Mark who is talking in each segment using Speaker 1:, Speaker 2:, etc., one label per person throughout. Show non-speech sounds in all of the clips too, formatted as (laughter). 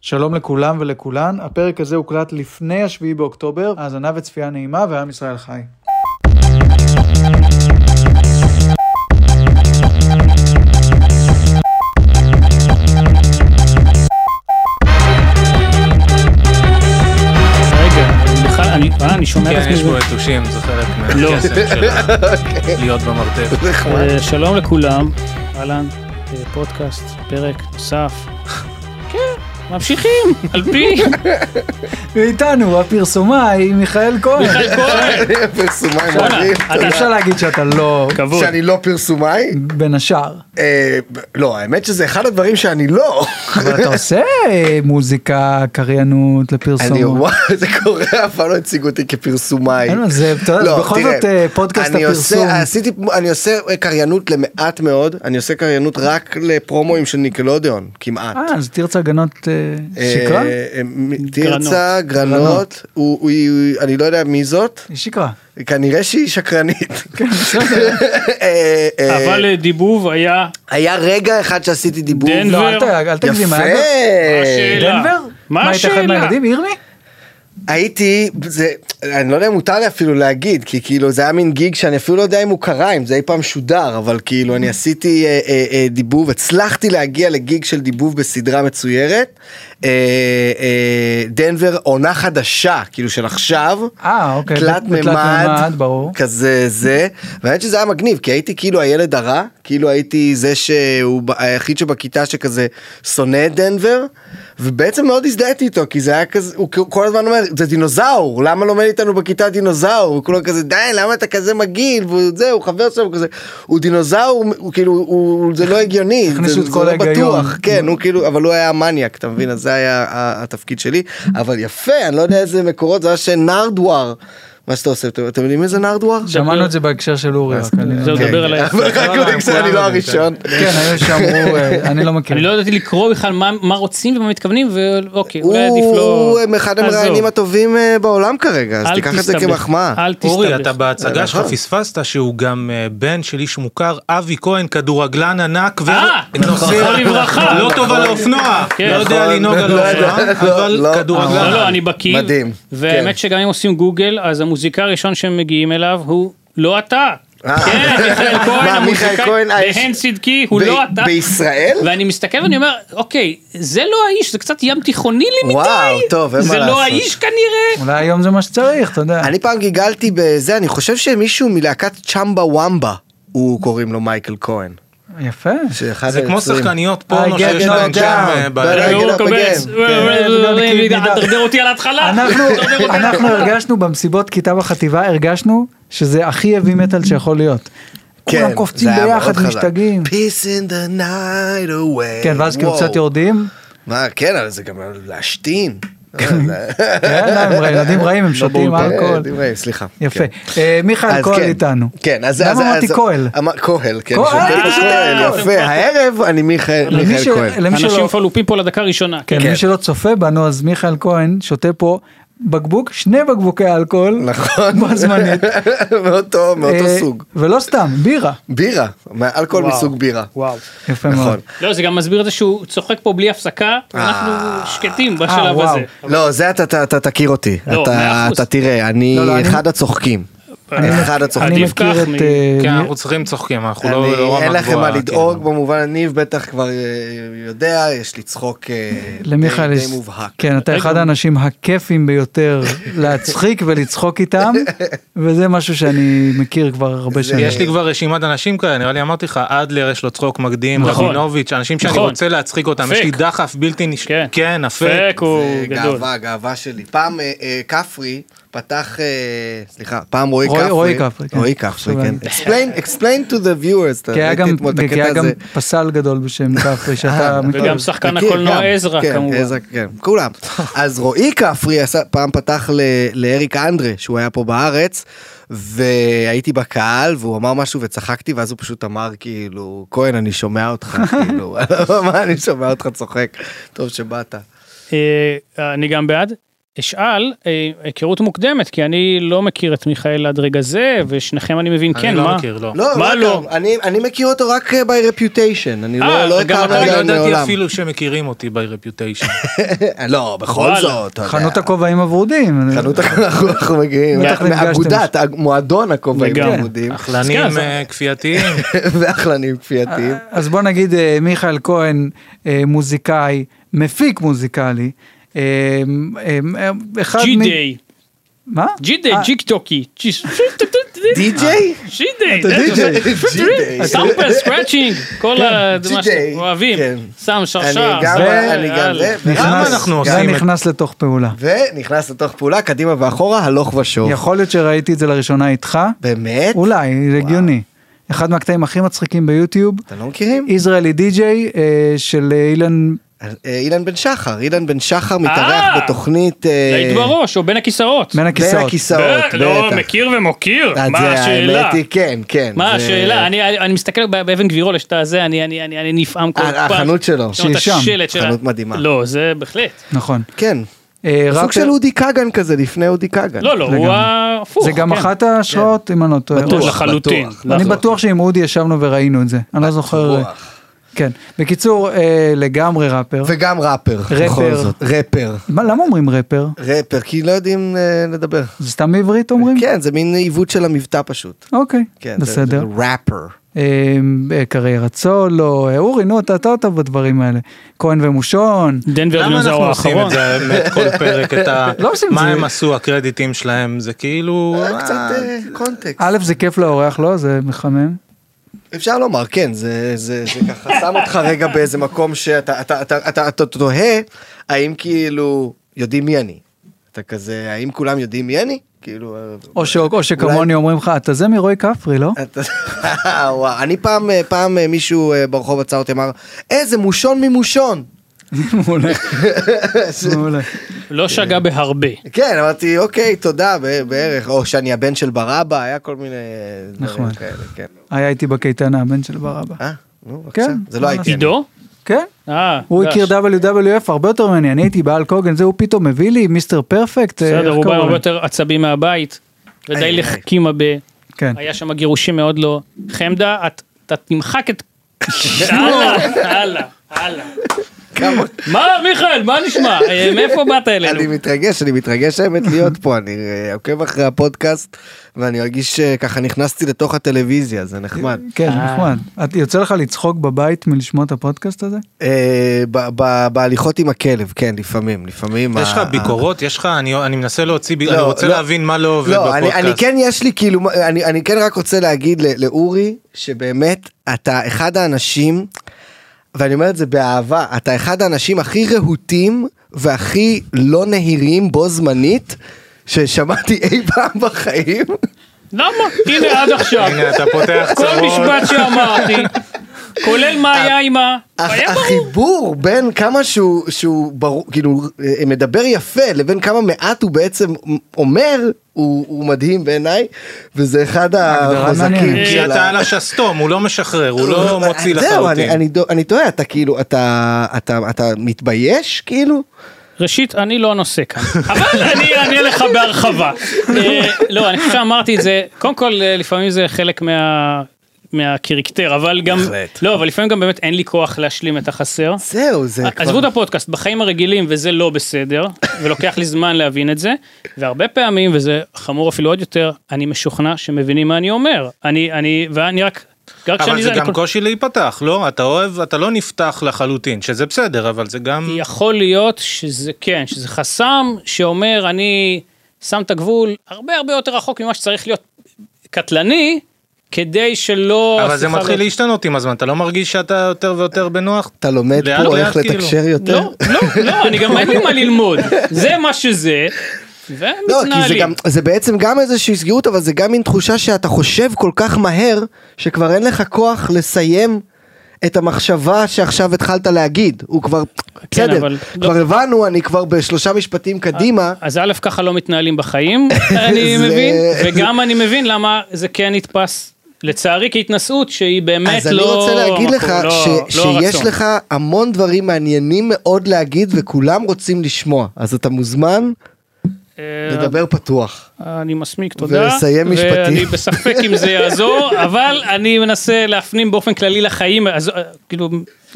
Speaker 1: שלום לכולם ולכולן, הפרק הזה הוקלט לפני השביעי באוקטובר, האזנה וצפייה נעימה ועם ישראל חי.
Speaker 2: רגע, בכלל, אני, אה, אני שומע את
Speaker 3: כן,
Speaker 2: עצמי.
Speaker 3: יש בו יתושים, זה חלק
Speaker 4: לא.
Speaker 3: מהקסם
Speaker 4: (laughs)
Speaker 3: של
Speaker 4: אוקיי.
Speaker 3: ה- להיות במרתף.
Speaker 2: אה, שלום לכולם, אהלן, אה, פודקאסט, פרק נוסף. כן, ממשיכים,
Speaker 4: (laughs)
Speaker 2: על פי
Speaker 1: ואיתנו הפרסומאי מיכאל כהן.
Speaker 2: מיכאל כהן.
Speaker 4: פרסומאי
Speaker 2: בואנה,
Speaker 4: מדהים,
Speaker 2: אתה-
Speaker 1: אפשר להגיד שאתה לא,
Speaker 2: כבוד.
Speaker 4: שאני לא פרסומאי?
Speaker 1: בין השאר,
Speaker 4: אה, ב- לא, האמת שזה אחד הדברים שאני לא.
Speaker 1: אבל
Speaker 4: (laughs)
Speaker 1: אתה עושה אה, מוזיקה, קריינות
Speaker 4: אני,
Speaker 1: לפרסומות.
Speaker 4: וואי, זה קורה, אף פעם לא הציגו אותי כפרסומאי.
Speaker 1: אין לו, זה- אתה יודע,
Speaker 4: לא,
Speaker 1: בכל
Speaker 4: תראה,
Speaker 1: זאת, אה, פודקאסט
Speaker 4: אני עושה-
Speaker 1: הפרסום.
Speaker 4: עשיתי, אני עושה קריינות למעט מאוד, אני עושה קריינות רק לפרומואים של ניקלודיאון, כמעט.
Speaker 1: אה, אז תרצה הגנות אה,
Speaker 4: אה,
Speaker 1: שיקרה?
Speaker 4: אה, מ- תרצה, גרנות,
Speaker 1: גרנות.
Speaker 4: הוא- הוא- אני לא יודע מי זאת,
Speaker 1: היא שיקרה.
Speaker 4: (laughs) כנראה שהיא שקרנית.
Speaker 1: כן, בסדר.
Speaker 4: (laughs) אה, אה,
Speaker 2: אבל אה, דיבוב היה
Speaker 4: היה רגע אחד שעשיתי דיבור.
Speaker 2: דנ-
Speaker 1: לא, אל ת- אל תגזים.
Speaker 4: יפה.
Speaker 1: היה גם-
Speaker 2: השאלה.
Speaker 1: דנבר?
Speaker 2: מה
Speaker 1: היית אחד
Speaker 2: השאלה?
Speaker 1: מהילדים? אירלי?
Speaker 4: הייתי, זה, אני לא יודע אם מותר לי אפילו להגיד, כי כאילו זה היה מין גיג שאני אפילו לא יודע אם הוא קרה, אם זה אי פעם שודר, אבל כאילו אני עשיתי אה, אה, אה, דיבוב, הצלחתי להגיע לגיג של דיבוב בסדרה מצוירת. אה, אה, דנבר עונה חדשה, כאילו של עכשיו.
Speaker 1: אה, אוקיי,
Speaker 4: תלת
Speaker 1: בת- בתלת ממד,
Speaker 4: ממד,
Speaker 1: ברור.
Speaker 4: כזה זה, והאמת שזה היה מגניב, כי הייתי כאילו הילד הרע, כאילו הייתי זה שהוא ב- היחיד שבכיתה שכזה שונא את דנבר, ובעצם מאוד הזדהיתי איתו, כי זה היה כזה, הוא כאילו כל הזמן אומר, זה דינוזאור, למה לומד איתנו בכיתה דינוזאור? וכולם כזה, די, למה אתה כזה מגעיל? והוא זה, הוא חבר שלו, הוא כזה, הוא דינוזאור, הוא כאילו, הוא, זה לא הגיוני,
Speaker 1: הכניסו
Speaker 4: זה,
Speaker 1: את
Speaker 4: זה
Speaker 1: כל
Speaker 4: לא
Speaker 1: ההיגיון.
Speaker 4: בטוח, כן, הוא כאילו, אבל הוא היה המניאק, אתה מבין? אז זה היה ה- התפקיד שלי. אבל יפה, אני לא יודע איזה מקורות, זה היה שנרדואר. מה שאתה עושה, אתם אתם יודעים איזה נרדואר?
Speaker 1: שמענו את זה בהקשר של אורי. רק אני-
Speaker 2: זהו,
Speaker 1: כן.
Speaker 2: דבר עליי.
Speaker 4: אבל רק קודם כל אני לא הראשון.
Speaker 1: כן, היו שאמרו, אה, אני לא מכיר.
Speaker 2: אני לא ידעתי לקרוא בכלל מה- מה רוצים ומה מתכוונים, ואוקיי,
Speaker 4: הוא
Speaker 2: אולי עדיף לא...
Speaker 4: הוא אחד
Speaker 2: עזוב,
Speaker 4: המראיינים הטובים אה, בעולם כרגע, אז
Speaker 2: אל
Speaker 4: תיקח את זה
Speaker 2: תסתבך,
Speaker 4: כמחמאה.
Speaker 2: אל
Speaker 3: אורי,
Speaker 2: תסתבך.
Speaker 3: אתה
Speaker 4: אה,
Speaker 3: בהצגה שלך
Speaker 4: נכון.
Speaker 3: פספסת שהוא גם אה, בן של איש מוכר, אבי כהן, כדורגלן ענק נכון.
Speaker 2: אה, זכרו לברכה.
Speaker 3: לא טוב על האופנוע,
Speaker 2: כן.
Speaker 3: לא יודע
Speaker 4: נכון,
Speaker 3: לנהוג על
Speaker 4: לא
Speaker 3: האופנוע,
Speaker 4: יודע,
Speaker 3: אבל
Speaker 4: לא, לא.
Speaker 3: כדורגלן.
Speaker 2: לא, לא, אני בקיא.
Speaker 4: מדהים,
Speaker 2: והאמת
Speaker 4: כן.
Speaker 2: שגם אם עושים גוגל, אז המוזיקאי הראשון שהם מגיעים אליו הוא לא אתה.
Speaker 4: (laughs) אה.
Speaker 2: כן, מיכאל כהן,
Speaker 4: (laughs) מה, מיכאל
Speaker 2: המוזיקאי,
Speaker 4: כהן, האיש-
Speaker 2: בהן צדקי, הוא
Speaker 4: ב-
Speaker 2: לא אתה.
Speaker 4: בישראל?
Speaker 2: ואני מסתכל ואני אומר, אוקיי, זה לא האיש, זה קצת ים תיכוני לי מדי.
Speaker 4: וואו, טוב, אין מה
Speaker 2: זה
Speaker 4: לעשות.
Speaker 2: לא האיש כנראה.
Speaker 1: אולי היום זה מה שצריך, אתה
Speaker 2: לא.
Speaker 1: יודע.
Speaker 4: אני פעם גיגלתי בזה, אני חושב שמישהו מלהקת צ'מבה וומבה, הוא קוראים לו מייקל כהן.
Speaker 1: יפה.
Speaker 4: שאחד
Speaker 3: זה כמו
Speaker 4: היוצרים.
Speaker 3: שחקניות
Speaker 1: I
Speaker 4: אה,
Speaker 3: פורנו
Speaker 1: get
Speaker 4: כן,
Speaker 3: שיש
Speaker 1: no
Speaker 3: להם שם
Speaker 1: doubt.
Speaker 3: אה, בעיה.
Speaker 4: רגע,
Speaker 2: והוא
Speaker 4: רגע,
Speaker 2: קובץ, "אה,
Speaker 4: כן.
Speaker 2: דרדר אה, אותי על ההתחלה.
Speaker 1: אנחנו
Speaker 2: דרדר אותי על
Speaker 1: אנחנו
Speaker 2: ההתחלה.
Speaker 1: הרגשנו במסיבות כיתה בחטיבה, הרגשנו שזה הכי heavy metal שיכול להיות.
Speaker 4: כן,
Speaker 1: כולם קופצים
Speaker 4: זה היה
Speaker 1: ביחד,
Speaker 4: מאוד חזק.
Speaker 1: משתגעים.
Speaker 4: Peace in the night away.
Speaker 1: כן, ואז כאילו
Speaker 4: וואו.
Speaker 1: קצת יורדים.
Speaker 4: מה, כן, אבל זה גם להשתין.
Speaker 1: כן, לא, הם רעים, ילדים רעים, הם שותים
Speaker 4: אה,
Speaker 1: אלכוהול.
Speaker 4: דברי, סליחה.
Speaker 1: יפה.
Speaker 4: כן.
Speaker 1: אה, מיכאל
Speaker 4: אז
Speaker 1: כהן
Speaker 4: כן.
Speaker 1: איתנו.
Speaker 4: כן, אז... אז-
Speaker 1: למה אמרתי
Speaker 4: אז-
Speaker 1: כהל?
Speaker 4: אמר- כהל, כן.
Speaker 1: כהל,
Speaker 4: שותים
Speaker 1: אה,
Speaker 4: כהל, יפה. הערב אני מיכאל
Speaker 1: למי
Speaker 4: מיכאל
Speaker 1: ש-
Speaker 4: כהן.
Speaker 1: למי
Speaker 2: אנשים
Speaker 1: שלא-
Speaker 2: פלופים פה לדקה הראשונה.
Speaker 1: כן,
Speaker 4: כן.
Speaker 1: מי שלא צופה בנו, אז מיכאל כהן שותה פה בקבוק, שני בקבוקי אלכוהול.
Speaker 4: נכון.
Speaker 1: בו זמנית.
Speaker 4: (laughs) מאותו מאותו
Speaker 1: אה,
Speaker 4: סוג.
Speaker 1: ולא סתם, בירה.
Speaker 4: בירה. אלכוהול
Speaker 2: וואו.
Speaker 4: מסוג בירה.
Speaker 2: וואו.
Speaker 1: יפה מאוד.
Speaker 4: נכון.
Speaker 2: לא, זה גם מסביר את זה שהוא צוחק פה בלי הפסקה,
Speaker 4: אה.
Speaker 2: אנחנו שקטים בשלב
Speaker 1: וואו.
Speaker 2: הזה.
Speaker 4: לא, זה אתה- אתה אתה תכיר אותי.
Speaker 2: לא,
Speaker 4: אתה-
Speaker 2: מאה אחוז. אה,
Speaker 4: אתה תראה, אני
Speaker 1: לא, לא, אני-
Speaker 4: אחד הצוחקים. אחד הצוחקים.
Speaker 1: אני
Speaker 2: עדיף
Speaker 1: מכיר
Speaker 2: כך
Speaker 1: את...
Speaker 2: מ-
Speaker 1: אה,
Speaker 3: כן,
Speaker 1: מי-
Speaker 3: אנחנו צריכים צוחקים, אנחנו לא
Speaker 4: אני-
Speaker 3: לא רמה גבוהה.
Speaker 4: אין לכם מה לדאוג
Speaker 1: כן.
Speaker 3: כאילו.
Speaker 4: במובן ניב בטח כבר אה, יודע יש לי צחוק אה,
Speaker 1: למיכאל
Speaker 4: די-
Speaker 1: יש...
Speaker 4: די מובהק.
Speaker 1: כן, אתה אחד האנשים הכיפים ביותר להצחיק ולצחוק
Speaker 4: (laughs)
Speaker 1: איתם, וזה משהו שאני מכיר כבר הרבה שנים.
Speaker 3: יש לי כבר רשימת אנשים כאלה, נראה לי אמרתי לך, אדלר יש לו צחוק מקדים,
Speaker 2: נכון.
Speaker 3: רבינוביץ', אנשים שאני
Speaker 2: נכון.
Speaker 3: רוצה להצחיק אותם, יש לי
Speaker 2: פייק.
Speaker 3: דחף בלתי נש...
Speaker 2: כן.
Speaker 3: כן, הפייק.
Speaker 2: פק הוא
Speaker 4: זה
Speaker 2: גדול.
Speaker 4: גאווה גאווה שלי פעם אה, אה, כפרי פתח אה, סליחה פעם רועי
Speaker 1: רועי-
Speaker 4: כפרי
Speaker 1: רועי כפרי, כן.
Speaker 4: רועי כפרי
Speaker 1: עכשיו
Speaker 4: כן explain explain to the viewers אתה
Speaker 1: כי היה
Speaker 4: ראיתי
Speaker 1: גם- כן,
Speaker 4: אתמול את
Speaker 1: כי
Speaker 4: הקטע
Speaker 1: היה גם
Speaker 4: הזה. אה,
Speaker 1: פסל גדול
Speaker 4: (laughs)
Speaker 1: בשם כפרי שאתה מכיר.
Speaker 2: וגם שחקן
Speaker 4: מכיר, גם.
Speaker 2: הקולנוע עזרא
Speaker 4: כן,
Speaker 2: כמובן.
Speaker 4: עזרא, כן, כולם. אז רועי כפרי עשה- פעם פתח ל- לאריק אנדרה שהוא היה פה בארץ והייתי בקהל והוא אמר משהו וצחקתי ואז הוא פשוט אמר כאילו כהן אני שומע
Speaker 2: (laughs)
Speaker 4: אותך כאילו (laughs) מה אני שומע אותך צוחק טוב שבאת.
Speaker 2: אה, אני גם בעד. אשאל אה, היכרות מוקדמת, כי אני לא מכיר את מיכאל עד רגע זה, ושניכם אני מבין
Speaker 3: אני
Speaker 2: כן,
Speaker 3: לא
Speaker 2: מה?
Speaker 3: מכיר, לא.
Speaker 4: לא,
Speaker 2: מה לא?
Speaker 4: הכרנו. אני, אני מכיר אותו רק אה, by reputation, אני
Speaker 2: אה,
Speaker 4: לא, לא
Speaker 2: וגם אתה
Speaker 4: הכרנו
Speaker 3: אני לא
Speaker 4: עליו
Speaker 3: ידעתי
Speaker 4: מעולם.
Speaker 3: אפילו שמכירים אותי ב-reputation.
Speaker 4: (laughs) לא, בכל
Speaker 2: וואלה.
Speaker 4: זאת, אתה יודע.
Speaker 1: חנות הכובעים הוורודים.
Speaker 4: אה, חנות הכובעים, אנחנו מגיעים,
Speaker 1: בטח נפגשתם.
Speaker 4: מאגודת, הג- מועדון הכובעים
Speaker 2: לגמרי.
Speaker 4: העמודים,
Speaker 2: אז
Speaker 3: חלנים
Speaker 2: כן,
Speaker 3: אה, כפייתיים.
Speaker 4: (laughs) ואחלנים כפייתיים.
Speaker 1: אז בוא נגיד אה, מיכאל כהן אה, מוזיקאי, מפיק מוזיקלי. אה, אה, אה, אחד
Speaker 2: ג'י
Speaker 1: מ-
Speaker 2: דיי,
Speaker 1: מה?
Speaker 2: ג'י דיי,
Speaker 1: אה,
Speaker 2: ג'יק טוקי,
Speaker 4: די.ג'יי?
Speaker 2: ג'י דיי,
Speaker 4: אתה די-ג'יי, ג'י-דיי.
Speaker 2: סאמפל סקראצ'ינג, כל ה- זה מה
Speaker 4: ג'י-דיי,
Speaker 2: שאוהבים,
Speaker 4: כן.
Speaker 2: סם
Speaker 4: אני
Speaker 2: שרשר,
Speaker 4: גם-
Speaker 2: זה, אה,
Speaker 4: אני גם
Speaker 2: יאללה.
Speaker 4: זה.
Speaker 3: למה
Speaker 1: נכנס,
Speaker 3: אנחנו
Speaker 1: גם
Speaker 3: עושים את-
Speaker 1: נכנס לתוך פעולה.
Speaker 4: ונכנס לתוך פעולה, קדימה ואחורה, הלוך ושוב.
Speaker 1: יכול להיות שראיתי את זה לראשונה איתך,
Speaker 4: באמת?
Speaker 1: אולי, זה הגיוני. אחד מהקטעים הכי מצחיקים ביוטיוב,
Speaker 4: אתם לא מכירים?
Speaker 1: ישראלי די-ג'יי אה, של אילן,
Speaker 4: אה, אילן בן שחר, אילן בן שחר
Speaker 2: אה!
Speaker 4: מתארח בתוכנית... אה,
Speaker 2: היית בראש או בין הכיסאות.
Speaker 1: בין
Speaker 4: בין
Speaker 1: הכיסאות.
Speaker 4: הכיסאות,
Speaker 2: אה, לא,
Speaker 4: בטח.
Speaker 2: מכיר ומוקיר,
Speaker 4: אז
Speaker 2: מה
Speaker 4: זה,
Speaker 2: השאלה?
Speaker 4: האמת היא, כן, כן.
Speaker 2: מה
Speaker 4: זה-
Speaker 2: השאלה? אני- אני אני מסתכל ב- באבן גבירול, יש את הזה, אני- אני אני- אני נפעם כל פעם.
Speaker 4: ה- אה, החנות שלו.
Speaker 2: שם את
Speaker 1: שהיא שם,
Speaker 2: השלט שלה.
Speaker 4: חנות מדהימה.
Speaker 2: לא, זה בהחלט.
Speaker 1: נכון.
Speaker 4: כן.
Speaker 1: אה,
Speaker 4: סוג
Speaker 1: ראפר-
Speaker 4: של אודי כגן כזה, לפני אודי כגן.
Speaker 2: לא, לא, הוא
Speaker 1: לגמרי.
Speaker 2: ההפוך.
Speaker 1: זה גם
Speaker 2: כן.
Speaker 1: אחת ההשראות, אם אני לא טועה.
Speaker 2: בטוח, לחלוטין.
Speaker 4: נכון.
Speaker 1: אני
Speaker 2: בטוח.
Speaker 1: בטוח שעם אודי ישבנו וראינו את זה, אני לא זוכר. כן. בקיצור, אה, לגמרי ראפר.
Speaker 4: וגם ראפר. בכל
Speaker 1: ראפר.
Speaker 4: זאת. ראפר.
Speaker 1: מה, למה אומרים ראפר?
Speaker 4: ראפר, כי לא יודעים אה, לדבר.
Speaker 1: זה סתם בעברית אומרים?
Speaker 4: כן, זה מין עיוות של המבטא פשוט.
Speaker 1: אוקיי,
Speaker 4: כן, זה-
Speaker 1: בסדר.
Speaker 4: זה ראפר.
Speaker 1: אה, אה, קריירת סולו, אה, אורי, נו, אתה טועה בדברים האלה. כהן ומושון.
Speaker 2: דנבר
Speaker 3: למה
Speaker 2: גלוז
Speaker 3: אנחנו
Speaker 2: הוא
Speaker 3: עושים
Speaker 2: האחרון.
Speaker 3: את זה האמת, כל פרק, את ה...
Speaker 1: לא עושים את
Speaker 3: מה
Speaker 1: זה.
Speaker 3: הם עשו, הקרדיטים שלהם, זה
Speaker 4: (laughs)
Speaker 3: כאילו...
Speaker 4: אה, קצת
Speaker 3: אה,
Speaker 4: אה, קונטקסט.
Speaker 1: א', זה כיף לאורח, לא? זה מחמם.
Speaker 4: אפשר לומר, כן, זה, זה, זה ככה (laughs) שם אותך רגע באיזה מקום שאתה אתה, אתה, אתה, אתה תוהה, האם כאילו יודעים מי אני. אתה כזה, האם כולם יודעים מי אני? כאילו... אה,
Speaker 1: או ש- או שכמוני אומרים לך, אתה זה מרועי כפרי,
Speaker 4: (laughs)
Speaker 1: לא?
Speaker 4: אתה- וואו, אני פעם, אה, פעם אה, מישהו אה, ברחוב עצר אותי אמר, איזה מושון ממושון.
Speaker 1: מעולה. (laughs) מעולה.
Speaker 2: לא שגה בהרבה.
Speaker 4: כן, אמרתי, אוקיי, תודה, ב- בערך, או שאני הבן של ברבא, היה כל מיני דברים
Speaker 1: נכון.
Speaker 4: כאלה, כן.
Speaker 1: היה איתי בקייטנה, הבן של ברבא.
Speaker 4: אה, נו, בבקשה.
Speaker 1: כן,
Speaker 4: זה לא
Speaker 1: מה
Speaker 4: הייתי. אני.
Speaker 2: עידו?
Speaker 1: כן?
Speaker 2: אה,
Speaker 1: הוא
Speaker 2: דש.
Speaker 1: הכיר WWF הרבה יותר ממני, אני הייתי באל קוגן, זה הוא פתאום מביא לי מיסטר פרפקט. אה,
Speaker 2: בסדר,
Speaker 1: איך
Speaker 2: הוא בא
Speaker 1: קראו
Speaker 2: הרבה
Speaker 1: לו?
Speaker 2: יותר עצבים מהבית.
Speaker 4: איי,
Speaker 2: ודי
Speaker 4: איי.
Speaker 2: לחכימה ב...
Speaker 1: כן.
Speaker 2: היה שם גירושים מאוד לא... חמדה, את- אתה תמחק
Speaker 4: (laughs)
Speaker 2: את... הלאה, הלאה, הלאה.
Speaker 4: כמה-
Speaker 2: מה, מיכאל, מה נשמע? אה, מאיפה באת אלינו?
Speaker 4: אני מתרגש, אני מתרגש האמת להיות פה, אני אה, עוקב אחרי הפודקאסט ואני מרגיש שככה נכנסתי לתוך הטלוויזיה, זה נחמד.
Speaker 1: כן, זה
Speaker 2: אה.
Speaker 1: נחמד. את- יוצא לך לצחוק בבית מלשמוע את הפודקאסט הזה?
Speaker 4: אה, ב- ב- בהליכות עם הכלב, כן, לפעמים, לפעמים.
Speaker 3: יש לך
Speaker 4: ה-
Speaker 3: ביקורות? יש לך, אני אני מנסה להוציא, ב-
Speaker 4: לא,
Speaker 3: אני רוצה
Speaker 4: לא.
Speaker 3: להבין מה לא עובד
Speaker 4: לא, אני, אני
Speaker 3: בפודקאסט.
Speaker 4: כן יש לי כאילו, אני, אני כן רק רוצה להגיד ל- לאורי, שבאמת אתה אחד האנשים, ואני אומר את זה באהבה, אתה אחד האנשים הכי רהוטים והכי לא נהירים בו זמנית. ששמעתי אי פעם בחיים,
Speaker 2: למה? הנה עד עכשיו.
Speaker 3: הנה, אתה פותח
Speaker 2: כל
Speaker 3: צרות.
Speaker 2: משפט שאמרתי, כולל מה היה עם ה...
Speaker 4: הח-
Speaker 2: היה ברור.
Speaker 4: החיבור בין כמה שהוא, שהוא ברור, כאילו אה, מדבר יפה לבין כמה מעט הוא בעצם אומר, הוא, הוא מדהים בעיניי, וזה אחד
Speaker 1: הגדרה
Speaker 4: החוזקים
Speaker 1: מעניינת.
Speaker 3: כי
Speaker 4: של
Speaker 3: אתה
Speaker 4: ה... אה,
Speaker 3: על השסתום, הוא לא משחרר, הוא
Speaker 4: (laughs)
Speaker 3: לא מוציא
Speaker 4: זהו, אני-
Speaker 3: לחלוטין.
Speaker 4: אני דו- אני טועה, אתה כאילו, אתה אתה- אתה מתבייש כאילו?
Speaker 2: ראשית, אני לא הנושא כאן, אבל אני אענה לך בהרחבה. אה, לא, אני חושב שאמרתי את זה, קודם כל, אה, לפעמים זה חלק מה... מהקריקטר, אבל גם...
Speaker 4: בהחלט.
Speaker 2: לא, אבל לפעמים גם באמת אין לי כוח להשלים את החסר.
Speaker 4: זהו, זה כבר...
Speaker 2: עזבו את הפודקאסט, בחיים הרגילים וזה לא בסדר, ולוקח לי זמן להבין את זה, והרבה פעמים, וזה חמור אפילו עוד יותר, אני משוכנע שמבינים מה אני אומר. אני, אני, ואני רק... רק
Speaker 3: אבל
Speaker 2: שאני
Speaker 3: זה
Speaker 2: אני
Speaker 3: גם
Speaker 2: כל-
Speaker 3: קושי להיפתח, לא? אתה אוהב, אתה לא נפתח לחלוטין, שזה בסדר, אבל זה גם...
Speaker 2: יכול להיות שזה כן, שזה חסם שאומר אני שם את הגבול הרבה הרבה יותר רחוק ממה שצריך להיות קטלני, כדי שלא...
Speaker 3: אבל זה
Speaker 2: השיחה
Speaker 3: מתחיל
Speaker 2: לא-
Speaker 3: להשתנות עם הזמן, אתה לא מרגיש שאתה יותר ויותר בנוח?
Speaker 4: אתה לומד
Speaker 3: לאט
Speaker 4: פה
Speaker 3: לאט
Speaker 4: איך
Speaker 3: כאילו.
Speaker 4: לתקשר יותר?
Speaker 2: לא, לא, לא, אני גם אין לי מה ללמוד, זה מה שזה, והם
Speaker 4: לא, כי זה
Speaker 2: מתנהלים.
Speaker 4: גם, זה בעצם גם איזושהי סגירות, אבל זה גם מין תחושה שאתה חושב כל כך מהר, שכבר אין לך כוח לסיים את המחשבה שעכשיו התחלת להגיד. הוא כבר, בסדר,
Speaker 2: אבל לא-
Speaker 4: כבר הבנו, אני כבר בשלושה משפטים קדימה.
Speaker 2: אז א', ככה לא מתנהלים
Speaker 4: (laughs)
Speaker 2: בחיים, אני
Speaker 4: זה-
Speaker 2: מבין, וגם אני מבין למה זה כן נתפס, לצערי, כהתנשאות שהיא באמת
Speaker 4: אז
Speaker 2: לא...
Speaker 4: אני רוצה להגיד לך
Speaker 2: לא-
Speaker 4: ש-
Speaker 2: לא
Speaker 4: שיש
Speaker 2: הרצון.
Speaker 4: לך
Speaker 2: כן.
Speaker 4: המון דברים מעניינים מאוד להגיד וכולם רוצים לשמוע אז אתה מוזמן
Speaker 2: אה,
Speaker 4: לדבר פתוח.
Speaker 2: אני מסמיק, תודה.
Speaker 4: ולסיים משפטים.
Speaker 2: ואני בספק אם זה יעזור,
Speaker 4: (laughs)
Speaker 2: אבל אני מנסה להפנים באופן כללי לחיים, אז, אה, כאילו,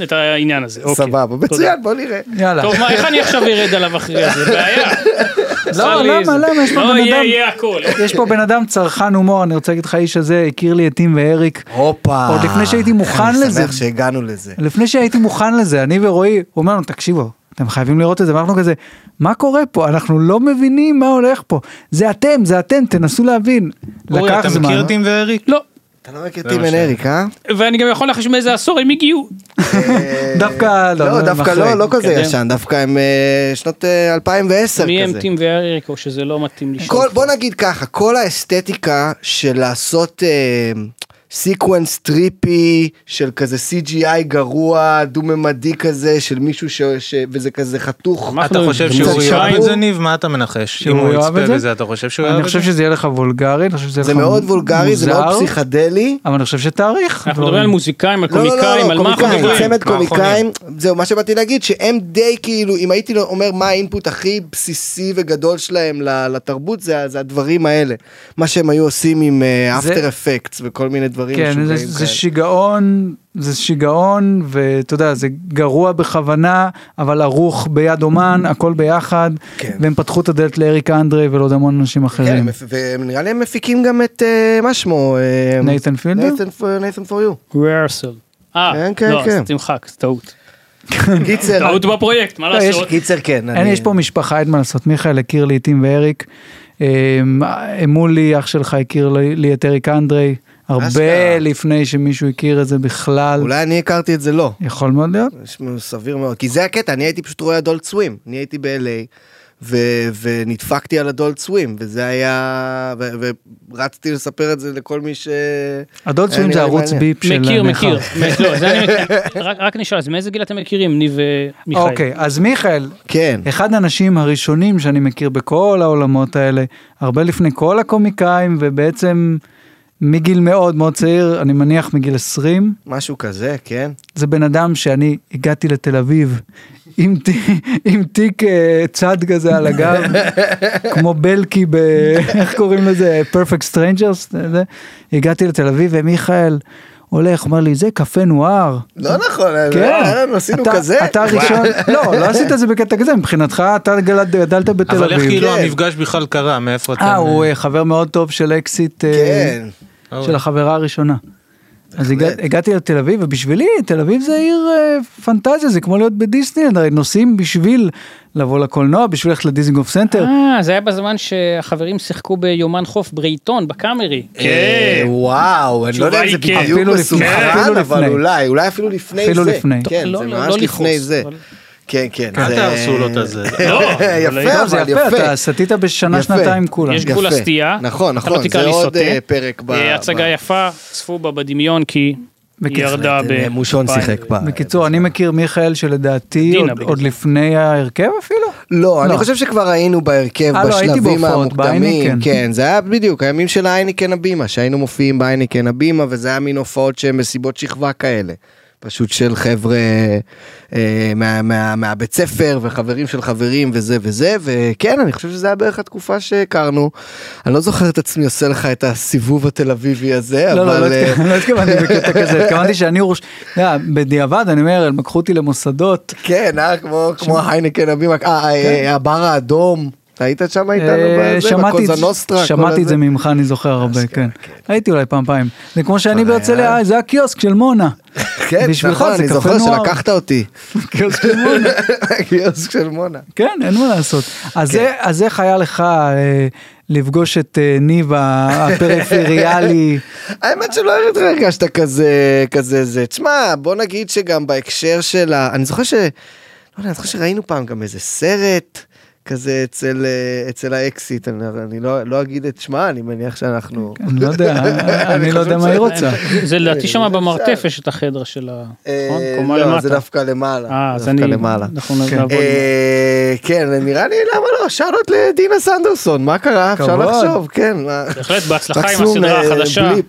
Speaker 2: את העניין הזה. אוקיי.
Speaker 4: סבבה,
Speaker 2: תודה.
Speaker 4: מצוין, בוא נראה.
Speaker 1: יאללה.
Speaker 2: טוב, מה, איך אני עכשיו ארד עליו אחרי זה?
Speaker 4: (laughs)
Speaker 2: בעיה.
Speaker 4: לא,
Speaker 2: עשה לי
Speaker 1: למה,
Speaker 2: איזה-
Speaker 1: למה? יש פה
Speaker 2: לא,
Speaker 1: בן
Speaker 2: יהיה,
Speaker 1: אדם-
Speaker 2: יהיה הכל.
Speaker 1: יש פה בן אדם צרכן הומור, אני רוצה להגיד לך, האיש הזה הכיר לי את טים ואריק.
Speaker 4: הופה.
Speaker 1: עוד לפני שהייתי מוכן
Speaker 4: אני
Speaker 1: לזה.
Speaker 4: שמח שהגענו לזה.
Speaker 1: לפני שהייתי מוכן לזה, אני ורועי, הוא אומר לנו, תקשיבו, אתם חייבים לראות את זה, ואנחנו כזה, מה קורה פה? אנחנו לא מבינים מה הולך פה. זה אתם, זה אתם, תנסו להבין.
Speaker 3: אורי,
Speaker 1: לקח
Speaker 3: אתה
Speaker 1: זמן. אה?
Speaker 3: מכיר טים ואריק?
Speaker 2: לא,
Speaker 4: אתה לא מכיר
Speaker 3: זה
Speaker 4: טימן
Speaker 3: מה שאני-
Speaker 4: אריק, אה?
Speaker 2: ואני גם יכול להחשב מאיזה עשור הם הגיעו.
Speaker 1: דווקא לא,
Speaker 4: לא,
Speaker 1: לא,
Speaker 4: דווקא
Speaker 1: אחרי.
Speaker 4: לא, לא כזה
Speaker 2: כן.
Speaker 4: ישן, דווקא הם אה, שנות אה, 2010
Speaker 2: מי הם
Speaker 4: כזה.
Speaker 2: טים ואריק, או שזה לא מתאים לי.
Speaker 4: כל, בוא נגיד ככה, כל האסתטיקה של לעשות אה, סיקוונס טריפי של כזה CGI גרוע, דו-ממדי כזה, של מישהו ש... ש וזה כזה חתוך.
Speaker 2: אנחנו
Speaker 3: אתה חושב
Speaker 2: דמות
Speaker 3: שהוא
Speaker 4: שיין.
Speaker 3: יאהב את זה, ניב? מה אתה מנחש? אם
Speaker 1: שהוא
Speaker 3: הוא
Speaker 1: יאהב את
Speaker 3: יצפה
Speaker 1: זה?
Speaker 3: בזה, אתה חושב שהוא יאהב
Speaker 1: אני
Speaker 3: את זה?
Speaker 1: חושב שזה יהיה לך וולגרי, אני חושב שזה יהיה
Speaker 4: זה
Speaker 1: לך
Speaker 4: מאוד וולגרי, זה מאוד
Speaker 1: מוזר,
Speaker 4: פסיכדלי.
Speaker 1: אבל אני חושב שתאריך.
Speaker 2: אנחנו מדברים על מוזיקאים, על
Speaker 4: לא, לא, לא,
Speaker 2: קומיקאים,
Speaker 4: לא,
Speaker 2: על מה אנחנו
Speaker 4: קומיקאים,
Speaker 2: מדברים?
Speaker 4: צמד
Speaker 3: מה אנחנו
Speaker 4: קומיקאים, זהו מה שבאתי להגיד שהם די כאילו אם הייתי אומר מה האינפוט הכי בסיסי וגדול שלהם ל- לתרבות זה זה הדברים האלה. מה שהם היו עושים עם אה,
Speaker 1: זה-
Speaker 4: after effects וכל מיני דברים
Speaker 1: כן,
Speaker 4: משוגעים
Speaker 1: זה,
Speaker 4: כאלה.
Speaker 1: זה שיגעון, זה שיגעון, ואתה יודע, זה גרוע בכוונה, אבל ערוך ביד אומן, הכל ביחד,
Speaker 4: כן.
Speaker 1: והם פתחו את הדלת לאריק אנדרי ולעוד המון אנשים
Speaker 4: כן,
Speaker 1: אחרים.
Speaker 4: הם- ונראה לי הם מפיקים גם את אה, מה שמו אה,
Speaker 1: נייתן פילדר?
Speaker 4: נייתן פ- נייתן פור
Speaker 1: (laughs)
Speaker 4: יו.
Speaker 2: ריהרסל. אה,
Speaker 4: כן, כן,
Speaker 2: לא,
Speaker 4: כן.
Speaker 2: אז תמחק, זה טעות.
Speaker 4: קיצר,
Speaker 2: טעות בפרויקט, מה
Speaker 1: לא, יש-
Speaker 2: לעשות?
Speaker 4: קיצר כן.
Speaker 1: אין,
Speaker 4: אני-
Speaker 1: יש פה משפחה, אין מה לעשות, מיכאל הכיר לי את טים ואריק, אמ, מולי, אח שלך הכיר לי לי את אריק אנדרי,
Speaker 4: אשכרה.
Speaker 1: הרבה לפני שמישהו הכיר את זה בכלל,
Speaker 4: אולי אני הכרתי את זה לא.
Speaker 1: יכול מאוד להיות.
Speaker 4: יש לנו סביר מאוד כי זה הקטע אני הייתי פשוט רואה אדולט סווים אני הייתי ב-LA ו- ונדפקתי על אדולט סווים וזה היה ו- ורצתי לספר את זה לכל מי ש...
Speaker 1: הדוד סווים זה
Speaker 4: אה, נראה לי
Speaker 1: ערוץ
Speaker 4: מעניין.
Speaker 1: ביפ של
Speaker 2: מכיר,
Speaker 1: מיכל. (laughs)
Speaker 2: מכיר. מ- לא, זה אני מכיר. רק- רק נשאל, אז מאיזה גיל אתם מכירים, ניב אה, ומיכאל?
Speaker 1: אוקיי, אז מיכאל,
Speaker 4: כן
Speaker 1: אחד האנשים הראשונים שאני מכיר בכל העולמות האלה, הרבה לפני כל הקומיקאים, ובעצם מגיל מאוד מאוד צעיר, אני מניח מגיל 20,
Speaker 4: משהו כזה כן
Speaker 1: זה בן אדם שאני הגעתי לתל אביב עם, ת, עם תיק אה, צד כזה על הגב, כמו בלקי ב... איך קוראים לזה? Perfect Strangers? זה. הגעתי לתל אביב ומיכאל הולך, אומר לי, זה קפה נוער.
Speaker 4: לא נכון
Speaker 1: כן.
Speaker 4: היה לנו, עשינו
Speaker 1: אתה-
Speaker 4: כזה
Speaker 1: אתה הראשון, לא, לא עשית את זה בקטע כזה, מבחינתך אתה גלד- גדלת בתל אביב.
Speaker 3: אבל איך כאילו
Speaker 4: כן.
Speaker 3: המפגש בכלל קרה? מאיפה אתה...
Speaker 1: אה, הוא אה, חבר מאוד טוב של אקסיט, אה,
Speaker 4: כן
Speaker 3: אה,
Speaker 1: של החברה הראשונה. אז הגע-
Speaker 4: בהחלט.
Speaker 1: הגעתי לתל אביב, ובשבילי תל אביב זה עיר אה, פנטזיה, זה כמו להיות בדיסנילנד, הרי נוסעים בשביל לבוא לקולנוע, בשביל ללכת לדיזינגוף סנטר.
Speaker 2: אה, זה היה בזמן שהחברים שיחקו ביומן חוף ברייטון, בקאמרי.
Speaker 4: אה, וואו אני לא יודע אם זה
Speaker 2: התשובה כן. היא כן.
Speaker 4: בדיוק
Speaker 1: אפילו לפני,
Speaker 4: מסונכרן
Speaker 1: אפילו
Speaker 4: אבל
Speaker 1: לפני. כן.
Speaker 4: אולי אולי אפילו לפני זה
Speaker 1: אפילו לפני.
Speaker 4: כן
Speaker 2: לא,
Speaker 4: זה
Speaker 2: לא,
Speaker 4: ממש
Speaker 2: לא
Speaker 4: לפני
Speaker 2: לכעוס,
Speaker 4: זה
Speaker 2: אבל-
Speaker 4: כן כן
Speaker 3: אל
Speaker 4: זה-
Speaker 3: תהרסו לו את
Speaker 4: (laughs)
Speaker 3: הזה.
Speaker 2: לא, אבל
Speaker 4: יפה
Speaker 1: זה
Speaker 4: אבל
Speaker 1: יפה, אתה סטית בשנה
Speaker 4: יפה.
Speaker 1: שנתיים כולה.
Speaker 2: יש
Speaker 4: יפה.
Speaker 2: גבול לסטייה.
Speaker 4: נכון,
Speaker 2: אתה
Speaker 4: נכון,
Speaker 2: לא תקרא
Speaker 4: זה
Speaker 2: לי
Speaker 4: עוד,
Speaker 2: סוטה.
Speaker 4: אה, פרק ב-
Speaker 2: אה,
Speaker 4: ב-
Speaker 2: הצגה יפה, צפו בה בדמיון כי היא
Speaker 1: בקיצור,
Speaker 3: אה,
Speaker 2: ירדה ב...
Speaker 4: מושון שיחק בה.
Speaker 1: בקיצור, אני מכיר מיכאל שלדעתי
Speaker 2: דינה,
Speaker 1: עוד-
Speaker 2: בגלל
Speaker 1: עוד
Speaker 2: זה.
Speaker 1: לפני ההרכב אפילו.
Speaker 4: לא, אני חושב שכבר היינו בהרכב
Speaker 1: אה, לא, הייתי
Speaker 4: בשלבים
Speaker 1: בהופעות,
Speaker 4: המוקדמים.
Speaker 1: בהייניקן.
Speaker 4: כן, זה היה בדיוק הימים של הייניקן הבימה, שהיינו מופיעים בהייניקן הבימה, וזה היה מין הופעות שהן מסיבות שכבה כאלה. פשוט של חבר'ה אה, מה- מה- מהבית ספר וחברים של חברים וזה וזה וכן אני חושב שזה היה בערך התקופה שהכרנו. אני לא זוכר את עצמי עושה לך את הסיבוב התל אביבי הזה
Speaker 1: לא, לא, לא
Speaker 4: אבל אה,
Speaker 1: התכוונתי- לא התכוונתי בקטע כזה, התכוונתי שאני ראש... אתה יודע, בדיעבד, אני אומר, הם לקחו אותי למוסדות.
Speaker 4: כן אה כמו כמו הייניקן הבימה אה, אה, הבר האדום היית שם
Speaker 1: כן. אה,
Speaker 4: איתנו בזה
Speaker 1: שמעתי את
Speaker 4: בקוזה
Speaker 1: זה-
Speaker 4: נוסטרה כל
Speaker 1: שמעתי את
Speaker 4: הזה? אה,
Speaker 1: זה ממך, אני זוכר הרבה, כן. הייתי אולי פעמיים. זה כמו שאני
Speaker 4: כבר
Speaker 1: בהרצליה,
Speaker 4: היה.
Speaker 1: אה, זה הקיוסק של מונה.
Speaker 4: (laughs) כן,
Speaker 1: בשבילך
Speaker 4: נכון,
Speaker 1: זה
Speaker 4: אני
Speaker 1: קפה
Speaker 4: זוכר
Speaker 1: נוער.
Speaker 4: שלקחת אותי.
Speaker 1: (laughs) קיוסק של מונה.
Speaker 4: (laughs) קיוסק של מונה.
Speaker 1: כן, אין מה לעשות. אז
Speaker 4: כן.
Speaker 1: זה- אז איך היה לך אה, לפגוש את אה, ניב
Speaker 4: (laughs)
Speaker 1: הפריפריאלי?
Speaker 4: האמת שלא הרגשת כזה, כזה זה. תשמע, בוא נגיד שגם בהקשר של ה... אני זוכר ש... לא יודע, אני זוכר שראינו פעם גם איזה סרט כזה אצל, אה, אצל האקסיט, אני, אני לא, לא אגיד את שמה, אני מניח שאנחנו...
Speaker 1: אני לא יודע, אני לא יודע מה היא רוצה.
Speaker 2: זה לדעתי שם
Speaker 4: אה,
Speaker 2: במרתף
Speaker 4: אפשר.
Speaker 2: יש את החדר של ה...
Speaker 4: אה,
Speaker 2: נכון? קומה
Speaker 4: לא, זה
Speaker 2: למטה.
Speaker 4: דווקא למעלה.
Speaker 2: אה, אז
Speaker 4: דווקא
Speaker 2: אני...
Speaker 4: למעלה.
Speaker 2: אנחנו
Speaker 1: כן.
Speaker 2: נעבוד.
Speaker 4: אה, כן, נראה לי למה לא, שאלות לדינה סנדרסון, מה קרה? אפשר
Speaker 1: כבוד.
Speaker 4: לחשוב, כן. מה-
Speaker 2: בהחלט, בהצלחה עם
Speaker 4: מקסימום,
Speaker 2: הסדרה
Speaker 4: אה,
Speaker 2: החדשה.
Speaker 4: בליפ.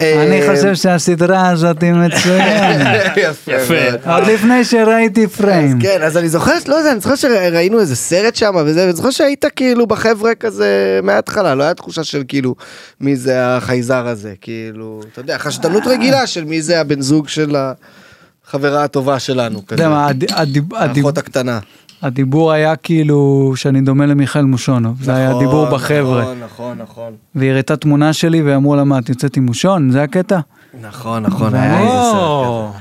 Speaker 1: אני
Speaker 4: אה,
Speaker 1: חושב שהסדרה הזאת היא מצוינת.
Speaker 4: (laughs) יפה.
Speaker 2: (laughs) יפה.
Speaker 4: מאוד.
Speaker 1: עוד לפני שראיתי
Speaker 4: אז
Speaker 1: פריים.
Speaker 4: כן, אז אני זוכר, לא יודע, אני זוכר שראינו איזה סרט שם וזה, ואני זוכר שהיית כאילו בחבר'ה כזה מההתחלה, לא היה תחושה של כאילו מי זה החייזר הזה, כאילו, אתה יודע, חשדנות רגילה של מי זה הבן זוג של החברה הטובה שלנו,
Speaker 1: אתה
Speaker 4: כזה,
Speaker 1: יודע מה, הד- הדיב- הדיב-
Speaker 4: האחות הקטנה.
Speaker 1: הדיבור היה כאילו שאני דומה למיכאל מושונוב, זה היה
Speaker 4: נכון,
Speaker 1: הדיבור בחבר'ה.
Speaker 4: נכון, נכון, נכון.
Speaker 1: והיא הראתה תמונה שלי ואמרו לה מה את יוצאת עם מושון? זה הקטע?
Speaker 4: נכון, נכון,
Speaker 1: אה,
Speaker 4: היה איזה סרט
Speaker 3: או,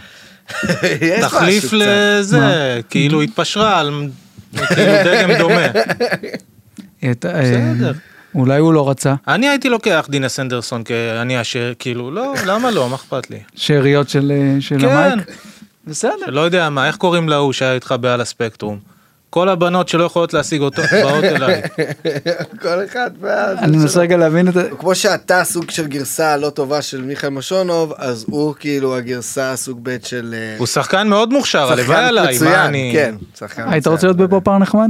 Speaker 4: כזה. יש משהו
Speaker 3: אה, תחליף
Speaker 4: קצת.
Speaker 3: לזה, כאילו התפשרה על כאילו דגם דומה.
Speaker 1: היא הייתה, אה,
Speaker 3: בסדר.
Speaker 1: אולי הוא לא רצה,
Speaker 3: אני הייתי לוקח דינה סנדרסון כאני אשר, כאילו, לא, למה לא, מה אכפת לי?
Speaker 1: שאריות של אה, של
Speaker 3: כן,
Speaker 1: המייק? בסדר.
Speaker 3: לא יודע מה, איך קוראים להוא שהיה איתך בעל הספקטרום? כל הבנות שלא יכולות להשיג
Speaker 4: (laughs)
Speaker 3: אותו, באות אליי.
Speaker 4: כל אחד ואז...
Speaker 1: אני מנסה רגע להבין את זה.
Speaker 4: כמו שאתה סוג של גרסה לא טובה של מיכאל משונוב, אז הוא כאילו הגרסה סוג ב' של... אה,
Speaker 3: הוא שחקן מאוד מוכשר, הלוואי
Speaker 4: שחקן
Speaker 3: עליי, מה
Speaker 4: מצוין,
Speaker 3: אני...
Speaker 4: כן, שחקן
Speaker 1: היית
Speaker 4: מצוין.
Speaker 1: רוצה להיות בפופר נחמד?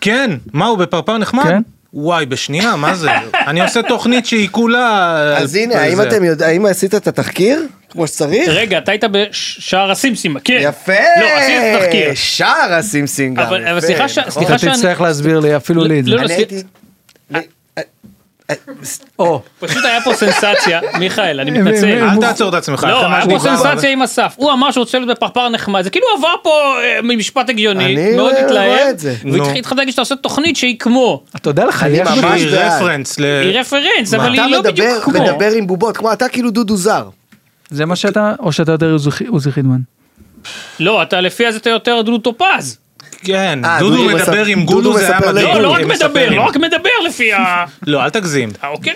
Speaker 3: כן, מה הוא בפרפר נחמד?
Speaker 1: כן.
Speaker 3: וואי, בשנייה, מה זה? אני עושה תוכנית שהיא כולה...
Speaker 4: אז
Speaker 3: על-
Speaker 4: הנה, האם
Speaker 3: זה.
Speaker 4: אתם יודעים, האם עשית את התחקיר? כמו שצריך?
Speaker 2: רגע, אתה היית בשער הסימסימה, כן.
Speaker 4: יפה!
Speaker 2: לא, עשיתי תחקיר.
Speaker 4: שער הסמסים גם.
Speaker 2: אבל-
Speaker 4: יפה,
Speaker 2: אבל סליחה ש-
Speaker 4: נכון.
Speaker 2: סליחה
Speaker 1: אתה
Speaker 2: שאני-
Speaker 1: תצטרך להסביר לי אפילו לי את זה.
Speaker 2: לא, לא,
Speaker 4: אני הייתי...
Speaker 1: או,
Speaker 2: פשוט היה פה סנסציה, מיכאל, אני מתנצל.
Speaker 1: אה,
Speaker 3: אל תעצור את עצמך.
Speaker 2: לא,
Speaker 3: אתה
Speaker 2: היה פה
Speaker 3: משהו כבר-
Speaker 2: סנסציה עם אסף, הוא אמר שהוא רוצה להיות בפרפר נחמד, זה כאילו עבר פה אה, ממשפט הגיוני,
Speaker 4: אני
Speaker 2: מאוד
Speaker 4: רואה
Speaker 2: התלהב,
Speaker 4: את זה.
Speaker 2: והוא
Speaker 3: נו.
Speaker 2: התחיל להגיד שאתה עושה תוכנית שהיא כמו,
Speaker 1: אתה יודע לך,
Speaker 4: אני
Speaker 1: יש
Speaker 4: ממש-
Speaker 1: בכלל-
Speaker 3: שהיא
Speaker 4: בעד.
Speaker 3: רפרנס ל...
Speaker 2: היא רפרנס, אבל היא
Speaker 4: אתה
Speaker 2: לא בדיוק
Speaker 4: מדבר-
Speaker 2: כמו.
Speaker 4: מדבר עם בובות, כמו אתה כאילו דודו זר.
Speaker 1: זה מה שאתה, או שאתה יותר עוזי- עוזי חידמן.
Speaker 2: לא, אתה לפי אז אתה יותר דודו טופז.
Speaker 3: כן,
Speaker 4: אה,
Speaker 3: דודו
Speaker 4: דודו
Speaker 3: מדבר
Speaker 4: מספר-
Speaker 3: עם
Speaker 4: דודו
Speaker 3: גודו, זה היה
Speaker 4: מספר
Speaker 3: מדהים.
Speaker 2: לא,
Speaker 4: דודו,
Speaker 2: לא רק
Speaker 3: הם
Speaker 2: מדבר,
Speaker 3: מספרים.
Speaker 2: לא רק מדבר לפי ה...
Speaker 3: לא, אל תגזים.
Speaker 2: אה, אוקיי.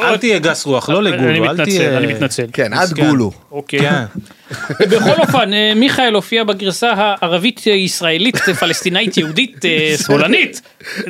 Speaker 2: לא,
Speaker 3: אל תהיה גס רוח, לא
Speaker 2: אני
Speaker 3: לגודו, אל
Speaker 2: מתנצל,
Speaker 3: תהיה...
Speaker 2: אני מתנצל.
Speaker 4: כן, עד
Speaker 3: מסכן.
Speaker 4: גולו.
Speaker 2: אוקיי.
Speaker 3: כן.
Speaker 2: בכל אופן, אה, מיכאל הופיע בגרסה אה, הערבית-ישראלית, פלסטינאית-יהודית, אה, שמאלנית,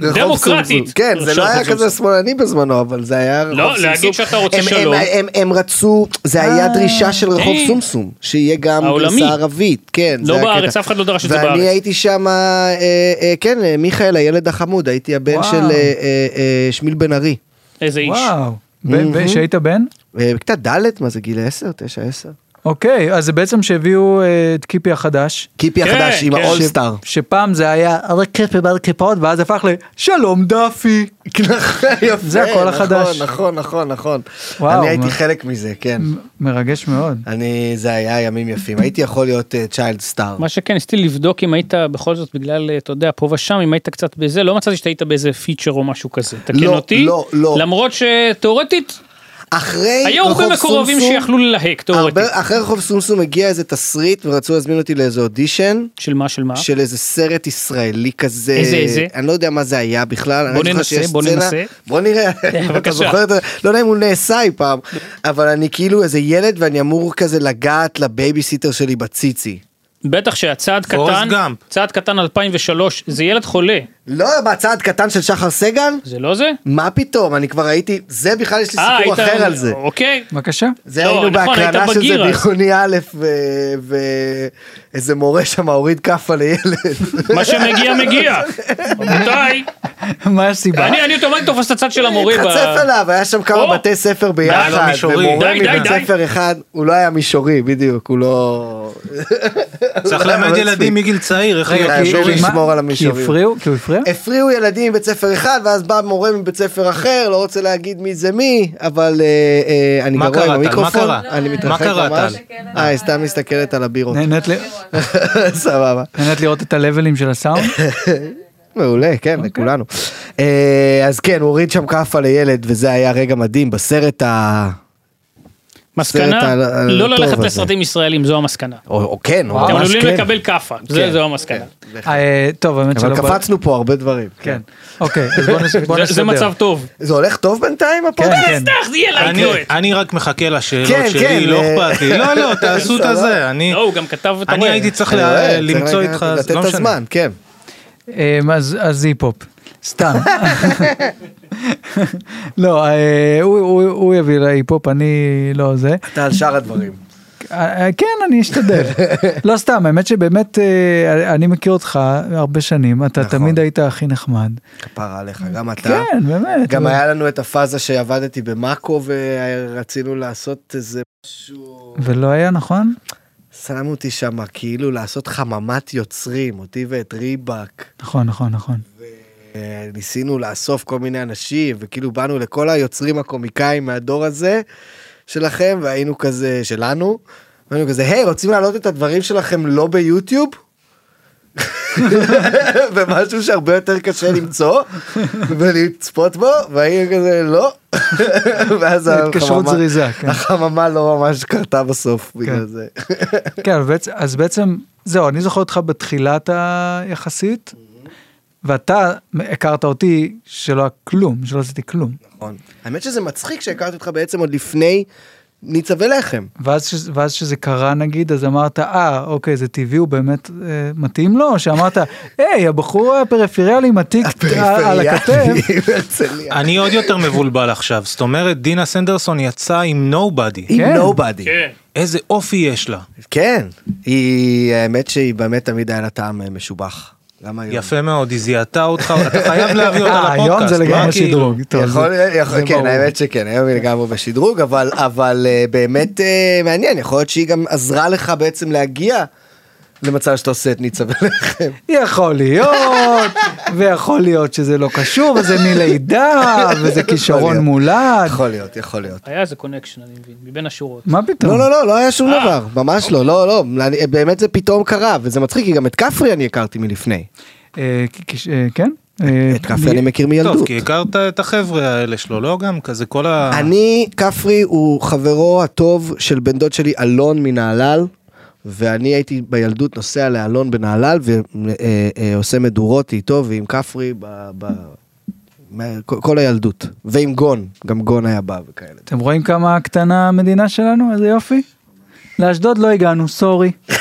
Speaker 4: רחוב
Speaker 2: דמוקרטית.
Speaker 4: סומסום. כן, זה לא
Speaker 2: רחוב
Speaker 4: היה
Speaker 2: סומסום.
Speaker 4: כזה שמאלני בזמנו, אבל זה היה רחוב
Speaker 2: לא, להגיד שאתה רוצה
Speaker 4: הם- הם-
Speaker 2: שלום.
Speaker 4: הם- הם רצו, זה היה דרישה של רחוב
Speaker 2: אה.
Speaker 4: סומסום, שיהיה גם
Speaker 2: העולמי.
Speaker 4: גרסה ערבית. כן,
Speaker 2: לא
Speaker 4: זה הקטע.
Speaker 2: בארץ, אף אחד לא דרש את זה בארץ.
Speaker 4: ואני הייתי שם, אה, אה, כן, אה, מיכאל הילד החמוד, הייתי הבן
Speaker 1: וואו.
Speaker 4: של אה, אה, אה, שמיל בן ארי.
Speaker 2: איזה איש.
Speaker 1: וואו. ב- ב-
Speaker 4: Mhm.
Speaker 1: שהיית בן?
Speaker 4: אה, בכיתה ד', מה זה, גיל 10? 9, 10?
Speaker 1: אוקיי, אז זה בעצם שהביאו אה, את קיפי החדש.
Speaker 4: קיפי
Speaker 2: כן,
Speaker 4: החדש עם
Speaker 2: כן. (laughs)
Speaker 4: האולסטאר.
Speaker 1: שפעם זה היה רק קיפי בר קיפות ואז הפך לשלום דאפי.
Speaker 2: נכון,
Speaker 1: זה הכל
Speaker 4: נכון,
Speaker 1: החדש.
Speaker 4: נכון, נכון, נכון.
Speaker 1: וואו,
Speaker 4: אני הייתי
Speaker 1: מה-
Speaker 4: חלק מזה, כן.
Speaker 1: מ- מרגש מאוד.
Speaker 4: אני, זה היה ימים יפים, הייתי יכול להיות אה, צ'יילד סטאר.
Speaker 2: מה שכן, ניסיתי לבדוק אם היית בכל זאת בגלל, אה, אתה יודע, פה ושם, אם היית קצת בזה, לא מצאתי שאתה היית באיזה פיצ'ר או משהו כזה. תקן
Speaker 4: לא,
Speaker 2: אותי.
Speaker 4: לא, לא.
Speaker 2: למרות שתאורטית,
Speaker 4: אחרי
Speaker 2: היו
Speaker 4: רחוב
Speaker 2: הרבה מקורבים
Speaker 4: סומסום,
Speaker 2: שיכלו ללהק, תאורטית.
Speaker 4: הרבה- אחרי רחוב סומסום הגיע איזה תסריט ורצו להזמין אותי לאיזה אודישן.
Speaker 2: של מה, של מה?
Speaker 4: של איזה סרט ישראלי כזה,
Speaker 2: איזה, איזה?
Speaker 4: אני לא יודע מה זה היה בכלל, אני
Speaker 2: בוא
Speaker 4: זוכר
Speaker 2: ננסה,
Speaker 4: שיש
Speaker 2: בוא
Speaker 4: סצנה-
Speaker 2: ננסה.
Speaker 4: בוא נראה, אתה
Speaker 2: (laughs) בבקשה.
Speaker 4: זוכר את זה, לא יודע אם הוא נעשה אי פעם, אבל אני כאילו איזה ילד ואני אמור כזה לגעת לבייביסיטר שלי בציצי.
Speaker 2: בטח שהצעד
Speaker 3: פורסט
Speaker 2: קטן,
Speaker 3: גאמפ.
Speaker 2: צעד קטן 2003, זה ילד חולה,
Speaker 4: לא, מה, צעד קטן של שחר סגל?
Speaker 2: זה לא זה?
Speaker 4: מה פתאום, אני כבר הייתי, זה בכלל יש לי
Speaker 2: אה,
Speaker 4: סיפור
Speaker 2: היית-
Speaker 4: אחר על זה.
Speaker 2: אוקיי.
Speaker 1: בבקשה.
Speaker 4: זה
Speaker 2: לא,
Speaker 4: היינו
Speaker 2: נכון, היית
Speaker 4: בהקרנה של זה
Speaker 2: בגיר אז.
Speaker 4: ביכוני א' ואיזה מורה שם הוריד כאפה לילד.
Speaker 2: מה שמגיע מגיע. רבותיי,
Speaker 1: מה הסיבה?
Speaker 2: אני אני אוטומטית תופס את הצד של המורה. ב-
Speaker 4: התחצף עליו, היה שם
Speaker 2: או.
Speaker 4: כמה בתי ספר
Speaker 3: היה לו
Speaker 4: ביחד,
Speaker 3: מישורי.
Speaker 4: ומורה
Speaker 2: די, די,
Speaker 4: מבית
Speaker 2: די.
Speaker 4: ספר אחד, הוא לא היה מישורי, בדיוק, הוא לא...
Speaker 3: צריך
Speaker 4: לא,
Speaker 3: לאמן
Speaker 4: לא
Speaker 3: ילדים
Speaker 4: הספיק.
Speaker 3: מגיל צעיר, איך
Speaker 4: רגע,
Speaker 3: להיות
Speaker 4: כי-
Speaker 3: מישורי.
Speaker 4: לשמור
Speaker 1: מה-
Speaker 4: על המישורים.
Speaker 1: כי הפריעו? כי הוא הפריע?
Speaker 4: הפריעו ילדים מבית ספר אחד, ואז בא מורה מבית ספר אחר, לא רוצה להגיד מי זה מי, אבל אה, אה, אני
Speaker 3: מה
Speaker 4: גרוע
Speaker 3: קרה,
Speaker 4: עם
Speaker 3: טל? מה
Speaker 4: המיקרופון.
Speaker 3: קרה?
Speaker 4: אני
Speaker 5: מה
Speaker 4: מתרחק
Speaker 3: קרה,
Speaker 4: ממש.
Speaker 3: טל?
Speaker 4: אה, היא סתם מסתכלת על הבירות.
Speaker 1: נהנית ל-
Speaker 4: (laughs) סבבה.
Speaker 1: נהנית לראות את הלבלים של
Speaker 4: (laughs)
Speaker 1: הסאונד?
Speaker 4: מעולה, כן, לכולנו. אה, אז כן, הוא הוריד שם כאפה לילד, וזה היה רגע מדהים בסרט ה... סרט
Speaker 2: מסקנה,
Speaker 4: על- על
Speaker 2: לא
Speaker 4: הטוב
Speaker 2: ללכת
Speaker 4: הזה.
Speaker 2: לסרטים ישראלים, זו המסקנה.
Speaker 4: או, או כן, או
Speaker 2: אתם
Speaker 4: ממש
Speaker 2: עלולים
Speaker 4: כן.
Speaker 2: לקבל כאפה, זה-
Speaker 4: כן,
Speaker 2: זו המסקנה.
Speaker 1: אה, טוב, האמת שלא...
Speaker 4: אבל
Speaker 1: בא-
Speaker 4: קפצנו פה הרבה דברים.
Speaker 1: כן. אוקיי, אז בוא נס- בוא
Speaker 2: זה-
Speaker 1: נסדר.
Speaker 2: זה מצב טוב.
Speaker 4: זה הולך טוב בינתיים
Speaker 1: כן,
Speaker 4: הפודקאסט?
Speaker 1: כן.
Speaker 2: סתח, זה יהיה
Speaker 3: אני-
Speaker 2: לייק
Speaker 3: אני רק מחכה לשאלות
Speaker 4: כן, כן,
Speaker 3: שלי, לא
Speaker 4: אה.
Speaker 3: אכפת לי. לא, לא, תעשו
Speaker 4: (laughs)
Speaker 3: את הזה. אני-
Speaker 2: לא, הוא גם כתב את
Speaker 3: אני הייתי צריך לה-
Speaker 4: אני רואה, צריך
Speaker 3: למצוא
Speaker 4: רגע
Speaker 3: איתך,
Speaker 4: לתת
Speaker 3: לא
Speaker 4: את
Speaker 3: משנה.
Speaker 4: הזמן, כן.
Speaker 1: אמ, אז אז היפ-הופ,
Speaker 4: (laughs)
Speaker 1: סתם. לא, אה, הוא- הוא הוא יביא להיפ-הופ, אני לא זה.
Speaker 4: אתה על שאר הדברים.
Speaker 1: אה, אה, כן, אני אשתדל. לא סתם, האמת שבאמת אה, אני מכיר אותך הרבה שנים, אתה
Speaker 4: נכון.
Speaker 1: תמיד היית הכי נחמד.
Speaker 4: כפרה עליך, גם אתה.
Speaker 1: כן, באמת.
Speaker 4: גם
Speaker 1: אבל-
Speaker 4: היה לנו את הפאזה שעבדתי במאקו ורצינו לעשות איזה משהו...
Speaker 1: ולא היה, נכון?
Speaker 4: שמו אותי שם כאילו לעשות חממת יוצרים, אותי ואת ריבק.
Speaker 1: נכון, נכון, נכון.
Speaker 4: אה, ניסינו לאסוף כל מיני אנשים, וכאילו באנו לכל היוצרים הקומיקאים מהדור הזה שלכם, והיינו כזה, שלנו, והיינו כזה, היי, רוצים להעלות את הדברים שלכם לא ביוטיוב? (laughs) ומשהו שהרבה יותר קשה למצוא ולצפות בו והיינו כזה לא (laughs) ואז
Speaker 1: התקשרות
Speaker 4: החממה-
Speaker 1: זריזה, כן.
Speaker 4: החממה לא ממש קרתה בסוף בגלל
Speaker 1: כן.
Speaker 4: זה (laughs)
Speaker 1: כן, אבל בעצם- אז בעצם, זהו, אני זוכר אותך בתחילת היחסית, ואתה הכרת אותי שלא היה כלום, שלא עשיתי כלום.
Speaker 4: נכון האמת שזה מצחיק שהכרתי אותך בעצם עוד לפני ניצבי לחם
Speaker 1: ואז, ש... ואז שזה קרה נגיד, אז אמרת, אה, אוקיי, זה טבעי, הוא באמת אה, מתאים לו, או שאמרת, היי, הבחור הפריפריאלי עם התיק על- אה, על
Speaker 4: (laughs)
Speaker 1: הכתף,
Speaker 4: בהרצליה.
Speaker 3: אני עוד יותר מבולבל עכשיו, זאת אומרת, דינה סנדרסון יצאה עם נובדי.
Speaker 4: עם
Speaker 1: כן.
Speaker 4: נובדי.
Speaker 2: כן.
Speaker 3: איזה אופי יש לה.
Speaker 4: כן. היא, האמת שהיא באמת תמיד היה לה טעם אה, משובח. גם היום.
Speaker 3: יפה מאוד, היא זיהתה אותך, אתה חייב להביא אותה
Speaker 1: אה, היום
Speaker 3: לפודקאסט.
Speaker 1: זה
Speaker 3: מה
Speaker 1: לגמרי
Speaker 3: כאילו?
Speaker 1: שדרוג. טוב,
Speaker 4: יכול,
Speaker 1: זה-
Speaker 4: יכול,
Speaker 1: זה
Speaker 4: כן,
Speaker 1: ברור.
Speaker 4: האמת שכן, היום היא לגמרי בשדרוג, אבל, אבל אה, באמת אה, מעניין, יכול להיות שהיא גם עזרה לך בעצם להגיע למצב שאתה עושה את ניצה ולחם.
Speaker 1: יכול להיות, ויכול להיות שזה לא קשור, וזה מלידה, וזה
Speaker 4: יכול
Speaker 1: כישרון
Speaker 4: להיות.
Speaker 1: מולד.
Speaker 4: יכול להיות, יכול להיות.
Speaker 2: היה איזה קונקשן, אני מבין, מבין השורות.
Speaker 1: מה פתאום?
Speaker 4: לא, לא, לא, לא היה שום
Speaker 2: אה,
Speaker 4: דבר, ממש לא, לא, לא, אני- באמת זה פתאום קרה, וזה מצחיק, כי גם את כפרי אני הכרתי מלפני.
Speaker 1: אה, כ- כש- אה, כן? אה,
Speaker 4: את כפרי אני מכיר
Speaker 3: טוב,
Speaker 4: מילדות.
Speaker 3: כי הכרת את החבר'ה האלה שלו, לא גם כזה כל ה...
Speaker 4: אני, כפרי הוא חברו הטוב של בן דוד שלי אלון מנהלל, ואני הייתי בילדות נוסע לאלון בנהלל ועושה מדורות איתו ועם כפרי ב... ב... מה- כל- כל הילדות, ועם גון, גם גון היה בא וכאלה.
Speaker 1: אתם רואים כמה קטנה המדינה שלנו? איזה יופי. לאשדוד לא הגענו, סורי.
Speaker 4: (laughs)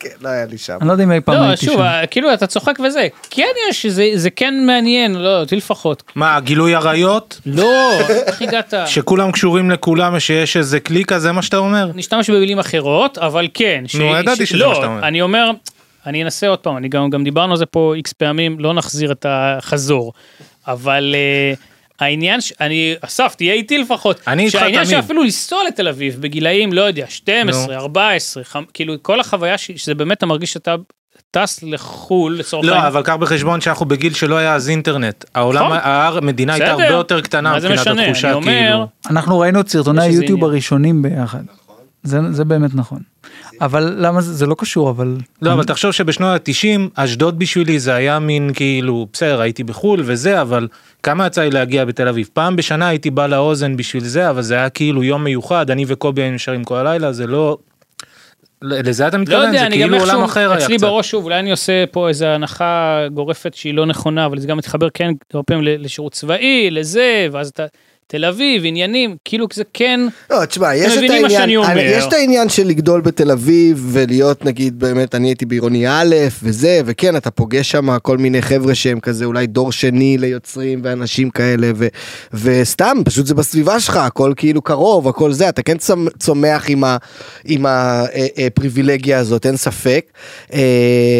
Speaker 4: כן, לא היה לי שם.
Speaker 1: אני לא יודע אם אי פעם
Speaker 2: לא,
Speaker 1: הייתי
Speaker 2: שוב,
Speaker 1: שם.
Speaker 2: אה, כאילו אתה צוחק וזה, כן יש, זה- זה כן מעניין, לא, אותי לפחות.
Speaker 3: מה, גילוי עריות?
Speaker 2: לא, איך הגעת?
Speaker 3: שכולם קשורים לכולם ושיש איזה קליקה, זה מה שאתה אומר?
Speaker 2: נשתמש במילים אחרות, אבל כן. ש-
Speaker 3: נו, ידעתי
Speaker 2: ש-
Speaker 3: שזה
Speaker 2: לא,
Speaker 3: מה שאתה אומר.
Speaker 2: אני אומר, אני אנסה עוד פעם, אני גם, גם דיברנו על זה פה איקס פעמים, לא נחזיר את החזור. אבל אה, העניין, ש... אני, אסף, תהיה איתי לפחות.
Speaker 3: אני איתך
Speaker 2: שהעניין
Speaker 3: תמיד.
Speaker 2: שאפילו לנסוע לתל אביב בגילאים, לא יודע, 12,
Speaker 3: נו.
Speaker 2: 14, חמ... כאילו כל החוויה ש... שזה באמת, אתה מרגיש שאתה טס לחו"ל לצורך
Speaker 3: לא, אבל קח בחשבון שאנחנו בגיל שלא היה אז אינטרנט. העולם,
Speaker 2: נכון.
Speaker 3: המדינה הייתה הרבה
Speaker 2: בסדר.
Speaker 3: יותר קטנה
Speaker 2: מה זה
Speaker 3: מבחינת
Speaker 2: משנה?
Speaker 3: התחושה,
Speaker 2: אני אומר,
Speaker 3: כאילו.
Speaker 1: אנחנו ראינו את סרטוני
Speaker 2: יש איזה
Speaker 1: היוטיוב
Speaker 2: עניין.
Speaker 1: הראשונים ביחד. זה זה באמת נכון. אבל למה זה זה לא קשור, אבל...
Speaker 3: לא,
Speaker 2: Mm-hmm.
Speaker 3: אבל תחשוב שבשנות ה-90, אשדוד בשבילי זה היה מין כאילו, בסדר, הייתי בחו"ל וזה, אבל כמה יצא לי להגיע בתל אביב? פעם בשנה הייתי בא לאוזן בשביל זה, אבל זה היה כאילו יום מיוחד, אני וקובי היינו נשארים כל הלילה, זה לא... לזה אתה
Speaker 2: לא
Speaker 3: מתכוון?
Speaker 2: יודע,
Speaker 3: זה
Speaker 2: אני גם
Speaker 3: כאילו עולם אחר
Speaker 2: איכשהו,
Speaker 3: היה
Speaker 2: אצלי
Speaker 3: קצת.
Speaker 2: בראש, שוב, אולי אני עושה פה איזו הנחה גורפת שהיא לא נכונה, אבל זה גם מתחבר כן, הרבה פעמים ל- לשירות צבאי, לזה, ואז אתה, תל אביב, עניינים, כאילו זה כן,
Speaker 4: לא, תשמע, יש את,
Speaker 2: מבינים מה
Speaker 4: העניין,
Speaker 2: שאני אומר.
Speaker 4: יש את העניין של לגדול בתל אביב ולהיות נגיד באמת אני הייתי בעירוני א' וזה וכן אתה פוגש שם כל מיני חבר'ה שהם כזה אולי דור שני ליוצרים ואנשים כאלה ו, וסתם פשוט זה בסביבה שלך הכל כאילו קרוב הכל זה אתה כן צומ- צומח עם, ה, עם הפריבילגיה הזאת אין ספק אה,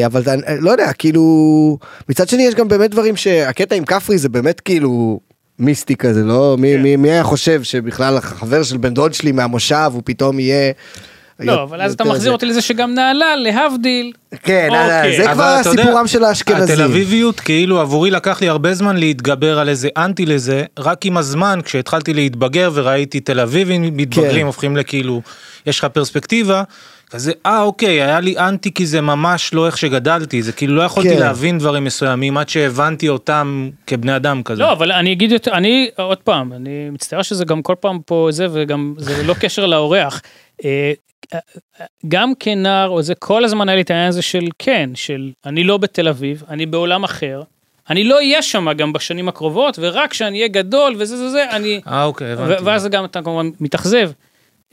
Speaker 4: אבל אתה- לא יודע כאילו מצד שני יש גם באמת דברים שהקטע עם כפרי זה באמת כאילו. מיסטי כזה, לא?
Speaker 3: כן.
Speaker 4: מי, מי, מי היה חושב שבכלל החבר של בן דוד שלי מהמושב הוא פתאום יהיה...
Speaker 2: לא, אבל אז אתה
Speaker 4: יותר
Speaker 2: מחזיר
Speaker 4: זה.
Speaker 2: אותי לזה שגם נהלל, להבדיל.
Speaker 4: כן,
Speaker 2: אוקיי.
Speaker 4: אוקיי. זה
Speaker 3: אבל
Speaker 4: כבר
Speaker 3: אתה יודע, אה,
Speaker 4: הסיפורם של האשכנזים.
Speaker 3: התל אביביות כאילו עבורי לקח לי הרבה זמן להתגבר על איזה אנטי לזה רק עם הזמן כשהתחלתי להתבגר וראיתי תל אביבים מתבגרים
Speaker 4: כן.
Speaker 3: הופכים לכאילו יש לך פרספקטיבה. כזה אה אוקיי היה לי אנטי כי זה ממש לא איך שגדלתי זה כאילו לא יכולתי
Speaker 4: כן.
Speaker 3: להבין דברים מסוימים עד שהבנתי אותם כבני אדם כזה.
Speaker 2: לא, אבל אני אגיד, יותר- אני, עוד פעם, אני מצטער שזה גם כל פעם פה זה, וגם זה ללא קשר לאורח. אה, גם כנער, או זה כל הזמן היה לי את העניין הזה של כן, של אני לא בתל אביב, אני בעולם אחר, אני לא אהיה שם גם בשנים הקרובות, ורק כשאני אהיה גדול וזה זה זה, אני...
Speaker 3: אה אוקיי
Speaker 2: ו-
Speaker 3: הבנתי.
Speaker 2: ואז גם אתה כמובן מתאכזב.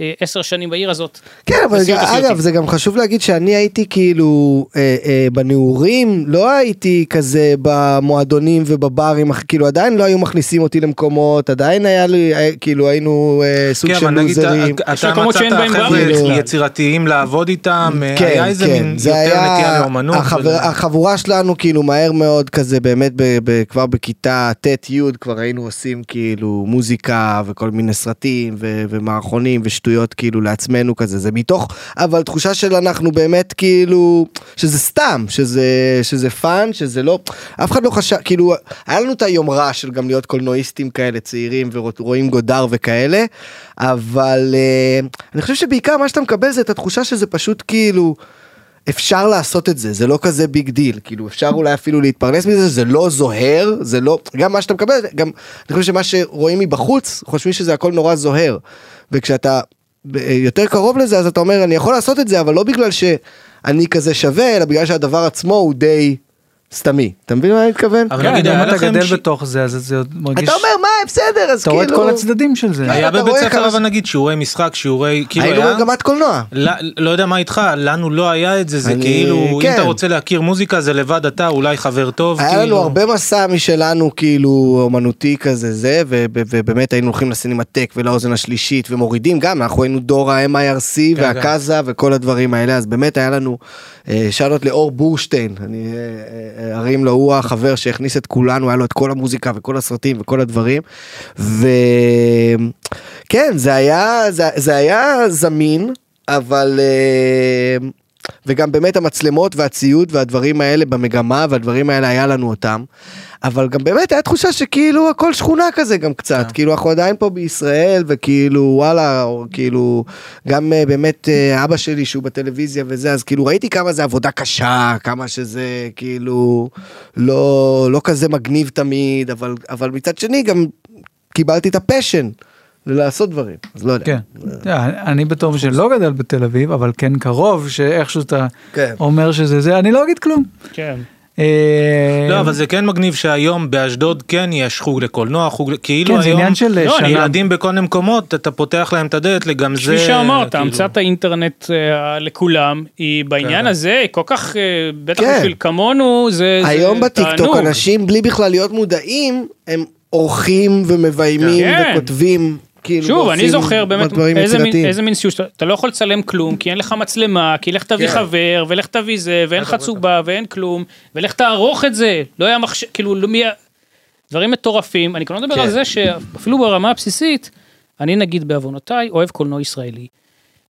Speaker 2: אה, עשר שנים בעיר הזאת.
Speaker 4: כן, אבל
Speaker 2: בסיוט
Speaker 4: גם-
Speaker 2: הסיוטים.
Speaker 4: אגב, זה גם חשוב להגיד שאני הייתי כאילו אה, אה, בנעורים, לא הייתי כזה במועדונים ובברים, אך- כאילו עדיין לא היו מכניסים אותי למקומות, עדיין היה לי, אה, כאילו היינו אה, סוג
Speaker 3: כן,
Speaker 4: של
Speaker 3: אבל נגיד,
Speaker 4: לוזרים.
Speaker 3: אתה-
Speaker 2: יש
Speaker 3: אתה
Speaker 2: מקומות שאין
Speaker 3: מצאת
Speaker 2: בהם
Speaker 3: חבר'ה
Speaker 2: בארץ
Speaker 4: בכלל.
Speaker 3: יצירתיים לעבוד איתם,
Speaker 4: כן,
Speaker 3: אה, היה איזה
Speaker 4: כן,
Speaker 3: מין
Speaker 4: זה
Speaker 3: יותר
Speaker 4: היה-
Speaker 3: נטייה לאומנות.
Speaker 4: החבר-
Speaker 3: וזה-
Speaker 4: החבורה שלנו כאילו מהר מאוד כזה באמת ב- ב- כבר בכיתה ט'-י' כבר היינו עושים כאילו מוזיקה וכל מיני סרטים ו- ומערכונים ושטויות כאילו לעצמנו כזה זה מתוך אבל תחושה של אנחנו באמת כאילו שזה סתם שזה שזה פאן שזה לא אף אחד לא חשב כאילו היה לנו את היומרה של גם להיות קולנועיסטים כאלה צעירים ורואים גודר וכאלה אבל אה, אני חושב שבעיקר מה שאתה מקבל זה את התחושה שזה פשוט כאילו. אפשר לעשות את זה, זה לא כזה ביג דיל, כאילו אפשר אולי אפילו להתפרנס מזה, זה לא זוהר, זה לא, גם מה שאתה מקבל, גם אני חושב שמה שרואים מבחוץ, חושבים שזה הכל נורא זוהר, וכשאתה אה, יותר קרוב לזה, אז אתה אומר, אני יכול לעשות את זה, אבל לא בגלל שאני כזה שווה, אלא בגלל שהדבר עצמו הוא די סתמי, אתה מבין מה אני מתכוון?
Speaker 3: אבל
Speaker 1: כן,
Speaker 3: נגיד,
Speaker 1: אם
Speaker 3: היה
Speaker 1: אתה
Speaker 3: לכם
Speaker 1: גדל
Speaker 3: ש-
Speaker 1: בתוך זה, אז זה עוד מרגיש...
Speaker 4: אתה אומר, מה, בסדר, אז
Speaker 1: אתה רואה את
Speaker 4: כאילו,
Speaker 1: כל הצדדים של זה.
Speaker 4: כן,
Speaker 3: היה
Speaker 4: אתה
Speaker 3: בבית
Speaker 4: רואה
Speaker 3: ספר
Speaker 4: כמה-
Speaker 3: אבל נגיד שיעורי משחק, שיעורי, כאילו
Speaker 4: היינו
Speaker 3: היה,
Speaker 4: במגמת קולנוע.
Speaker 3: ל- לא יודע מה איתך, לנו לא היה את זה, זה
Speaker 4: אני-
Speaker 3: כאילו, אם
Speaker 4: כן.
Speaker 3: אתה רוצה להכיר מוזיקה זה לבד אתה, אולי חבר טוב,
Speaker 4: היה לנו
Speaker 3: כאילו.
Speaker 4: הרבה מסע משלנו כאילו אומנותי כזה זה ו- ו- ובאמת היינו הולכים לסינמטק ולאוזן השלישית ומורידים גם אנחנו היינו דור ה-MIRC
Speaker 3: כן.
Speaker 4: והקאזה וכל הדברים האלה אז באמת היה לנו אה, שאלות לאור בורשטיין אני אה, אה, ארים לו הוא החבר שהכניס את כולנו היה לו את כל המוזיקה וכל הסרטים וכל הדברים וכן זה היה זה, זה היה זמין אבל. אה, וגם באמת המצלמות והציוד והדברים האלה במגמה והדברים האלה היה לנו אותם. אבל גם באמת היה תחושה שכאילו הכל שכונה כזה גם קצת, כאילו אנחנו עדיין פה בישראל וכאילו וואלה, או כאילו גם אה, באמת אה, אבא שלי שהוא בטלוויזיה וזה, אז כאילו ראיתי כמה זה עבודה קשה, כמה שזה כאילו לא, לא כזה מגניב תמיד, אבל, אבל מצד שני גם קיבלתי את הפשן לעשות דברים, אז לא יודע.
Speaker 1: כן. אה, אני בתור שלא גדל בתל אביב, אבל כן קרוב, שאיכשהו אתה
Speaker 4: כן.
Speaker 1: אומר שזה זה, אני לא אגיד כלום.
Speaker 2: כן.
Speaker 1: אה,
Speaker 3: לא, אבל זה כן מגניב שהיום באשדוד כן יש חוג לקולנוע, חוג, ל- כאילו
Speaker 1: כן, זה
Speaker 3: היום,
Speaker 1: עניין של אה,
Speaker 2: לא, אני
Speaker 1: שנה.
Speaker 3: ילדים בכל מיני מקומות, אתה פותח להם את הדלת לגמרי,
Speaker 2: כפי שאמרת,
Speaker 3: כאילו-
Speaker 2: המצאת האינטרנט אה, לכולם, היא בעניין הזה, היא כל כך, אה, בטח
Speaker 4: כן.
Speaker 2: בשביל כמונו, זה זה
Speaker 4: היום בטיקטוק
Speaker 2: תענוג.
Speaker 4: אנשים בלי בכלל להיות מודעים הם עורכים ומביימים
Speaker 2: כן.
Speaker 4: וכותבים כאילו
Speaker 2: שוב, אני
Speaker 4: ועושים
Speaker 2: זוכר באמת
Speaker 4: דברים
Speaker 2: איזה מין-
Speaker 4: יצירתיים.
Speaker 2: איזה מין סיוט, שאתה- אתה לא יכול לצלם כלום, כי אין לך מצלמה, כי לך תביא
Speaker 4: כן.
Speaker 2: חבר, ולך תביא זה, ואין לך צובה, ואין כלום, ולך תערוך את זה, לא היה מחשב, כאילו, לא- מי... ה- דברים מטורפים, אני כבר לא מדבר על זה שאפילו ברמה הבסיסית, אני נגיד בעוונותיי, אוהב קולנוע ישראלי.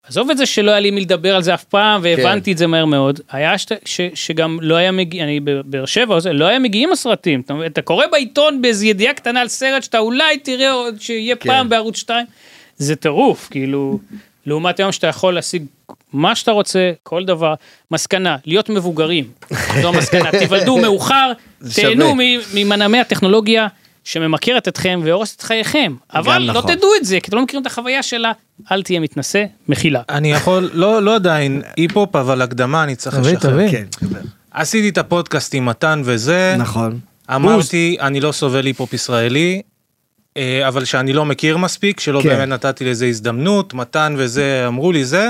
Speaker 2: עזוב את זה שלא היה לי מי לדבר על זה אף פעם,
Speaker 4: כן.
Speaker 2: והבנתי את זה מהר מאוד. היה שת, ש, שגם לא היה מגיע, אני בבאר שבע, או זה, לא היה מגיעים הסרטים. אתה, אתה קורא בעיתון באיזו ידיעה קטנה על סרט שאתה אולי תראה עוד שיהיה כן. פעם בערוץ 2. זה טירוף, כאילו, לעומת היום שאתה יכול להשיג מה שאתה רוצה, כל דבר. מסקנה, להיות מבוגרים. זו
Speaker 4: (laughs)
Speaker 2: המסקנה, תיוולדו מאוחר,
Speaker 4: זה
Speaker 2: תהנו
Speaker 4: שווה.
Speaker 2: מ- ממנעמי הטכנולוגיה. שממכרת אתכם והורסת את חייכם, אבל לא
Speaker 4: נכון.
Speaker 2: תדעו את זה, כי אתם לא מכירים את החוויה שלה, אל תהיה מתנשא, מחילה.
Speaker 3: אני יכול, לא, לא עדיין, היפ-הופ, אבל הקדמה אני צריך
Speaker 1: תביא,
Speaker 3: לשחרר.
Speaker 1: תביא.
Speaker 4: כן,
Speaker 3: עשיתי את הפודקאסט עם מתן וזה,
Speaker 4: נכון.
Speaker 3: אמרתי, אני לא סובל היפ-הופ ישראלי, אה, אבל שאני לא מכיר מספיק, שלא
Speaker 4: כן.
Speaker 3: באמת נתתי לזה הזדמנות, מתן וזה, אמרו לי זה.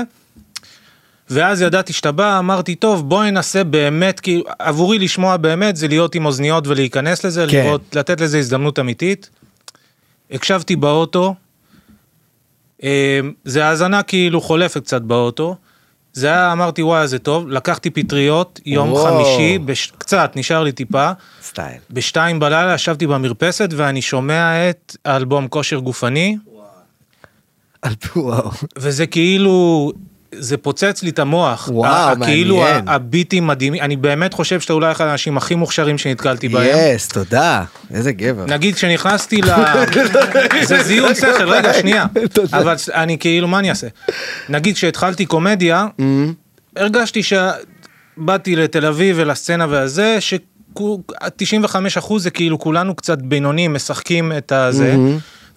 Speaker 3: ואז ידעתי שאתה בא, אמרתי, טוב, בוא ננסה באמת, כי עבורי לשמוע באמת זה להיות עם אוזניות ולהיכנס לזה,
Speaker 4: כן.
Speaker 3: לראות, לתת לזה הזדמנות אמיתית. הקשבתי באוטו, אה, זה האזנה כאילו חולפת קצת באוטו. זה היה, אמרתי, וואי, זה טוב. לקחתי פטריות, יום
Speaker 4: וואו.
Speaker 3: חמישי, בש... קצת, נשאר לי טיפה.
Speaker 4: סטייל.
Speaker 3: בשתיים בלילה ישבתי במרפסת ואני שומע את האלבום כושר גופני,
Speaker 4: על פי- וואו.
Speaker 3: וזה כאילו, זה פוצץ לי את המוח.
Speaker 4: וואו,
Speaker 3: ה-
Speaker 4: מעניין.
Speaker 3: כאילו ה- הביטים מדהימים, אני באמת חושב שאתה אולי אחד האנשים הכי מוכשרים שנתקלתי בהם.
Speaker 4: יס, תודה. איזה גבר.
Speaker 3: נגיד כשנכנסתי ל... זה זיון שכל, רגע, שנייה. אבל ש- אני כאילו, מה אני אעשה? נגיד כשהתחלתי קומדיה, הרגשתי שבאתי לתל אביב ולסצנה והזה, ש... 95 אחוז זה כאילו כולנו קצת בינונים משחקים את הזה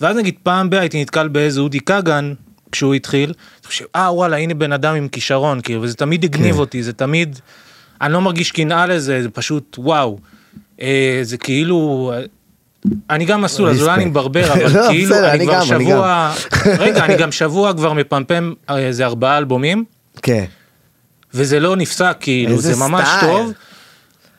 Speaker 3: ואז נגיד פעם ב- הייתי נתקל באיזה אודי כגן כשהוא התחיל. אתה חושב, אה וואלה הנה בן אדם עם כישרון כאילו וזה תמיד
Speaker 4: כן.
Speaker 3: הגניב אותי זה תמיד אני לא מרגיש קנאה לזה זה פשוט וואו. אה, זה כאילו אני גם מסלול, אז אולי אני
Speaker 4: Respect. (laughs)
Speaker 3: מברבר, אבל
Speaker 4: לא,
Speaker 3: כאילו,
Speaker 4: בסדר,
Speaker 3: אני
Speaker 4: אני
Speaker 3: כבר
Speaker 4: גם, אני
Speaker 3: שבוע, רגע, אני גם שבוע כבר מפמפם אה, איזה ארבעה אלבומים,
Speaker 4: כן.
Speaker 3: וזה לא נפסק, כאילו,
Speaker 4: איזה
Speaker 3: זה ממש
Speaker 4: סטייל.
Speaker 3: טוב.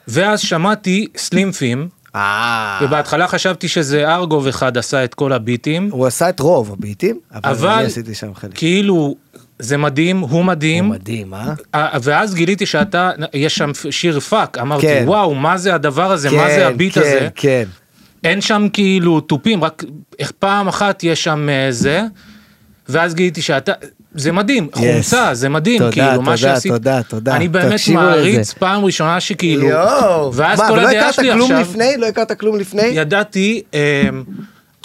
Speaker 3: ואז שמעתי סלימפים,
Speaker 4: אה.
Speaker 3: ובהתחלה חשבתי שזה ארגוב אחד עשה את כל הביטים,
Speaker 4: הוא עשה את רוב הביטים, אבל
Speaker 3: אבל
Speaker 4: אני עשיתי שם חלק.
Speaker 3: כאילו, זה מדהים, הוא מדהים.
Speaker 4: הוא מדהים, אה?
Speaker 3: אה, ואז גיליתי שאתה, יש שם שיר פאק, אמרתי
Speaker 4: כן.
Speaker 3: וואו מה זה הדבר הזה, מה זה הביט
Speaker 4: כן,
Speaker 3: הזה,
Speaker 4: כן,
Speaker 3: אין שם כאילו תופים, רק איך פעם אחת יש שם אה, זה, ואז גיליתי שאתה, זה מדהים, yes. חומצה, זה מדהים,
Speaker 4: תודה,
Speaker 3: כאילו
Speaker 4: תודה,
Speaker 3: מה שעשית,
Speaker 4: תודה, תודה.
Speaker 3: אני באמת
Speaker 4: תקשיבו
Speaker 3: מעריץ
Speaker 4: לזה.
Speaker 3: פעם ראשונה
Speaker 4: כן.
Speaker 3: שכאילו, כאילו, ואז כל
Speaker 4: ולא
Speaker 3: הדעה
Speaker 4: לא הכרת
Speaker 3: שלי
Speaker 4: כלום
Speaker 3: עכשיו,
Speaker 4: לפני? לא הכרת כלום לפני?
Speaker 3: ידעתי, אה,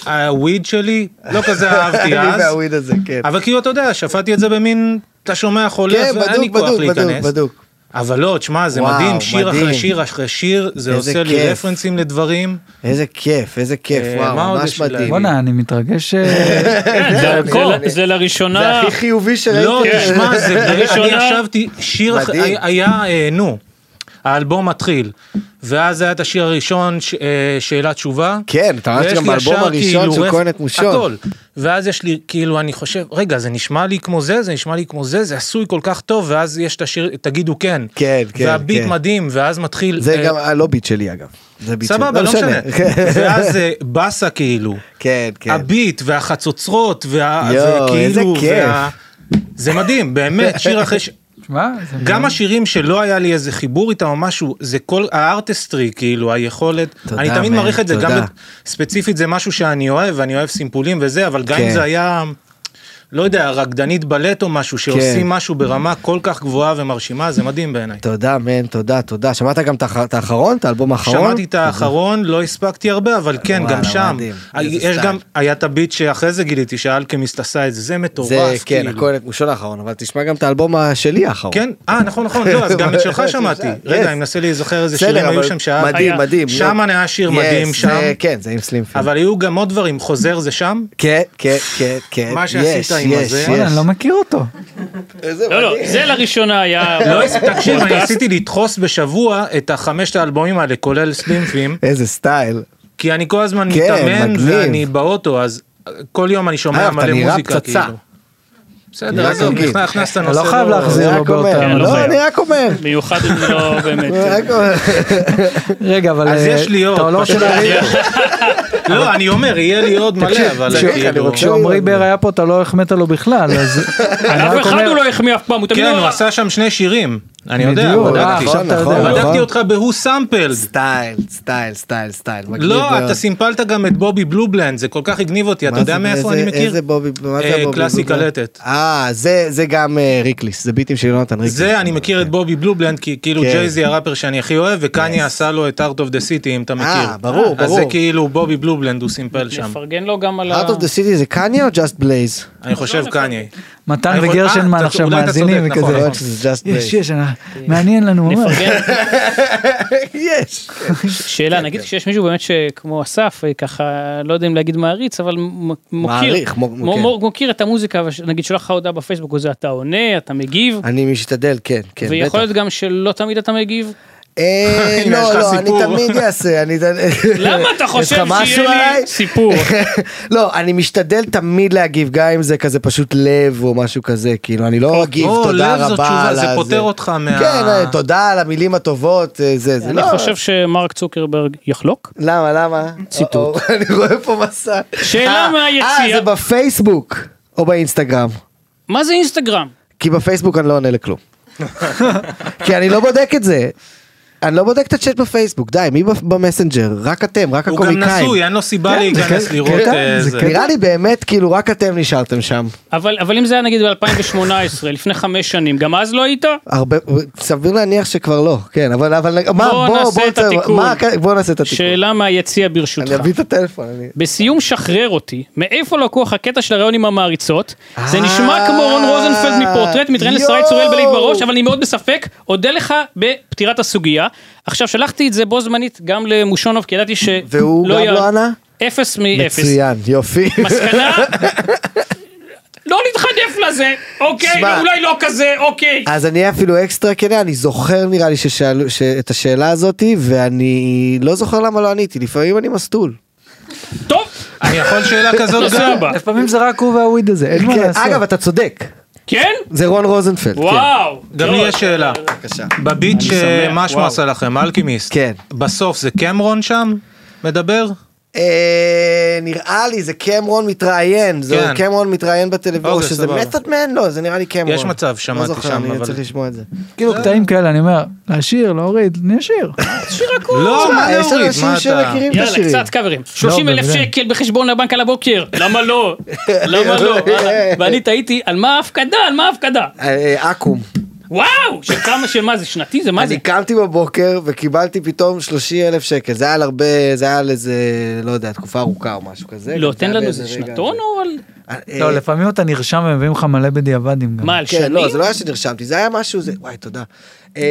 Speaker 3: הוויד שלי, לא כזה
Speaker 4: (laughs) אני
Speaker 3: אהבתי אז,
Speaker 4: והוויד הזה, כן.
Speaker 3: אבל כאילו אתה יודע, שפטתי את זה במין, אתה שומע חולף,
Speaker 4: כן,
Speaker 3: ואין לי
Speaker 4: בדוק,
Speaker 3: כוח
Speaker 4: בדוק,
Speaker 3: להיכנס.
Speaker 4: בדוק, בדוק.
Speaker 3: אבל לא, תשמע, זה
Speaker 4: וואו,
Speaker 3: מדהים, שיר
Speaker 4: מדהים.
Speaker 3: אחרי שיר אחרי שיר, זה
Speaker 4: איזה
Speaker 3: עושה לי
Speaker 4: כיף.
Speaker 3: רפרנסים לדברים.
Speaker 4: איזה כיף, איזה
Speaker 3: אה,
Speaker 4: כיף,
Speaker 3: מה
Speaker 4: וואו,
Speaker 3: עוד
Speaker 4: ממש
Speaker 3: יש לי
Speaker 4: מדהים.
Speaker 3: להגיד?
Speaker 1: בואנה, אני מתרגש.
Speaker 3: (laughs)
Speaker 1: אה,
Speaker 2: דרכו, זה לראשונה,
Speaker 4: זה הכי חיובי שראיתי.
Speaker 3: לא, תשמע, זה... אני
Speaker 2: ראשונה.
Speaker 3: ישבתי, שיר אח-
Speaker 4: כן. מדהים.
Speaker 3: היה- היה, אה, נו, האלבום מתחיל. ואז היה את השיר הראשון, ש- אה, שאלה תשובה.
Speaker 4: כן, אתה ממש
Speaker 3: ויש
Speaker 4: גם
Speaker 3: לי
Speaker 4: באלבום
Speaker 3: ישר
Speaker 4: הראשון
Speaker 3: כאילו
Speaker 4: של
Speaker 3: רפ-
Speaker 4: כהן את מושון.
Speaker 3: הכל. ואז יש לי, כאילו, אני חושב, רגע, זה נשמע לי כמו זה, זה נשמע לי כמו זה, זה עשוי כל כך טוב, ואז יש את השיר, תגידו כן.
Speaker 4: כן, כן,
Speaker 3: והביט
Speaker 4: כן.
Speaker 3: מדהים, ואז מתחיל...
Speaker 4: זה
Speaker 3: אה,
Speaker 4: גם הלא ביט שלי אגב. זה ביט שלי.
Speaker 3: סבבה, לא משנה. (laughs) ואז אה, באסה כאילו.
Speaker 4: כן, כן.
Speaker 3: הביט והחצוצרות וה...
Speaker 4: יואו, איזה
Speaker 3: וכאילו,
Speaker 4: כיף.
Speaker 3: וה... זה מדהים, באמת, שיר אחרי
Speaker 4: (laughs)
Speaker 3: ש...
Speaker 1: תשמע, זה-
Speaker 3: גם השירים שלא היה לי איזה חיבור איתם או משהו, זה כל הארטסטרי, כאילו, היכולת.
Speaker 4: תודה,
Speaker 3: אני תמיד
Speaker 4: מן,
Speaker 3: מעריך את זה, גם
Speaker 4: תודה.
Speaker 3: את- ספציפית זה משהו שאני אוהב, ואני אוהב סימפולים וזה, אבל גם אם
Speaker 4: כן.
Speaker 3: זה היה, לא יודע, רקדנית בלט או משהו,
Speaker 4: כן.
Speaker 3: שעושים משהו ברמה כל כך גבוהה ומרשימה, זה מדהים בעיניי.
Speaker 4: תודה, מן, תודה, תודה. שמעת גם את האח- את האחרון? את האלבום האחרון?
Speaker 3: שמעתי את האחרון, לא הספקתי הרבה, אבל כן,
Speaker 4: וואלה,
Speaker 3: גם שם.
Speaker 4: מדהים.
Speaker 3: ה-
Speaker 4: איזה
Speaker 3: יש
Speaker 4: סטייל.
Speaker 3: גם, היה את הביט שאחרי זה גיליתי שאלכמיסט עשה את זה, זה
Speaker 4: זה,
Speaker 3: מטורף,
Speaker 4: כן,
Speaker 3: כאילו.
Speaker 4: הכהן את מושון האחרון, אבל תשמע גם את האלבום השלי האחרון.
Speaker 3: כן, אה, נכון, נכון, לא, אז גם את
Speaker 4: (laughs)
Speaker 3: שלך שמעתי. רגע, אני מנסה להיזכר איזה שירים היו שם שהיה.
Speaker 4: מדהים,
Speaker 2: היה.
Speaker 4: מדהים.
Speaker 3: שם
Speaker 4: לא.
Speaker 3: היה שיר
Speaker 4: Yes,
Speaker 3: מדהים
Speaker 4: זה-
Speaker 3: שם,
Speaker 4: כן, זה עם סלימפילד.
Speaker 3: אבל היו גם עוד דברים, חוזר זה שם?
Speaker 4: כן, כן, כן, כן.
Speaker 3: מה שעשית
Speaker 4: Yes,
Speaker 3: עם
Speaker 4: yes,
Speaker 3: הזה. אה,
Speaker 4: yes.
Speaker 1: בואנה, אני לא מכיר אותו.
Speaker 2: לא לא, זה לראשונה היה,
Speaker 3: לא, תקשיב, אני ניסיתי לדחוס בשבוע את החמשת האלבומים האלה, כולל סלימפים,
Speaker 4: איזה סטייל.
Speaker 3: כי אני כל הזמן
Speaker 4: כן,
Speaker 3: מתאמן,
Speaker 4: מגניב.
Speaker 3: ואני באוטו, אז כל יום אני שומע
Speaker 4: אגב, אתה
Speaker 3: מלא
Speaker 4: נראה
Speaker 3: מוזיקה,
Speaker 4: פצצה.
Speaker 3: כאילו. בסדר,
Speaker 4: נראה
Speaker 3: עזוב,
Speaker 4: תגיד.
Speaker 3: נכנס- הכנסת
Speaker 1: אתה
Speaker 3: נושא.
Speaker 1: לא חייב להחזיר.
Speaker 4: אני
Speaker 1: לו
Speaker 4: רק
Speaker 1: באותה-
Speaker 4: אומר.
Speaker 1: כן,
Speaker 2: לא
Speaker 4: לא,
Speaker 2: חייב.
Speaker 4: אני רק אומר.
Speaker 2: מיוחד אם לא באמת.
Speaker 4: אני רק אומר.
Speaker 1: רגע, אבל...
Speaker 3: אז
Speaker 1: אה,
Speaker 3: יש לי עוד,
Speaker 1: אתה לא
Speaker 3: (laughs) פשוט
Speaker 1: של ארי-
Speaker 3: לא, אני אומר, יהיה לי עוד מלא, אבל
Speaker 4: תקשיב, אני
Speaker 3: כאילו...
Speaker 4: רוצה-
Speaker 1: כשעמרי באר היה פה אתה לא החמאת לו בכלל,
Speaker 3: (laughs)
Speaker 1: אז... אני
Speaker 2: אף
Speaker 1: רק
Speaker 2: אחד
Speaker 1: אומר-
Speaker 2: הוא לא החמיא אף פעם, הוא תמיד
Speaker 3: כן, הוא
Speaker 2: אמר,
Speaker 3: עשה שם שני שירים. אני יודע,
Speaker 1: בדיוק, אה,
Speaker 3: בדקתי.
Speaker 1: עכשיו אתה
Speaker 4: נכון,
Speaker 1: יודע.
Speaker 4: נכון.
Speaker 3: בדקתי אותך ב-Who Sampled.
Speaker 4: סטייל, סטייל, סטייל, סטייל. מגניב
Speaker 3: לא,
Speaker 4: מאוד.
Speaker 3: אתה סימפלת גם את בובי בלובלנד, זה כל כך הגניב אותי, אתה
Speaker 4: מה
Speaker 3: יודע
Speaker 4: זה-
Speaker 3: מאיפה
Speaker 4: איזה-
Speaker 3: אני מכיר?
Speaker 4: איזה בובי, מה
Speaker 3: אה,
Speaker 4: זה בובי?
Speaker 3: קלאסי
Speaker 4: בלובלנד?
Speaker 3: קלטת.
Speaker 4: אה, זה זה גם אה, ריקליס, זה ביטים של יונתן ריקליס.
Speaker 3: זה, אני מכיר את בובי בלובלנד, כי כאילו
Speaker 4: כן.
Speaker 3: ג'ייזי הראפר שאני הכי אוהב, וקניה עשה לו את Art of the City, אם אתה מכיר.
Speaker 4: אה, ברור,
Speaker 3: אז זה
Speaker 4: ברור.
Speaker 3: כאילו בובי בלובלנד, הוא סימפל שם.
Speaker 2: נפרגן לו גם על ה...
Speaker 4: Out of the City זה קניה או
Speaker 3: (laughs)
Speaker 4: Just Blaze?
Speaker 3: אני
Speaker 2: לא,
Speaker 3: חושב קניה.
Speaker 1: מתן
Speaker 3: אני יכול- אה,
Speaker 1: וגרשנמן
Speaker 3: אתה-
Speaker 1: עכשיו
Speaker 3: אולי אתה
Speaker 1: מאזינים
Speaker 3: צודק, נכון,
Speaker 1: וכזה.
Speaker 3: נכון.
Speaker 4: זה Just
Speaker 1: יש,
Speaker 4: Blaze.
Speaker 1: יש,
Speaker 4: (laughs)
Speaker 1: אה, מעניין לנו ממש.
Speaker 2: נפרגן.
Speaker 4: יש.
Speaker 2: שאלה, נגיד שיש מישהו באמת שכמו אסף, אה, ככה, לא יודע אם להגיד מעריץ, אבל מ- מוקיר.
Speaker 4: מעריך, מוק-
Speaker 2: מ-
Speaker 4: כן.
Speaker 2: מ- מוקיר את המוזיקה, וש- נגיד שולח לך הודעה בפייסבוק, וזה אתה עונה, אתה מגיב,
Speaker 4: אני משתדל, כן, אה, כן, בטח.
Speaker 2: ויכול להיות גם שלא תמיד אתה מגיב. (laughs)
Speaker 4: אה,
Speaker 3: הנה, יש
Speaker 4: לא,
Speaker 3: לך
Speaker 4: לא, אני
Speaker 3: סיפור.
Speaker 4: תמיד אעשה, אני...
Speaker 2: למה אתה
Speaker 4: יש לך
Speaker 2: חושב
Speaker 4: משהו
Speaker 2: שיהיה
Speaker 4: עליי?
Speaker 2: לי סיפור?
Speaker 4: (laughs) לא, אני משתדל תמיד להגיב, גם אם זה כזה פשוט לב או משהו כזה, כאילו, אני
Speaker 2: אוקיי.
Speaker 4: לא אגיב,
Speaker 3: או,
Speaker 4: תודה
Speaker 3: לב זו תשובה,
Speaker 4: רבה על
Speaker 3: זה
Speaker 4: הזה."
Speaker 3: פוטר אותך מה-
Speaker 4: כן, אה, תודה על המילים הטובות, אה, זה, זה
Speaker 2: אני
Speaker 4: לא...
Speaker 2: חושב שמרק צוקרברג יחלוק.
Speaker 4: למה, למה?
Speaker 2: ציטוט.
Speaker 4: או, או, (laughs) אני רואה פה מסע.
Speaker 2: שאלה
Speaker 4: אה,
Speaker 2: מהיציע.
Speaker 4: אה, זה בפייסבוק או באינסטגרם.
Speaker 2: מה זה אינסטגרם?
Speaker 4: כי בפייסבוק אני לא עונה לכלום. כי אני לא בודק את זה. אני לא בודק את הצ'אט בפייסבוק, די, מי ב- במסנג'ר? רק אתם, רק
Speaker 3: הוא גם
Speaker 4: הקומיקאים. כן,
Speaker 3: נשוי, אין לו סיבה להיכנס
Speaker 1: קטע,
Speaker 3: לראות
Speaker 1: זה
Speaker 3: אה, זה.
Speaker 4: נראה לי באמת, כאילו, רק אתם נשארתם שם.
Speaker 2: אבל אבל אם זה היה נגיד ב-2018, לפני חמש שנים, גם אז לא היית?
Speaker 4: הרבה, סביר להניח שכבר לא, כן, אבל, אבל, מה,
Speaker 2: בוא
Speaker 4: בוא,
Speaker 2: נעשה
Speaker 4: בוא,
Speaker 2: את
Speaker 4: נעשה-
Speaker 2: התיקון.
Speaker 4: מה, כן, בוא נעשה את התיקון.
Speaker 2: שאלה מהיציע
Speaker 4: אני
Speaker 2: ברשותך.
Speaker 4: אביא את הטלפון, אני...
Speaker 2: בסיום שחרר אותי, מאיפה לקוח הקטע של הראיון עם המעריצות? זה
Speaker 4: אה,
Speaker 2: נשמע כמו רון רוזנפלד מפורטרט, מתראיין לשרי צוראל
Speaker 4: יואו.
Speaker 2: בלהיט בראש, אבל אני מאוד בספק, אודה לך בפתירת הסוגיה. עכשיו שלחתי את זה בו זמנית גם למושונוב, כי ידעתי שלא
Speaker 4: והוא גם
Speaker 2: יענה.
Speaker 4: לא ענה?
Speaker 2: אפס מאפס.
Speaker 4: מצוין,
Speaker 2: (laughs)
Speaker 4: יופי.
Speaker 2: מסקנה? לא להתחנף לזה, אוקיי,
Speaker 4: שמע.
Speaker 2: אולי לא כזה, אוקיי.
Speaker 4: אז אני אהיה אפילו אקסטרה כן, אני זוכר נראה לי ששאלו ש- את השאלה הזאתי, ואני לא זוכר למה לא עניתי, לפעמים אני מסטול.
Speaker 2: טוב,
Speaker 3: אני יכול
Speaker 2: (laughs)
Speaker 3: שאלה כזאת
Speaker 2: נושא
Speaker 3: גם?
Speaker 2: הבא.
Speaker 1: לפעמים זה רק הוא והוויד הזה, אין מה
Speaker 4: כן,
Speaker 1: לעשות.
Speaker 4: אגב, אתה צודק.
Speaker 2: כן?
Speaker 4: זה רון רוזנפלד. כן.
Speaker 2: וואו.
Speaker 3: גם לי
Speaker 2: לא, אה,
Speaker 3: יש שאלה.
Speaker 4: בבקשה.
Speaker 3: בביט
Speaker 2: שמח,
Speaker 3: שמשמו
Speaker 2: וואו.
Speaker 3: עשה לכם, אלכימיסט.
Speaker 4: כן.
Speaker 3: בסוף זה קמרון שם? מדבר?
Speaker 4: אה, נראה לי זה קמרון מתראיין, זה
Speaker 3: כן.
Speaker 4: קמרון מתראיין בטלוויזיה, או
Speaker 3: אוקיי,
Speaker 4: שזה
Speaker 3: סבבה.
Speaker 4: מתוד מן? לא, זה נראה לי קמרון.
Speaker 3: יש מצב, שמעתי
Speaker 4: לא זוכר,
Speaker 3: שם,
Speaker 4: אני
Speaker 3: אבל-
Speaker 4: צריך לשמוע את זה.
Speaker 1: כאילו קטעים כאלה, אני אומר, להשאיר, להוריד, נשאיר.
Speaker 4: אה,
Speaker 3: לא, מה
Speaker 4: תשמע, יש
Speaker 3: להוריד?
Speaker 4: אנשים
Speaker 3: מה אתה?
Speaker 4: שמכירים את
Speaker 2: יאללה,
Speaker 4: השירים. לא,
Speaker 2: קצת קאברים. 30 אלף
Speaker 1: בוודאי.
Speaker 2: שקל בחשבון הבנק על
Speaker 3: (laughs)
Speaker 2: הבוקר. למה לא? למה לא? ואני תהיתי, על מה ההפקדה? על מה ההפקדה?
Speaker 4: אה, אה, אקו"ם.
Speaker 2: וואו! של כמה, של מה זה? שנתי? זה מה זה?
Speaker 4: אני קמתי בבוקר וקיבלתי פתאום 30 אלף שקל, זה היה על הרבה, זה היה על איזה, לא יודע, תקופה ארוכה או משהו כזה.
Speaker 2: לא,
Speaker 4: גם זה
Speaker 2: תן
Speaker 4: היה
Speaker 2: לנו
Speaker 4: באיזה
Speaker 2: איזה
Speaker 4: רגע.
Speaker 2: שנתון או על...
Speaker 4: אה, אה,
Speaker 1: לא, לפעמים אתה נרשם ומביאים לך מלא בדיעבדים גם.
Speaker 2: מה, על
Speaker 4: כן,
Speaker 2: שנים?
Speaker 4: לא, זה לא היה שנרשמתי, זה היה משהו, זה, וואי, תודה. אה,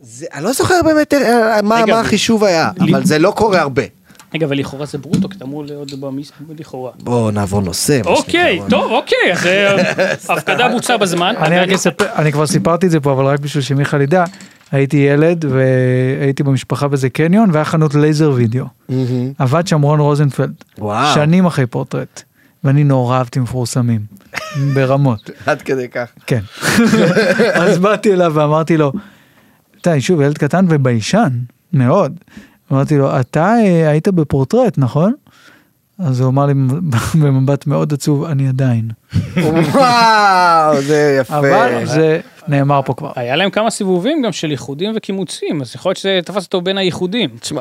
Speaker 4: זה- אני לא זוכר באמת אה, מה
Speaker 2: רגע,
Speaker 4: מה
Speaker 2: ו-
Speaker 4: החישוב היה, אבל זה לא קורה הרבה.
Speaker 2: רגע, אבל לכאורה זה ברוטו, כי אתה אמור להיות במיס... לכאורה.
Speaker 4: בואו נעבור נושא. מה
Speaker 2: אוקיי,
Speaker 4: שנקרא.
Speaker 2: טוב, אוקיי, אז אה,
Speaker 4: (laughs)
Speaker 2: ההפקדה בוצעה בזמן.
Speaker 1: אני רק
Speaker 2: ואני-
Speaker 1: אספר, אני כבר סיפרתי את זה פה, אבל רק בשביל שמיכל ידע, הייתי ילד והייתי במשפחה באיזה קניון, והיה חנות לייזר וידאו.
Speaker 4: מהמם.
Speaker 1: עבד שם רון רוזנפלד.
Speaker 4: וואו.
Speaker 1: שנים אחרי פורטרט. ואני נורא אהבתי מפורסמים.
Speaker 4: (laughs)
Speaker 1: ברמות.
Speaker 4: עד כדי כך.
Speaker 1: כן. אז באתי אליו ואמרתי לו, אתה שוב ילד קטן וביישן, מאוד. אמרתי לו, אתה אה, היית בפורטרט, נכון? אז הוא אמר לי במבט מאוד עצוב, אני עדיין.
Speaker 4: וואו, זה
Speaker 1: אבל
Speaker 4: יפה.
Speaker 1: זה נאמר פה כבר.
Speaker 2: היה להם כמה סיבובים גם של איחודים וקימוצים, אז יכול להיות שזה תפס אותו בין האיחודים.
Speaker 4: תשמע,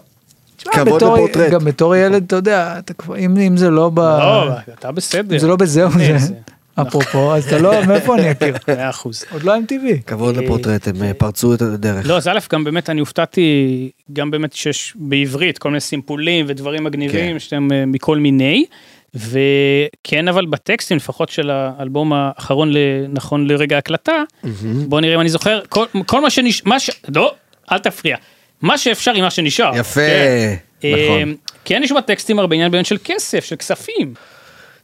Speaker 1: גם
Speaker 4: כבוד
Speaker 1: לא, בתור-
Speaker 4: לפורטרט.
Speaker 1: גם בתור ילד, אתה יודע, אתה כבר- אם אם זה לא ב...
Speaker 2: לא, אתה בסדר.
Speaker 1: אם זה לא
Speaker 2: (laughs)
Speaker 1: בזה או
Speaker 2: אה,
Speaker 1: זה, אפרופו, אז אתה
Speaker 2: (laughs)
Speaker 1: לא, מאיפה אני אכיר?
Speaker 2: מאה אחוז.
Speaker 1: עוד לא MTV.
Speaker 4: כבוד
Speaker 2: אוקיי.
Speaker 4: לפורטרט, הם אה, פרצו את הדרך.
Speaker 2: לא, אז א', גם באמת אני הופתעתי, גם באמת שיש בעברית כל מיני סימפולים ודברים מגניבים, שאתם אה, מכל מיני, וכן, אבל בטקסטים, לפחות של האלבום האחרון ל- נכון לרגע ההקלטה, בוא נראה אם אני זוכר, כל- כל מה שנשאר, לא, אל תפריע, מה שאפשר עם מה שנשאר.
Speaker 4: יפה,
Speaker 2: כן.
Speaker 4: נכון.
Speaker 2: אה, כן, יש בטקסטים הרבה עניין באמת של כסף, של כספים.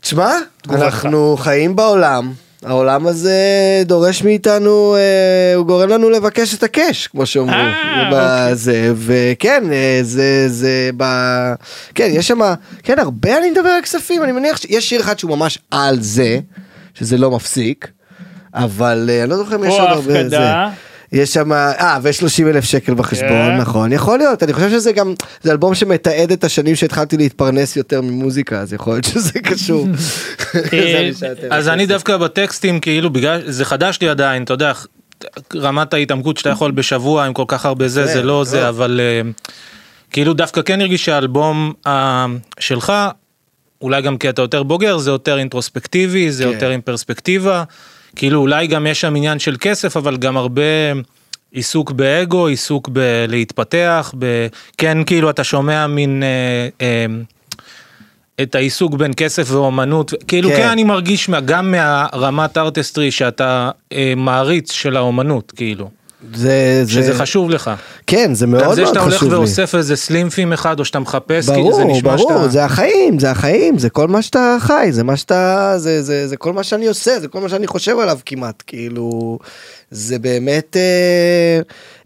Speaker 4: תשמע,
Speaker 2: תגובתך.
Speaker 4: אנחנו חיים בעולם, העולם הזה דורש מאיתנו, אה, הוא גורם לנו לבקש את הקאש, כמו שאומרים.
Speaker 2: אה,
Speaker 4: בזה, וכן, אה, זה, זה, ב... כן, יש שם, כן, הרבה אני מדבר על כספים, אני מניח שיש שיר אחד שהוא ממש על זה, שזה לא מפסיק, אבל אה, אני לא זוכר אם יש
Speaker 2: פה
Speaker 4: עוד הרבה זה.
Speaker 2: ההפקדה.
Speaker 4: יש שם, אה, ו-30 אלף שקל בחשבון,
Speaker 2: כן.
Speaker 4: נכון, יכול להיות, אני חושב שזה גם, זה אלבום שמתעד את השנים שהתחלתי להתפרנס יותר ממוזיקה, אז יכול להיות שזה
Speaker 3: (laughs)
Speaker 4: קשור. זה אני שאלתי.
Speaker 3: אז אני דווקא בטקסטים כאילו בגלל זה חדש לי עדיין אתה יודע רמת ההתעמקות שאתה יכול בשבוע עם כל כך הרבה זה זה לא זה אבל אה, כאילו דווקא כן הרגיש שהאלבום אה, שלך אולי גם כי אתה יותר בוגר זה יותר אינטרוספקטיבי
Speaker 4: כן.
Speaker 3: זה יותר עם פרספקטיבה כאילו אולי גם יש שם עניין של כסף אבל גם הרבה. עיסוק באגו, עיסוק בלהתפתח, ב... כן כאילו אתה שומע מין אה, אה, את העיסוק בין כסף ואומנות, כאילו
Speaker 4: כן.
Speaker 3: כן, כן אני מרגיש מה, גם מהרמת ארטסטרי שאתה אה, מעריץ של האומנות, כאילו,
Speaker 4: זה, זה,
Speaker 3: שזה חשוב לך.
Speaker 4: כן, זה מאוד
Speaker 3: גם
Speaker 4: מאוד
Speaker 3: זה
Speaker 4: חשוב לי.
Speaker 3: שאתה הולך ואוסף איזה סלימפים אחד, או שאתה מחפש, כאילו זה
Speaker 4: ברור,
Speaker 3: נשמע
Speaker 4: ברור,
Speaker 3: שאתה...
Speaker 4: זה החיים, זה החיים, זה כל מה שאתה חי, זה מה שאתה, זה, זה, זה כל מה שאני עושה, זה כל מה שאני חושב עליו כמעט, כאילו, זה באמת, אה,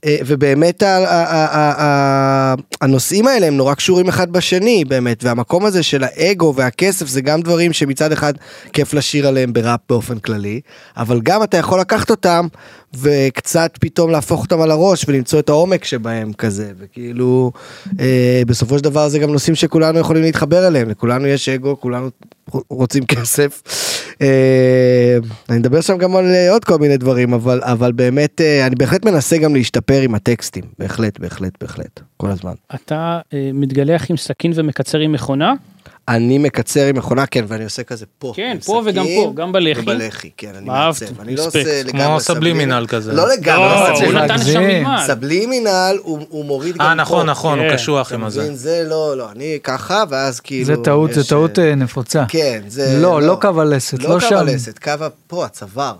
Speaker 4: אה, ובאמת ה, ה, ה, ה, ה, הנושאים האלה הם נורא קשורים אחד בשני, באמת, והמקום הזה של האגו והכסף זה גם דברים שמצד אחד כיף לשיר עליהם בראפ באופן כללי, אבל גם אתה יכול לקחת אותם וקצת פתאום להפוך אותם על הראש ולמצוא את העומק שבהם כזה, וכאילו, אה, בסופו של דבר זה גם נושאים שכולנו יכולים להתחבר אליהם, לכולנו יש אגו, כולנו רוצים כסף. אה, אני מדבר שם גם על אה, עוד כל מיני דברים, אבל, אבל באמת, אה, אני בהחלט מנסה גם להשתפר עם הטקסטים, בהחלט, בהחלט, בהחלט, כל הזמן.
Speaker 2: אתה אה, מתגלח עם סכין ומקצר עם מכונה?
Speaker 4: אני מקצר עם מכונה, כן, ואני עושה כזה פה.
Speaker 2: כן,
Speaker 4: עם
Speaker 2: פה וגם
Speaker 4: סכין
Speaker 2: פה, גם בלחי.
Speaker 4: ובלחי, כן, אני
Speaker 2: אהבתי,
Speaker 4: מעצב. אני לא
Speaker 2: רספקט.
Speaker 4: עושה
Speaker 3: כמו
Speaker 4: לגמרי
Speaker 3: סבלימינל כזה.
Speaker 4: לא לגמרי
Speaker 2: לא,
Speaker 1: צריך
Speaker 2: הוא
Speaker 4: סבלימינל.
Speaker 2: נתן שם
Speaker 1: להגזים.
Speaker 2: מלמעלה.
Speaker 4: סבלימינל הוא הוא מוריד גם פה.
Speaker 3: אה נכון נכון, הוא
Speaker 2: כן.
Speaker 3: קשוח
Speaker 4: אתה
Speaker 3: עם הזה.
Speaker 4: מבין? זה לא, לא, אני ככה, ואז כאילו...
Speaker 1: זה טעות, זה
Speaker 4: יש,
Speaker 1: טעות
Speaker 4: אה,
Speaker 1: אה, נפוצה.
Speaker 4: כן, זה...
Speaker 1: לא, לא קו הלסת, לא
Speaker 4: לא קו
Speaker 1: שם.
Speaker 4: הלסת, קו ה- פה, הצוואר.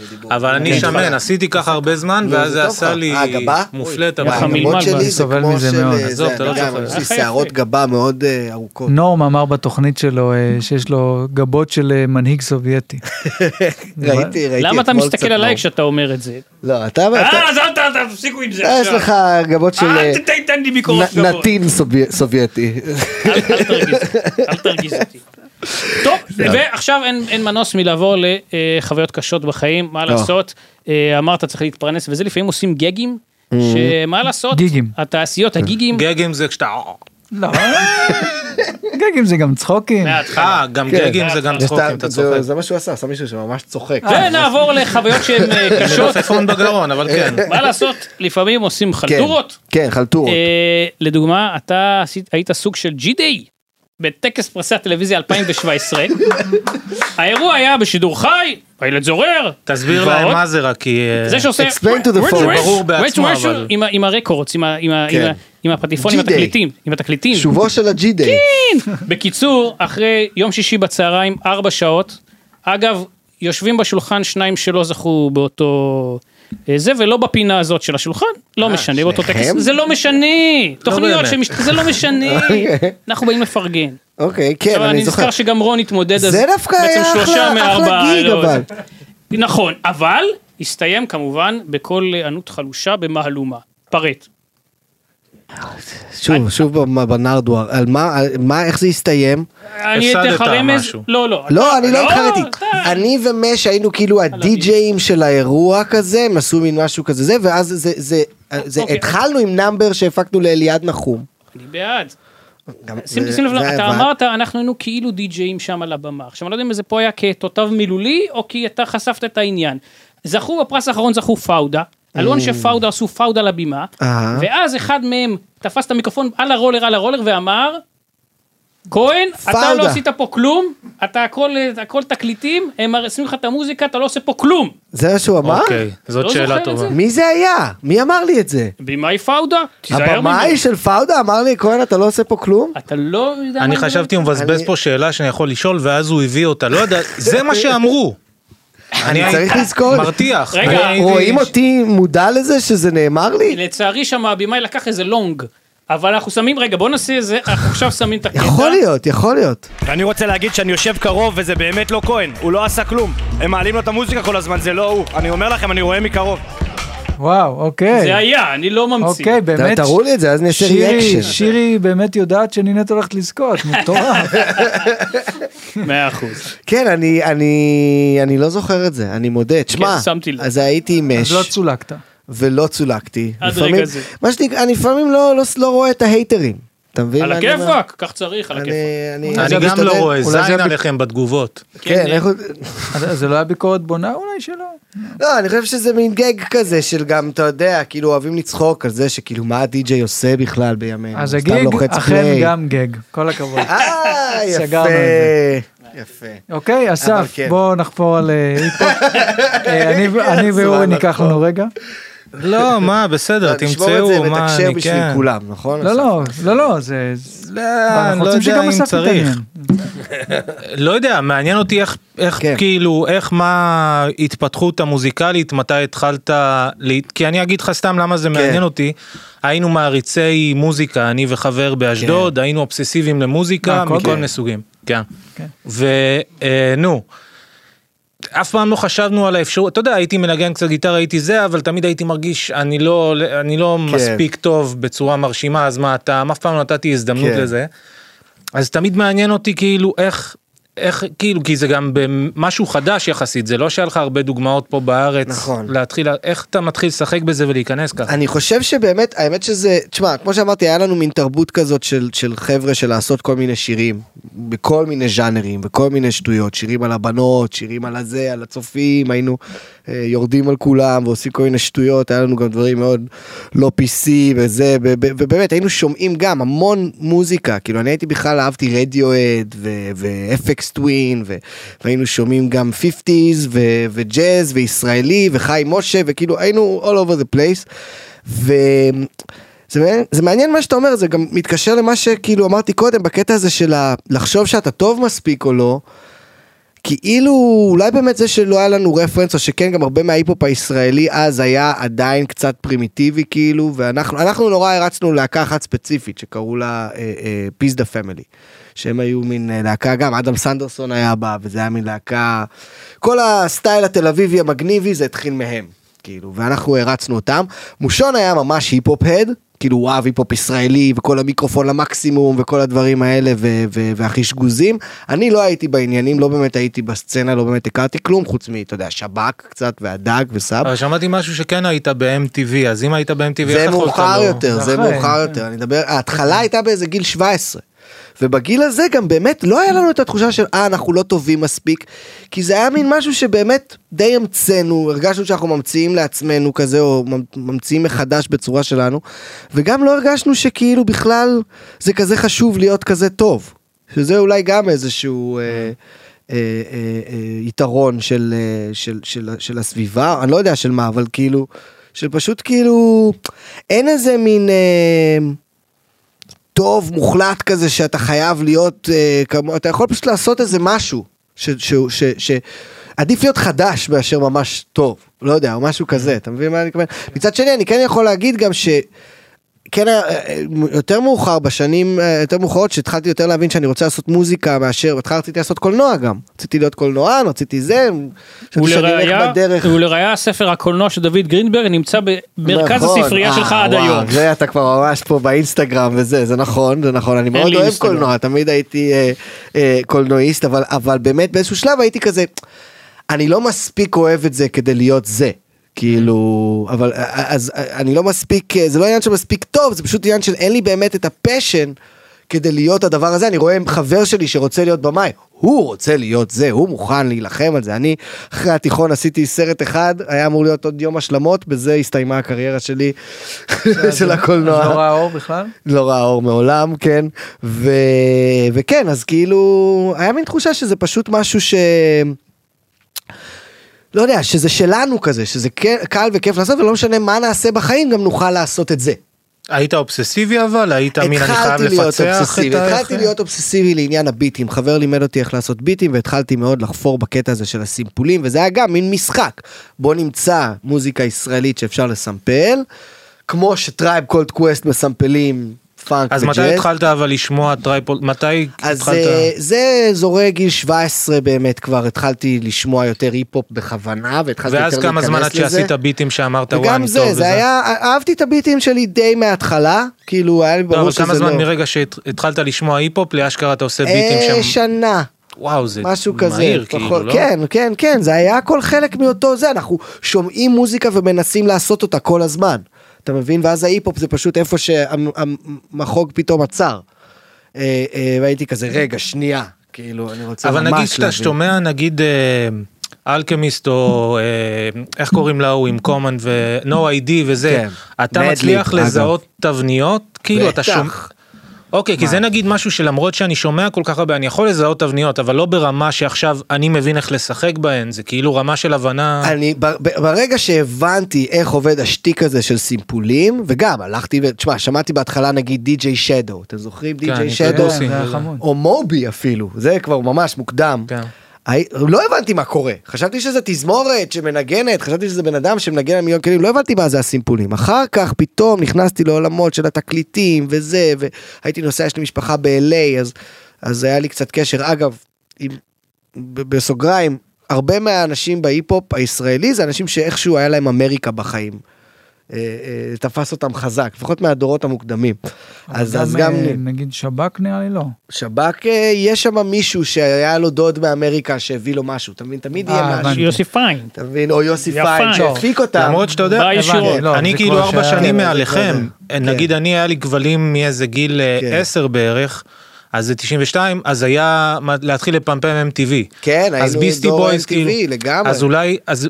Speaker 4: זה דיבור.
Speaker 3: אבל אני
Speaker 4: כן.
Speaker 3: שמן, עשיתי ככה הרבה זמן,
Speaker 4: נו,
Speaker 3: ואז
Speaker 4: זה
Speaker 3: זה
Speaker 4: טוב
Speaker 3: עשה
Speaker 4: לך.
Speaker 3: לי
Speaker 4: אה, גבה?
Speaker 3: מופלט.
Speaker 2: אוי,
Speaker 3: אבל-
Speaker 2: יחד מלמעלה.
Speaker 4: הגבות שלי
Speaker 1: אני
Speaker 4: זה
Speaker 1: סובל
Speaker 4: כמו
Speaker 1: מזה
Speaker 4: של...
Speaker 1: מאוד.
Speaker 4: אה,
Speaker 3: עזוב,
Speaker 4: זה,
Speaker 3: אתה לא
Speaker 4: אני גם,
Speaker 3: סובל.
Speaker 4: יש לי
Speaker 2: יפה,
Speaker 4: שערות
Speaker 2: יפה.
Speaker 4: גבה מאוד אה,
Speaker 1: (laughs)
Speaker 4: ארוכות.
Speaker 1: נורם אמר בתוכנית שלו
Speaker 4: (laughs)
Speaker 1: אה, שיש לו גבות של אה, מנהיג סובייטי.
Speaker 4: ראיתי, ראיתי
Speaker 2: למה אתה
Speaker 4: אתמול
Speaker 2: מסתכל
Speaker 4: קצת
Speaker 2: עליי
Speaker 4: מאוד.
Speaker 2: כשאתה אומר את זה?
Speaker 4: לא, אתה... אתה-
Speaker 2: אה, אז אל אתה תפסיקו עם זה
Speaker 4: אה, יש
Speaker 2: עכשיו.
Speaker 4: לך גבות של אה,
Speaker 2: אל תיתן לי ביקורת
Speaker 4: נ- נתין סובי- סובייטי.
Speaker 2: אל אל תרגיז, אל תרגיז אותי. טוב,
Speaker 4: (laughs)
Speaker 2: ועכשיו אין- אין מנוס מלעבור לחוויות קשות בחיים,
Speaker 4: לא.
Speaker 2: מה לעשות? אה, אמרת צריך להתפרנס, וזה לפעמים עושים גגים,
Speaker 4: Mm-hmm.
Speaker 2: שמה לעשות?
Speaker 1: גיגים.
Speaker 2: התעשיות, הגיגים,
Speaker 3: גגים זה כשאתה...
Speaker 1: לא. גגים זה גם צחוקים.
Speaker 2: מההתחלה.
Speaker 3: אה, גם
Speaker 4: כן.
Speaker 3: גגים זה גם
Speaker 2: יש
Speaker 3: צחוקים, אתה
Speaker 4: זה-
Speaker 3: צוחק.
Speaker 4: זה מה שהוא עשה, עשה מישהו שממש צוחק.
Speaker 2: אה, כן, ונעבור לחוויות שהן אה, קשות,
Speaker 3: מלפפון בגרון, אבל
Speaker 4: (laughs)
Speaker 3: כן.
Speaker 2: מה לעשות? לפעמים עושים
Speaker 4: כן.
Speaker 2: חלטורות.
Speaker 4: כן, חלטורות.
Speaker 2: אה, לדוגמה, אתה עשית- היית סוג של G-Day בטקס פרסי הטלוויזיה
Speaker 4: (laughs)
Speaker 2: 2017. האירוע היה בשידור חי, הילד זורר.
Speaker 3: תסביר
Speaker 2: ועוד.
Speaker 3: להם מה זה רק, כי... אה,
Speaker 2: זה שעושה...
Speaker 4: Explain to the
Speaker 2: Where's
Speaker 4: phone.
Speaker 2: Where's-
Speaker 3: ברור בעצמו,
Speaker 2: Where's-
Speaker 3: אבל-
Speaker 2: עם ה- עם הרקורדס, עם ה- עם ה-
Speaker 4: כן.
Speaker 2: עם ה- עם הפטיפון, עם
Speaker 4: G-Day.
Speaker 2: התקליטים. עם התקליטים.
Speaker 4: שובו של הג'י דיי.
Speaker 2: כן. בקיצור, אחרי יום שישי בצהריים, ארבע שעות, אגב, יושבים בשולחן שניים שלא זכו באותו... אה, זה ולא בפינה הזאת של השולחן, לא משנה, באותו
Speaker 4: אה, שניכם?
Speaker 2: טקס, זה לא משנה, תוכניות
Speaker 3: באמת.
Speaker 2: שמש... זה לא
Speaker 4: (laughs)
Speaker 2: משנה, אנחנו באים לפרגן.
Speaker 4: אוקיי, כן,
Speaker 2: עכשיו אני
Speaker 4: אני זוכר.
Speaker 2: נזכר שגם רון התמודד, אז
Speaker 4: זה דווקא
Speaker 2: בעצם
Speaker 4: היה
Speaker 2: שלושה
Speaker 4: אחלה-
Speaker 2: מארבע,
Speaker 4: אחלה גיג,
Speaker 2: לא,
Speaker 4: אבל.
Speaker 2: זה- נכון, אבל הסתיים כמובן בקול ענות חלושה במהלומה, פרט.
Speaker 4: שוב, שוב במ- בנרדואר. על מה, על מה, איך זה הסתיים?
Speaker 2: אני אתן לך
Speaker 3: הפסדת
Speaker 2: רמז,
Speaker 3: משהו.
Speaker 2: לא, לא,
Speaker 4: לא, אני לא
Speaker 2: אתה-
Speaker 4: התחרתי. אני ומש היינו כאילו הדי-ג'אים של האירוע כזה, הם עשו מין משהו כזה זה, ואז זה, זה, אה, זה,
Speaker 2: אוקיי.
Speaker 4: התחלנו עם נאמבר שהפקנו לאליעד נחום.
Speaker 2: אני בעד.
Speaker 4: גם-
Speaker 2: שים
Speaker 4: זה-
Speaker 2: שים לב,
Speaker 4: זה היה
Speaker 2: אתה
Speaker 4: בעד.
Speaker 2: אמרת, אנחנו היינו כאילו די-ג'אים שם על הבמה. עכשיו, אני לא יודע אם זה פה היה כתותב מילולי, או כי אתה חשפת את העניין. זכו, בפרס האחרון זכו פאודה. אלון
Speaker 4: אה.
Speaker 2: שפאודה עשו פאודה לבימה,
Speaker 4: אהה.
Speaker 2: ואז אחד מהם תפס את המיקרופון על הרולר, על הרולר, ואמר, כהן, אתה לא
Speaker 4: פאודה."
Speaker 2: עשית פה כלום, אתה הכל, הכל תקליטים, הם עושים לך את המוזיקה, אתה לא עושה פה כלום.
Speaker 4: זה מה שהוא אמר?
Speaker 3: אוקיי,
Speaker 2: לא
Speaker 3: זאת
Speaker 2: זוכר
Speaker 3: שאלה
Speaker 2: את
Speaker 3: טובה.
Speaker 2: זה.
Speaker 4: מי זה היה? מי אמר לי את זה?
Speaker 2: במאי פאודה, תיזהר
Speaker 4: הבמאי
Speaker 2: ממנו.
Speaker 4: של פאודה אמר לי, כהן, אתה לא עושה פה כלום?
Speaker 2: אתה לא יודע מה
Speaker 3: אני
Speaker 2: זה.
Speaker 3: חשבתי הוא מבזבז
Speaker 4: אני-
Speaker 3: פה שאלה שאני יכול לשאול ואז הוא הביא אותה, לא יודע, זה מה שאמרו.
Speaker 4: אני
Speaker 3: הייתי-
Speaker 4: צריך לזכור את זה.
Speaker 3: מרתיח.
Speaker 2: רגע,
Speaker 3: אני הייתי-
Speaker 4: רואים אותי מודע לזה שזה נאמר לי?
Speaker 2: לצערי שם הבמאי לקח איזה לונג. אבל אנחנו שמים, רגע בוא נעשה איזה, אנחנו עכשיו שמים את הקטע.
Speaker 4: יכול להיות, יכול להיות.
Speaker 5: אני רוצה להגיד שאני יושב קרוב וזה באמת לא כהן, הוא לא עשה כלום. הם מעלים לו את המוזיקה כל הזמן, זה לא הוא. אני אומר לכם, אני רואה מקרוב.
Speaker 1: וואו, אוקיי.
Speaker 2: זה היה, אני לא ממציא.
Speaker 1: אוקיי, באמת.
Speaker 4: תראו לי את זה, אז נעשה
Speaker 1: שירי,
Speaker 4: ריאקשן.
Speaker 1: שירי באמת יודעת שנינת הולכת לזכות,
Speaker 4: (laughs)
Speaker 1: מטורף.
Speaker 2: מאה אחוז.
Speaker 4: כן, אני, אני, אני לא זוכר את זה, אני מודה. תשמע,
Speaker 2: כן, שמתי לב.
Speaker 4: אז הייתי עם
Speaker 1: אז
Speaker 4: אש,
Speaker 1: לא צולקת.
Speaker 4: ולא צולקתי.
Speaker 2: עד
Speaker 4: לפעמים-
Speaker 2: רגע זה.
Speaker 4: מה שנקרא, אני לפעמים לא, לא, לא רואה את ההייטרים. אתה מבין?
Speaker 2: על
Speaker 4: מה אני אומר?
Speaker 2: הכיפאק, כך צריך, על הכיפאק.
Speaker 4: אני, אני,
Speaker 3: אני גם
Speaker 4: משתדל.
Speaker 3: לא רואה,
Speaker 1: אולי
Speaker 3: זין
Speaker 1: זה-
Speaker 3: עליכם בתגובות.
Speaker 4: כן, איך... הוא-
Speaker 1: אז אז זה לא היה ביקורת בונה אולי שלא?
Speaker 4: לא, אני חושב שזה מין גג כזה של גם, אתה יודע, כאילו אוהבים לצחוק על זה שכאילו מה הדי-ג'יי עושה בכלל בימינו.
Speaker 1: אז
Speaker 4: כן, הוא סתם
Speaker 1: הגיג
Speaker 4: לוחץ
Speaker 1: אכן
Speaker 4: play.
Speaker 1: גם גג, כל הכבוד. (laughs)
Speaker 3: (laughs)
Speaker 4: אה,
Speaker 1: סגרנו
Speaker 4: יפה.
Speaker 1: את זה.
Speaker 4: יפה.
Speaker 1: אוקיי,
Speaker 4: אבל
Speaker 1: אסף,
Speaker 4: כן.
Speaker 1: בוא נחפור על...
Speaker 4: (laughs)
Speaker 1: אה, היפ-הופ. אה, אני- אני ואורי
Speaker 4: סבבה,
Speaker 1: ניקח לנו רגע.
Speaker 3: לא, מה, (laughs) בסדר,
Speaker 4: נשמור את זה
Speaker 3: תמצאו, מה,
Speaker 4: ונתקשר
Speaker 3: אני
Speaker 4: בשביל
Speaker 3: כן.
Speaker 4: כולם, נכון?
Speaker 1: לא,
Speaker 4: אסף?
Speaker 1: לא, לא, לא, זה... זה-
Speaker 3: לא,
Speaker 1: אנחנו
Speaker 3: לא
Speaker 1: רוצים
Speaker 3: יודע
Speaker 1: שגם
Speaker 3: אם
Speaker 1: אסף
Speaker 3: צריך.
Speaker 1: יתעניין.
Speaker 3: לא יודע, מעניין אותי איך, איך
Speaker 4: כן.
Speaker 3: כן. כאילו, איך מה ההתפתחות המוזיקלית, מתי התחלת, לה... כי אני אגיד לך סתם למה זה כן. מעניין אותי, היינו מעריצי מוזיקה, אני וחבר באשדוד, כן. היינו אובססיביים למוזיקה,
Speaker 1: מהכל?
Speaker 3: מכל
Speaker 1: כן.
Speaker 3: מיני סוגים, כן.
Speaker 1: כן.
Speaker 3: כן. ונו. אף פעם לא חשבנו על האפשרות, אתה יודע, הייתי מנגן קצת גיטרה, הייתי זה, אבל תמיד הייתי מרגיש, אני לא, אני לא
Speaker 4: כן.
Speaker 3: מספיק טוב בצורה מרשימה, אז מה אתה, אף פעם לא נתתי הזדמנות
Speaker 4: כן.
Speaker 3: לזה. אז תמיד מעניין אותי כאילו איך, איך כאילו, כי זה גם משהו חדש יחסית, זה לא שהיה לך הרבה דוגמאות פה בארץ.
Speaker 4: נכון.
Speaker 3: להתחיל, איך אתה מתחיל לשחק בזה ולהיכנס ככה?
Speaker 4: אני חושב שבאמת, האמת שזה, תשמע, כמו שאמרתי, היה לנו מין תרבות כזאת של, של חבר'ה של לעשות כל מיני שירים, בכל מיני ז'אנרים, בכל מיני שטויות, שירים על הבנות, שירים על הזה, על הצופים, היינו אה, יורדים על כולם ועושים כל מיני שטויות, היה לנו גם דברים מאוד לא PC וזה, ב- ב- ובאמת, היינו שומעים גם המון מוזיקה, כאילו אני הייתי בכלל, אהבתי רדיואד ואפקס טווין, והיינו שומעים גם 50's ו- וג'אז וישראלי וחיים משה, וכאילו היינו all over the place. וזה מעניין, זה מעניין מה שאתה אומר, זה גם מתקשר למה שכאילו אמרתי קודם, בקטע הזה של ה... לחשוב שאתה טוב מספיק או לא. כאילו אולי באמת זה שלא היה לנו רפרנס או שכן גם הרבה מההיפ-הופ הישראלי אז היה עדיין קצת פרימיטיבי כאילו ואנחנו אנחנו נורא הרצנו להקה אחת ספציפית שקראו לה אה, פיס דה פמילי. שהם היו מין אה, להקה גם אדם סנדרסון היה בה וזה היה מין להקה כל הסטייל התל אביבי המגניבי זה התחיל מהם. כאילו, ואנחנו הרצנו אותם. מושון היה ממש היפ-הופ-הד, כאילו הוא אהב היפ-הופ ישראלי, וכל המיקרופון למקסימום, וכל הדברים האלה, ו- ו- והכי שגוזים. אני לא הייתי בעניינים, לא באמת הייתי בסצנה, לא באמת הכרתי כלום, חוץ מ, אתה יודע, שב"כ קצת, והדג וסאב.
Speaker 3: אבל שמעתי משהו שכן היית ב-MTV, אז אם היית ב-MTV,
Speaker 4: זה מאוחר
Speaker 3: לא-
Speaker 4: יותר, זה
Speaker 1: אחרי,
Speaker 4: מאוחר יותר, אני מדבר, ההתחלה הייתה באיזה גיל 17. ובגיל הזה גם באמת לא היה לנו את התחושה של אה אנחנו לא טובים מספיק כי זה היה מין משהו שבאמת די המצאנו הרגשנו שאנחנו ממציאים לעצמנו כזה או ממ- ממציאים מחדש בצורה שלנו וגם לא הרגשנו שכאילו בכלל זה כזה חשוב להיות כזה טוב שזה אולי גם איזשהו אה, אה, אה, אה, יתרון של, אה, של, של, של הסביבה אני לא יודע של מה אבל כאילו של פשוט כאילו אין איזה מין. אה, טוב מוחלט כזה שאתה חייב להיות אה, כמו אתה יכול פשוט לעשות איזה משהו ש, ש, ש, ש, עדיף להיות חדש מאשר ממש טוב לא יודע או משהו כזה אתה מבין מה אני מתכוון מצד שני אני כן יכול להגיד גם ש. כן, אה, אה, יותר מאוחר בשנים אה, יותר מאוחרות שהתחלתי יותר להבין שאני רוצה לעשות מוזיקה מאשר בהתחלה רציתי לעשות קולנוע גם רציתי להיות קולנוען רציתי זה. חשבתי שאני אלך
Speaker 2: ולראיה,
Speaker 4: בדרך.
Speaker 2: ולראיה הספר הקולנוע של דוד גרינברג נמצא במרכז
Speaker 4: נכון,
Speaker 2: הספרייה
Speaker 4: אה,
Speaker 2: שלך עד
Speaker 4: וואו,
Speaker 2: היום.
Speaker 4: זה אתה כבר ממש פה באינסטגרם וזה, זה נכון, זה נכון, אני מאוד
Speaker 2: לי
Speaker 4: אוהב
Speaker 2: אינסטגרם.
Speaker 4: קולנוע, תמיד הייתי אה, אה, קולנועיסט, אבל, אבל באמת באיזשהו שלב הייתי כזה, אני לא מספיק אוהב את זה כדי להיות זה. כאילו, אבל אה, אז אה, אני לא מספיק, אה, זה לא עניין שמספיק טוב, זה פשוט עניין של אין לי באמת את הפשן כדי להיות הדבר הזה, אני רואה חבר שלי שרוצה להיות במאי, הוא רוצה להיות זה, הוא מוכן להילחם על זה. אני אחרי התיכון עשיתי סרט אחד, היה אמור להיות עוד יום השלמות, בזה הסתיימה הקריירה
Speaker 2: (laughs)
Speaker 4: שלי של הקולנוע.
Speaker 1: לא ראה אור בכלל?
Speaker 4: לא ראה אור מעולם, כן. ו... וכן, אז כאילו, היה מין תחושה שזה פשוט משהו ש... לא יודע, שזה שלנו כזה, שזה כן- קל וכיף לעשות, ולא משנה מה נעשה בחיים, גם נוכל לעשות את זה.
Speaker 3: היית אובססיבי אבל? היית מין, אני חייב
Speaker 4: להיות
Speaker 3: לפצח את
Speaker 4: אובססיבי,
Speaker 3: ה... אוקיי.
Speaker 4: התחלתי להיות אובססיבי לעניין הביטים, חבר לימד אותי איך לעשות ביטים והתחלתי מאוד לחפור בקטע הזה של הסימפולים וזה היה גם מין משחק. בוא נמצא מוזיקה ישראלית שאפשר לסמפל, כמו שטרייב קולד קווסט מסמפלים פאנק
Speaker 3: אז
Speaker 4: וג'אז.
Speaker 3: מתי התחלת אבל לשמוע טרייפול? מתי
Speaker 4: אז
Speaker 3: התחלת?
Speaker 4: אה, זה אזורי גיל 17 באמת כבר התחלתי לשמוע יותר היפ-הופ בכוונה והתחלתי יותר
Speaker 3: ואז
Speaker 4: להיכנס לזה.
Speaker 3: כמה זמן עד שעשית ביטים שאמרת וואי
Speaker 4: וגם
Speaker 3: אני טוב
Speaker 4: זה, זה היה, אהבתי את הביטים שלי די מההתחלה, כאילו היה לי
Speaker 3: לא,
Speaker 4: ברור
Speaker 3: אבל
Speaker 4: שזה לא...
Speaker 3: כמה זמן מרגע שהתחלת לשמוע היפ-הופ לאשכרה אתה עושה
Speaker 4: אה,
Speaker 3: ביטים שם?
Speaker 4: שנה.
Speaker 3: וואו זה
Speaker 4: משהו כזה,
Speaker 3: מהיר
Speaker 4: פחות-
Speaker 3: כאילו, לא?
Speaker 4: כן, כן, כן, זה היה הכל חלק מאותו זה, אנחנו שומעים מוזיקה ומנסים לעשות אותה כל הזמן, אתה מבין? ואז ההיפ-הופ זה פשוט איפה שהמחוג פתאום עצר. אה, אה, והייתי כזה, רגע, שנייה, כאילו, אני רוצה ממש
Speaker 3: אבל
Speaker 4: להבין.
Speaker 3: נגיד שאתה שומע נגיד אה, אלכמיסט או אה, איך קוראים להוא עם קומן ונו איי-די וזה,
Speaker 4: כן.
Speaker 3: אתה
Speaker 4: Madlib,
Speaker 3: מצליח
Speaker 4: אגב.
Speaker 3: לזהות תבניות? כאילו אתה
Speaker 4: בטח.
Speaker 3: שומע... אוקיי, כי זה נגיד משהו שלמרות שאני שומע כל כך הרבה, אני יכול לזהות תבניות, אבל לא ברמה שעכשיו אני מבין איך לשחק בהן, זה כאילו רמה של הבנה.
Speaker 4: אני בר- ב- ברגע שהבנתי איך עובד השטיק הזה של סימפולים וגם הלכתי ו- תשמע שמעתי בהתחלה נגיד די.ג'יי שדו אתם זוכרים די.ג'יי
Speaker 3: אני יודע.
Speaker 4: שדו
Speaker 1: כן, זה היה חמוד.
Speaker 4: או מובי אפילו זה כבר ממש מוקדם.
Speaker 3: כן.
Speaker 4: הי- לא הבנתי מה קורה חשבתי שזה תזמורת שמנגנת חשבתי שזה בן אדם שמנגן על מיליון כלים לא הבנתי מה זה הסימפולים אחר כך פתאום נכנסתי לעולמות של התקליטים וזה והייתי נוסע יש לי משפחה ב-LA אז אז היה לי קצת קשר אגב עם ב- בסוגריים, הרבה מהאנשים בהיפ-הופ הישראלי זה אנשים שאיכשהו היה להם אמריקה בחיים. אה, אה, תפס אותם חזק, לפחות מהדורות המוקדמים. אז אז גם
Speaker 1: אה, נגיד שב"כ נראה לי לא.
Speaker 4: שב"כ, אה, יש שם מישהו שהיה לו דוד מאמריקה שהביא לו משהו, אתה מבין? תמיד
Speaker 1: אה,
Speaker 4: יהיה
Speaker 1: הבנתי.
Speaker 4: משהו.
Speaker 2: יוסי פיין.
Speaker 4: אתה מבין? או יוסי
Speaker 2: יפה,
Speaker 4: פיין
Speaker 2: טוב.
Speaker 4: שהפיק אותם.
Speaker 3: למרות שאתה יודע,
Speaker 2: בא ישירות.
Speaker 1: לא,
Speaker 3: אה, אני
Speaker 1: זה
Speaker 3: כאילו
Speaker 1: כבר
Speaker 3: ארבע
Speaker 1: שהיה-
Speaker 3: שנים
Speaker 4: כן, זה
Speaker 3: מעליכם,
Speaker 4: כבר זה.
Speaker 3: נגיד אני היה לי כבלים מאיזה גיל אה,
Speaker 4: כן.
Speaker 3: עשר בערך, אז זה 92, אז היה מה- להתחיל לפמפם MTV.
Speaker 4: כן,
Speaker 3: אז
Speaker 4: היינו
Speaker 3: ביסטי
Speaker 4: דור
Speaker 3: בויז,
Speaker 4: MTV
Speaker 3: כאילו,
Speaker 4: לגמרי.
Speaker 3: אז אולי, אז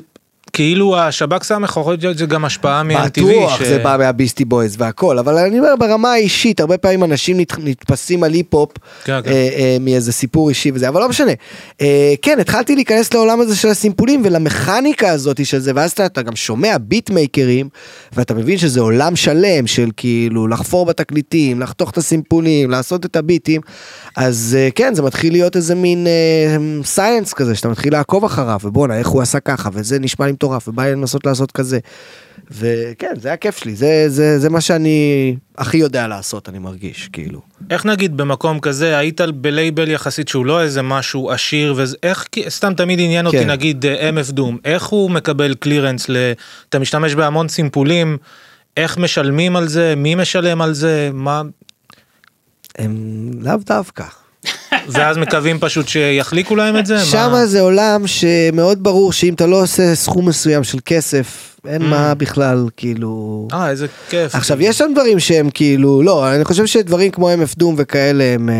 Speaker 3: כאילו השב"כ סמך יכול להיות שזה גם השפעה מ-MTV.
Speaker 4: בטוח זה בא מהביסטי בויז והכל אבל אני אומר ברמה האישית הרבה פעמים אנשים נת- נתפסים על היפ-הופ
Speaker 3: כן, כן.
Speaker 4: אה, אה, מאיזה סיפור אישי וזה אבל לא משנה אה, כן התחלתי להיכנס לעולם הזה של הסימפולים ולמכניקה הזאת של זה ואז אתה, אתה גם שומע ביטמייקרים ואתה מבין שזה עולם שלם של כאילו לחפור בתקליטים לחתוך את הסימפולים לעשות את הביטים אז אה, כן זה מתחיל להיות איזה מין אה, סייאנס כזה שאתה מתחיל לעקוב אחריו ובואנה איך הוא עשה ככה וזה נשמע לי מטורף ובא לי לנסות לעשות כזה. וכן, זה הכיף שלי, זה, זה, זה מה שאני הכי יודע לעשות, אני מרגיש, כאילו.
Speaker 3: איך נגיד במקום כזה היית בלייבל יחסית שהוא לא איזה משהו עשיר וזה איך כי- סתם תמיד עניין אותי
Speaker 4: כן.
Speaker 3: נגיד אה, MF דום איך הוא מקבל קלירנס ל... אתה משתמש בהמון סימפולים איך משלמים על זה מי משלם על זה מה
Speaker 4: הם לאו דווקא.
Speaker 3: ואז מקווים פשוט שיחליקו להם את זה כן, מה?
Speaker 4: שמה זה עולם שמאוד ברור שאם אתה לא עושה סכום מסוים של כסף, אין מה בכלל, כאילו...
Speaker 3: Mm. אה איזה כיף
Speaker 4: עכשיו יש שם דברים שהם כאילו לא אני חושב שדברים כמו MF דום וכאלה הם, אה,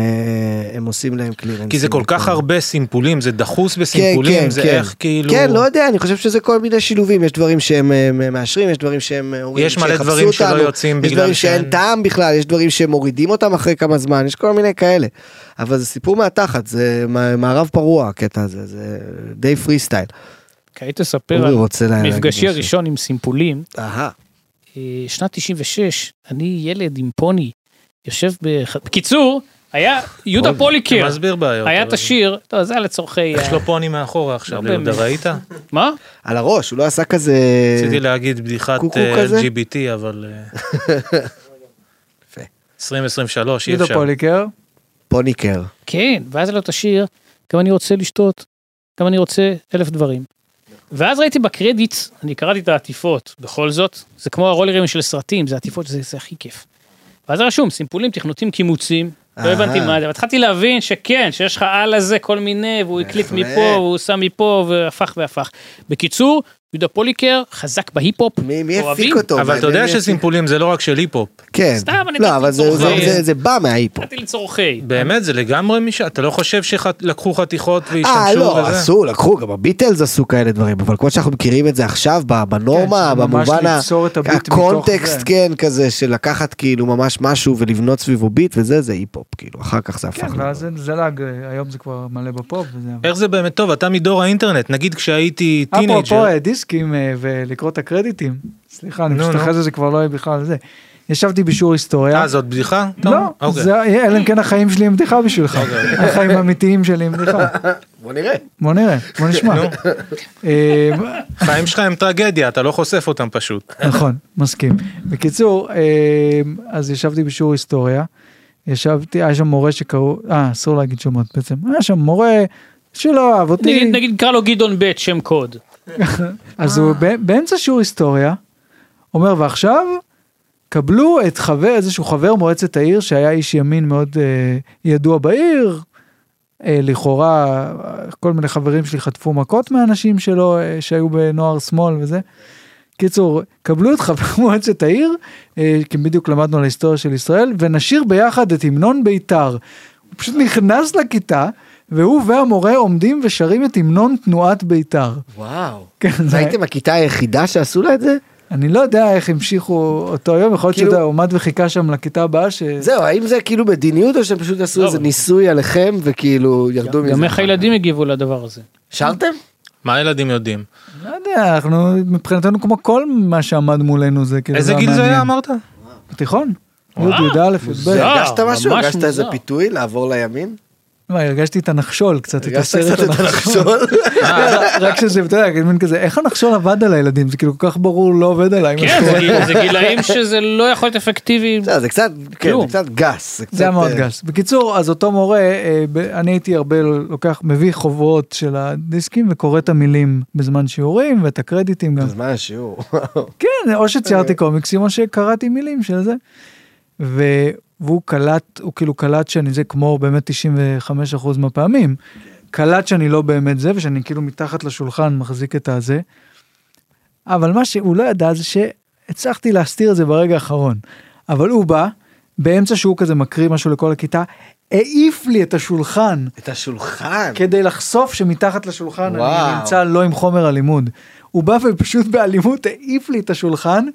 Speaker 4: הם עושים להם קלירנס.
Speaker 3: כי זה כל כך
Speaker 4: לא-
Speaker 3: הרבה סימפולים זה דחוס בסימפולים זה איך כאילו
Speaker 4: כן לא יודע אני חושב שזה כל מיני שילובים יש דברים שהם אה, מ- מאשרים יש דברים שהם אה, אומרים
Speaker 3: יש מלא
Speaker 4: שיחפשו
Speaker 3: דברים שלא
Speaker 4: אותנו,
Speaker 3: יוצאים
Speaker 4: יש
Speaker 3: בגלל
Speaker 4: דברים שאין
Speaker 3: שאין-
Speaker 4: טעם בכלל יש דברים שמורידים אותם אחרי כמה זמן יש כל מיני כאלה אבל זה סיפור מהתחת זה מ- מערב פרוע הקטע הזה זה די פרי סטייל.
Speaker 2: כי היית ספר
Speaker 4: אורי
Speaker 2: על
Speaker 4: רוצה לה- להגיד
Speaker 2: מפגשי
Speaker 4: משהו.
Speaker 2: הראשון עם סימפולים,
Speaker 4: אהה.
Speaker 2: אה, שנת 96, אני ילד עם פוני, יושב ב... בקיצור, היה יהודה
Speaker 3: אוי,
Speaker 2: פוליקר,
Speaker 3: אתה מסביר בעיות
Speaker 2: היה
Speaker 3: אבל-
Speaker 2: את השיר, לא, זה היה לצורכי...
Speaker 3: יש לו פוני מאחורה עכשיו
Speaker 2: לא באמת.
Speaker 3: ליהודה ראית?
Speaker 2: מה?
Speaker 4: על הראש הוא לא עשה כזה
Speaker 3: רציתי להגיד בדיחת
Speaker 4: קוקו
Speaker 3: אה,
Speaker 4: כזה?
Speaker 3: LGBT אבל אה, 2023 אי
Speaker 1: יהודה
Speaker 3: אפשר.
Speaker 1: פוליקר.
Speaker 4: פוניקר.
Speaker 2: כן, ואז היה לו את השיר, גם אני רוצה לשתות, גם אני רוצה אלף דברים. ואז ראיתי בקרדיטס, אני קראתי את העטיפות, בכל זאת, זה כמו הרולרים של סרטים, זה עטיפות, זה, זה הכי כיף. ואז היה רשום, סימפולים, תכנותים, קימוצים, לא
Speaker 4: אהה.
Speaker 2: הבנתי מה זה, והתחלתי להבין שכן, שיש לך על הזה כל מיני, והוא הקליט
Speaker 4: בהחלט.
Speaker 2: מפה, והוא שם מפה, והפך והפך. בקיצור, יהודה פוליקר חזק בהיפ-הופ,
Speaker 4: מי מי
Speaker 2: אוהבים.
Speaker 4: הפיק אותו?
Speaker 3: אבל אתה יודע
Speaker 4: מי- מי-
Speaker 3: שסימפולים זה לא רק של היפ-הופ,
Speaker 4: כן.
Speaker 2: סתם, אני
Speaker 4: לא,
Speaker 2: נתתי
Speaker 4: אבל זה-
Speaker 2: לצורך
Speaker 4: זה-
Speaker 2: העניין.
Speaker 4: זה- זה בא מההיפו.
Speaker 2: נתתי לצורכי.
Speaker 3: באמת זה לגמרי מישהו, אתה לא חושב שלקחו חתיכות
Speaker 4: אה,
Speaker 3: והשתמשו
Speaker 4: לא,
Speaker 3: בזה?
Speaker 4: עשו, לקחו, גם הביטלס עשו כאלה דברים, אבל כמו שאנחנו מכירים את זה עכשיו, ב- בנורמה,
Speaker 1: כן, ממש
Speaker 4: במובן ה-
Speaker 1: ליצור את הביט מתוך
Speaker 4: הקונטקסט,
Speaker 1: זה.
Speaker 4: כן, כזה, של לקחת כאילו ממש משהו ולבנות סביבו ביט, וזה, זה היפ-הופ, כאילו, אחר כך זה הפך.
Speaker 1: כן,
Speaker 4: לדבר.
Speaker 1: ואז זה זלג, אה, היום זה כבר מלא בפופ. וזה-
Speaker 3: איך זה באמת טוב, אתה מדור האינטרנט, נגיד כשהייתי טינג'ר,
Speaker 1: אפרופו אה, דיסקים אה, ולקרוא את הקרדיטים, סליחה, אני
Speaker 3: נו,
Speaker 1: פשוט
Speaker 3: נו.
Speaker 1: אחרי זה זה כבר לא יהיה בכלל זה. ישבתי בשיעור היסטוריה.
Speaker 3: אה זאת בדיחה? אתה אומר?
Speaker 1: לא,
Speaker 3: אוקיי.
Speaker 1: זה- אה, אלא אם כן החיים שלי הם בדיחה בשבילך. החיים האמיתיים שלי הם
Speaker 3: (laughs)
Speaker 1: בדיחה.
Speaker 4: בוא נראה.
Speaker 1: בוא נראה, בוא נשמע. אה,
Speaker 3: חיים שלך הם טרגדיה, אתה לא חושף אותם פשוט.
Speaker 1: נכון, מסכים. בקיצור, אה, אז ישבתי בשיעור היסטוריה, ישבתי, היה שם מורה שקראו, אה, אסור להגיד שמות בעצם, היה שם מורה שלא אהב אותי,
Speaker 2: נגיד, נגיד, קרא לו גדעון ב' שם קוד.
Speaker 1: אז הוא בא- באמצע שיעור היסטוריה, אומר, ועכשיו, קבלו את חבר, איזשהו חבר מועצת העיר שהיה איש ימין מאוד אה, ידוע בעיר, אה, לכאורה, אה, כל מיני חברים שלי חטפו מכות מאנשים שלו, אה, שהיו בנוער שמאל וזה. קיצור, קבלו את חבר (laughs) מועצת העיר, אה, כי בדיוק למדנו על ההיסטוריה של ישראל, ונשיר ביחד את המנון בית"ר. הוא פשוט נכנס לכיתה, והוא והמורה עומדים ושרים את המנון תנועת בית"ר.
Speaker 4: וואו.
Speaker 1: כן,
Speaker 4: אז
Speaker 1: זה-
Speaker 4: הייתם הכיתה היחידה שעשו לה את זה?
Speaker 1: אני לא יודע איך המשיכו אותו היום, יכול להיות
Speaker 4: כאילו-
Speaker 1: שאתה עומד וחיכה שם לכיתה הבאה ש...
Speaker 4: זהו, האם זה כאילו מדיניות, או שהם פשוט עשו
Speaker 2: לא,
Speaker 4: איזה
Speaker 2: אבל-
Speaker 4: ניסוי עליכם, וכאילו ירדו מזה?
Speaker 2: גם איך הילדים הגיבו לדבר הזה.
Speaker 4: שרתם?
Speaker 3: מה הילדים יודעים?
Speaker 1: לא יודע, אנחנו מבחינתנו כמו כל מה שעמד מולנו זה כאילו...
Speaker 3: איזה גיל זה היה
Speaker 1: מעניין.
Speaker 3: אמרת?
Speaker 1: בתיכון? י' י"א י"ב.
Speaker 2: מוזר.
Speaker 4: הרגשת משהו?
Speaker 2: ממש
Speaker 4: הרגשת איזה
Speaker 1: לא.
Speaker 2: מוזר.
Speaker 4: פיתוי לעבור לימין?
Speaker 1: מה, הרגשתי את הנחשול קצת, את
Speaker 4: הרגשת
Speaker 1: הסרט
Speaker 4: קצת את
Speaker 1: הנחשול.
Speaker 4: הנחשול?
Speaker 1: (laughs) רק שזה, אתה יודע, מין כזה, איך הנחשול עבד על הילדים? זה כאילו כל כך ברור לא עובד עליי. מה
Speaker 2: כן,
Speaker 3: אוקיי.
Speaker 1: שקורה.
Speaker 2: זה גיל- זה גילאים שזה לא יכול להיות אפקטיבי.
Speaker 4: בסדר, זה קצת, כן,
Speaker 2: כלום.
Speaker 4: זה קצת גס. קצת,
Speaker 1: זה היה מאוד
Speaker 4: אה,
Speaker 1: גס. בקיצור, אז אותו מורה, אה, ב- אני הייתי הרבה לוקח, מביא חוברות של הדיסקים וקורא את המילים בזמן שיעורים ואת הקרדיטים גם.
Speaker 4: בזמן
Speaker 1: (laughs)
Speaker 4: השיעור.
Speaker 1: כן, או שציירתי קומיקסים או שקראתי מילים של זה. ו... והוא קלט, הוא כאילו קלט שאני זה כמו באמת 95% מהפעמים. קלט שאני לא באמת זה ושאני כאילו מתחת לשולחן מחזיק את הזה. אבל מה שהוא לא ידע זה שהצלחתי להסתיר את זה ברגע האחרון. אבל הוא בא, באמצע שהוא כזה מקריא משהו לכל הכיתה, העיף לי את השולחן.
Speaker 4: את השולחן.
Speaker 1: כדי לחשוף שמתחת לשולחן
Speaker 4: וואו.
Speaker 1: אני נמצא לא עם חומר הלימוד. הוא בא ופשוט באלימות העיף לי את השולחן,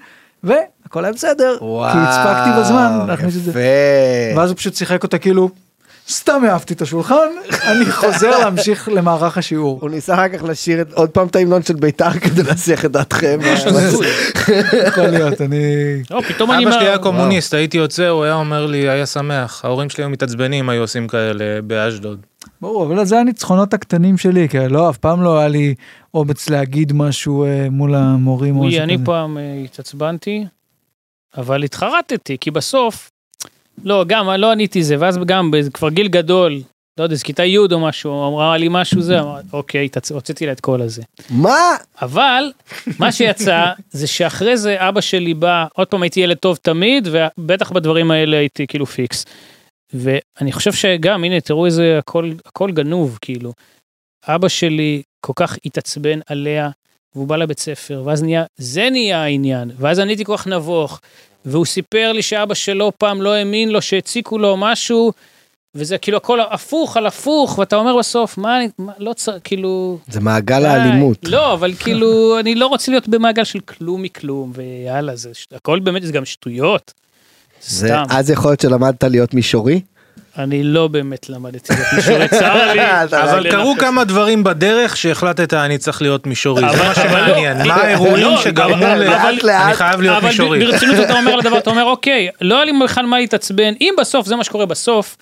Speaker 1: והכל היה בסדר,
Speaker 4: וואו.
Speaker 1: כי הצפקתי בזמן להכניס את זה.
Speaker 4: יפה.
Speaker 1: ואז הוא פשוט שיחק אותה כאילו, סתם העפתי את השולחן, אני חוזר להמשיך למערך השיעור.
Speaker 4: הוא ניסה אחר כך לשיר את- עוד פעם את ההמנון של בית"ר כדי להסיח
Speaker 2: (laughs)
Speaker 4: את דעתכם.
Speaker 1: יכול להיות, אני...
Speaker 2: לא, פתאום אני...
Speaker 3: אבא שלי היה
Speaker 2: מה-
Speaker 3: קומוניסט, הייתי יוצא, הוא היה אומר לי, היה שמח, ההורים שלי היו מתעצבנים, היו עושים כאלה באשדוד.
Speaker 1: ברור, אבל זה הניצחונות הקטנים שלי, כי לא, אף פעם לא היה לי אומץ להגיד משהו אה, מול המורים או
Speaker 3: כן.
Speaker 2: אוי,
Speaker 1: משהו
Speaker 2: אני
Speaker 1: כזה.
Speaker 2: פעם אה, התעצבנתי, אבל התחרטתי, כי בסוף, לא, גם לא עניתי זה, ואז גם באיזה- כבר גיל גדול, לא יודע, זה כיתה י' או משהו, אמרה לי משהו זה, אמרתי, אוקיי, התעצ- הוצאתי לה את כל הזה.
Speaker 4: מה?
Speaker 2: אבל מה שיצא זה שאחרי זה אבא שלי בא, עוד פעם הייתי ילד טוב תמיד, ובטח בדברים האלה הייתי כאילו פיקס. ואני חושב שגם, הנה, תראו איזה הכל, הכל גנוב, כאילו. אבא שלי כל כך התעצבן עליה, והוא בא לבית ספר, ואז נהיה, זה נהיה העניין, ואז אני הייתי כל כך נבוך, והוא סיפר לי שאבא שלו פעם לא האמין לו שהציקו לו משהו, וזה כאילו הכל הפוך על הפוך, ואתה אומר בסוף, מה, אני- מה לא צריך, כאילו...
Speaker 4: זה מעגל
Speaker 2: די.
Speaker 4: האלימות.
Speaker 2: לא, אבל כאילו,
Speaker 4: (laughs)
Speaker 2: אני לא רוצה להיות במעגל של כלום מכלום, ויאללה, זה ש- הכל באמת, זה גם שטויות.
Speaker 4: זה,
Speaker 2: סתם,
Speaker 4: אז יכול להיות שלמדת להיות מישורי?
Speaker 2: אני לא באמת למדתי להיות מישורי
Speaker 3: (laughs)
Speaker 2: כאילו, צר לי.
Speaker 3: אבל
Speaker 2: לנפש.
Speaker 3: קרו כמה דברים בדרך שהחלטת אני צריך להיות מישורי, זה
Speaker 2: אבל-
Speaker 3: מה
Speaker 2: אבל לא,
Speaker 3: שמעניין,
Speaker 2: אבל-
Speaker 3: מה האירועים
Speaker 2: לא,
Speaker 3: שגרמו
Speaker 2: אבל-
Speaker 3: ל...
Speaker 2: אבל-
Speaker 3: אני חייב להיות
Speaker 2: אבל ב-
Speaker 3: מישורי.
Speaker 2: ברצינות אתה
Speaker 3: (laughs)
Speaker 2: אומר לדבר, אתה אומר, אוקיי, לא היה לי בכלל מה להתעצבן, אם בסוף זה מה שקורה בסוף,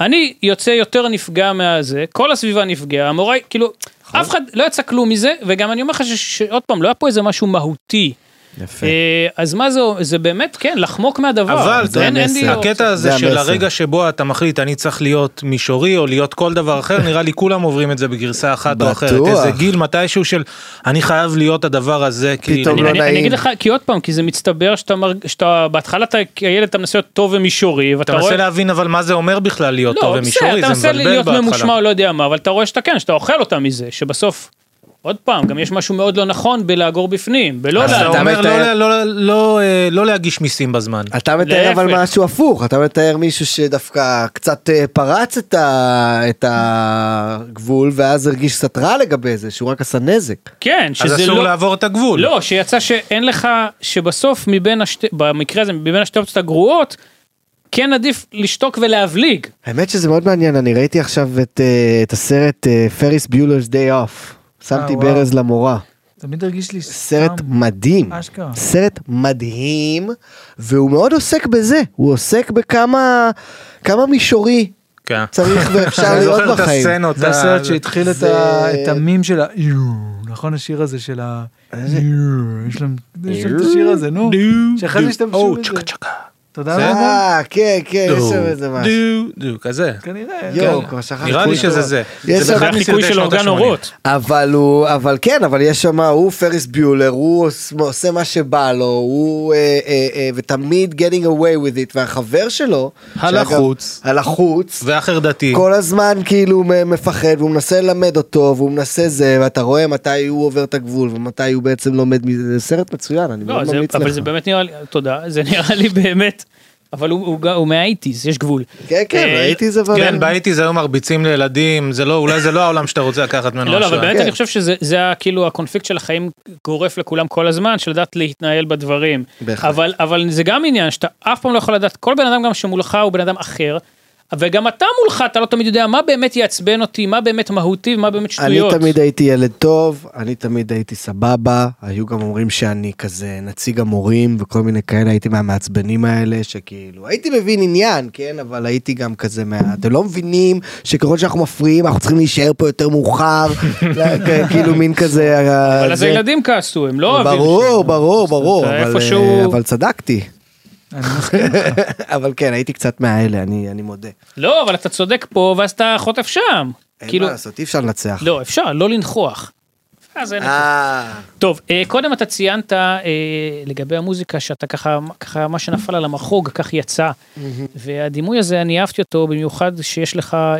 Speaker 2: אני יוצא יותר נפגע מהזה, כל הסביבה נפגעה, המורה, כאילו,
Speaker 4: נכון.
Speaker 2: אף אחד לא יצא כלום מזה, וגם אני אומר לך ש- שעוד פעם, לא היה פה איזה משהו מהותי.
Speaker 4: יפה.
Speaker 2: אה, אז מה זה, זה באמת, כן, לחמוק מהדבר.
Speaker 3: אבל
Speaker 2: אין- אין לי
Speaker 4: המסר.
Speaker 2: אופציה.
Speaker 3: הקטע
Speaker 4: זה
Speaker 3: הזה של
Speaker 4: המסר.
Speaker 3: הרגע שבו אתה מחליט אני צריך להיות מישורי או להיות כל דבר אחר נראה לי כולם עוברים את זה בגרסה אחת או אחרת
Speaker 4: בטוח.
Speaker 3: איזה גיל מתישהו של אני חייב להיות הדבר הזה
Speaker 4: פתאום
Speaker 3: כאילו
Speaker 2: אני,
Speaker 4: לא
Speaker 2: אני
Speaker 4: נעים.
Speaker 2: אגיד לך, כי עוד פעם, כי זה מצטבר שאתה, מרג... שאתה בהתחלה אתה כילד אתה מנסה להיות טוב ומישורי, ואתה
Speaker 3: אתה מנסה
Speaker 2: רואה...
Speaker 3: להבין אבל מה זה אומר בכלל להיות טוב
Speaker 2: לא, בסדר,
Speaker 3: ומישורי
Speaker 2: אתה
Speaker 3: זה
Speaker 2: מנסה
Speaker 3: מבלבל
Speaker 2: להיות ממושמע
Speaker 3: בהתחלה.
Speaker 2: או לא יודע מה, אבל אתה רואה שאתה כן, שאתה אוכל אותה מזה, שבסוף, עוד פעם, גם יש משהו מאוד לא נכון בלאגור בפנים, בלא
Speaker 3: אז אתה
Speaker 4: אתה
Speaker 2: לה...
Speaker 3: אומר לא-
Speaker 4: מתאר-
Speaker 3: לא- לא אה, לא להגיש מיסים בזמן.
Speaker 4: אתה מתאר אבל
Speaker 2: להפך.
Speaker 4: משהו הפוך, אתה מתאר מישהו שדווקא קצת אה, פרץ את, ה, את הגבול ואז הרגיש קצת רע לגבי זה, שהוא רק עשה נזק.
Speaker 2: כן,
Speaker 3: אז
Speaker 2: שזה
Speaker 3: אסור
Speaker 2: לא...
Speaker 3: לעבור את הגבול.
Speaker 2: לא, שיצא שאין לך, שבסוף מבין השתי, במקרה הזה, מבין השתי אופציות הגרועות, כן עדיף לשתוק ולהבליג.
Speaker 4: האמת שזה מאוד מעניין, אני ראיתי עכשיו את, אה, את הסרט אה, פריס ביולר's Day Off. שמתי
Speaker 2: אה,
Speaker 1: וואו.
Speaker 4: ברז למורה.
Speaker 1: תמיד הרגיש לי
Speaker 4: סרט
Speaker 1: סתם.
Speaker 4: מדהים.
Speaker 1: אשכרה.
Speaker 4: סרט מדהים, והוא מאוד עוסק בזה. הוא עוסק בכמה כמה מישורי
Speaker 3: כן. (laughs)
Speaker 4: צריך ואפשר
Speaker 3: אני
Speaker 4: להיות
Speaker 3: זוכר את
Speaker 4: בחיים.
Speaker 3: הסצנות,
Speaker 1: זה
Speaker 3: ה-
Speaker 1: הסרט שהתחיל את,
Speaker 4: זה-
Speaker 1: ה... את המים של ה... יו, נכון השיר הזה של ה... יו, יש להם יש להם את השיר הזה, נו. שאחרי זה השתמשו
Speaker 3: או,
Speaker 1: בזה.
Speaker 3: צ'קה צ'קה.
Speaker 1: תודה
Speaker 3: זה-
Speaker 1: רבה.
Speaker 4: אה, כן, כן, יש שם
Speaker 3: דו,
Speaker 4: איזה משהו.
Speaker 3: דו, דו, כזה.
Speaker 1: כנראה.
Speaker 4: יואו, כבר שכחתי.
Speaker 3: כן. נראה לי
Speaker 4: אותו.
Speaker 3: שזה זה.
Speaker 4: יש
Speaker 3: זה
Speaker 4: שם-
Speaker 2: זה
Speaker 3: באחד
Speaker 2: החיקוי
Speaker 3: מסרטי
Speaker 2: של
Speaker 3: שנות
Speaker 2: אורגן
Speaker 3: ה-שמונים.
Speaker 2: אורות.
Speaker 4: אבל הוא, אבל כן, אבל יש שם, הוא פריס ביולר, הוא עוש- עושה מה שבא לו, הוא, אה, אה, אה, ותמיד getting away with it, והחבר שלו,
Speaker 3: הלחוץ.
Speaker 4: שאגב, הלחוץ,
Speaker 3: והחרדתי.
Speaker 4: כל הזמן כאילו מ- מפחד, והוא מנסה ללמד אותו, והוא מנסה זה, ואתה רואה מתי הוא עובר את הגבול, ומתי הוא בעצם לומד מזה, זה סרט מצוין, אני
Speaker 2: לא,
Speaker 4: מאוד
Speaker 2: זה,
Speaker 4: ממליץ
Speaker 2: אבל
Speaker 4: לך.
Speaker 2: זה באמת נראה לי, תודה, זה נראה לי באמת, אבל הוא, הוא, הוא מהאייטיז, יש גבול.
Speaker 4: כן, כן,
Speaker 2: אה,
Speaker 4: ראיתי זה, אבל-
Speaker 3: כן, באיטיז היו מרביצים לילדים, זה לא, אולי זה לא העולם שאתה רוצה לקחת
Speaker 2: לא,
Speaker 3: ממנו
Speaker 2: לא, אבל
Speaker 3: השראה.
Speaker 2: באמת
Speaker 4: כן.
Speaker 2: אני חושב שזה זה ה- כאילו הקונפליקט של החיים גורף לכולם כל הזמן, של לדעת להתנהל בדברים.
Speaker 4: בהחלט.
Speaker 2: אבל, אבל זה גם עניין שאתה אף פעם לא יכול לדעת, כל בן אדם גם שמולך הוא בן אדם אחר, וגם אתה מולך, אתה לא תמיד יודע מה באמת יעצבן אותי, מה באמת מהותי ומה באמת
Speaker 4: אני
Speaker 2: שטויות.
Speaker 4: תמיד הייתי ילד טוב, אני תמיד הייתי סבבה, היו גם אומרים שאני כזה נציג המורים וכל מיני כאלה, הייתי מהמעצבנים האלה, שכאילו, הייתי מבין עניין, כן, אבל הייתי גם כזה מה... אתם לא מבינים שככל שאנחנו מפריעים, אנחנו צריכים להישאר פה יותר
Speaker 2: (laughs)
Speaker 4: מאוחר, לא, כאילו מין כזה...
Speaker 2: אבל אז
Speaker 4: זה-
Speaker 2: הילדים כעסו, הם לא אוהבים...
Speaker 4: ברור,
Speaker 2: ש-
Speaker 4: ברור, ברור,
Speaker 2: אתה
Speaker 4: אבל,
Speaker 2: איפשהו-
Speaker 4: אה, אבל צדקתי.
Speaker 1: אני מסכים.
Speaker 4: (laughs) אבל כן, הייתי קצת מהאלה, אני אני מודה.
Speaker 2: לא, אבל אתה צודק פה, ואז אתה חוטף שם.
Speaker 4: אין
Speaker 2: כאילו,
Speaker 4: מה לעשות, אי אפשר לנצח.
Speaker 2: לא, אפשר, לא לנכוח. אז אין
Speaker 4: אה,
Speaker 2: טוב, אה, קודם אתה ציינת אה, לגבי המוזיקה שאתה ככה, ככה מה שנפל על המחוג, כך יצא. והדימוי הזה, אני אהבתי אותו במיוחד שיש לך אה,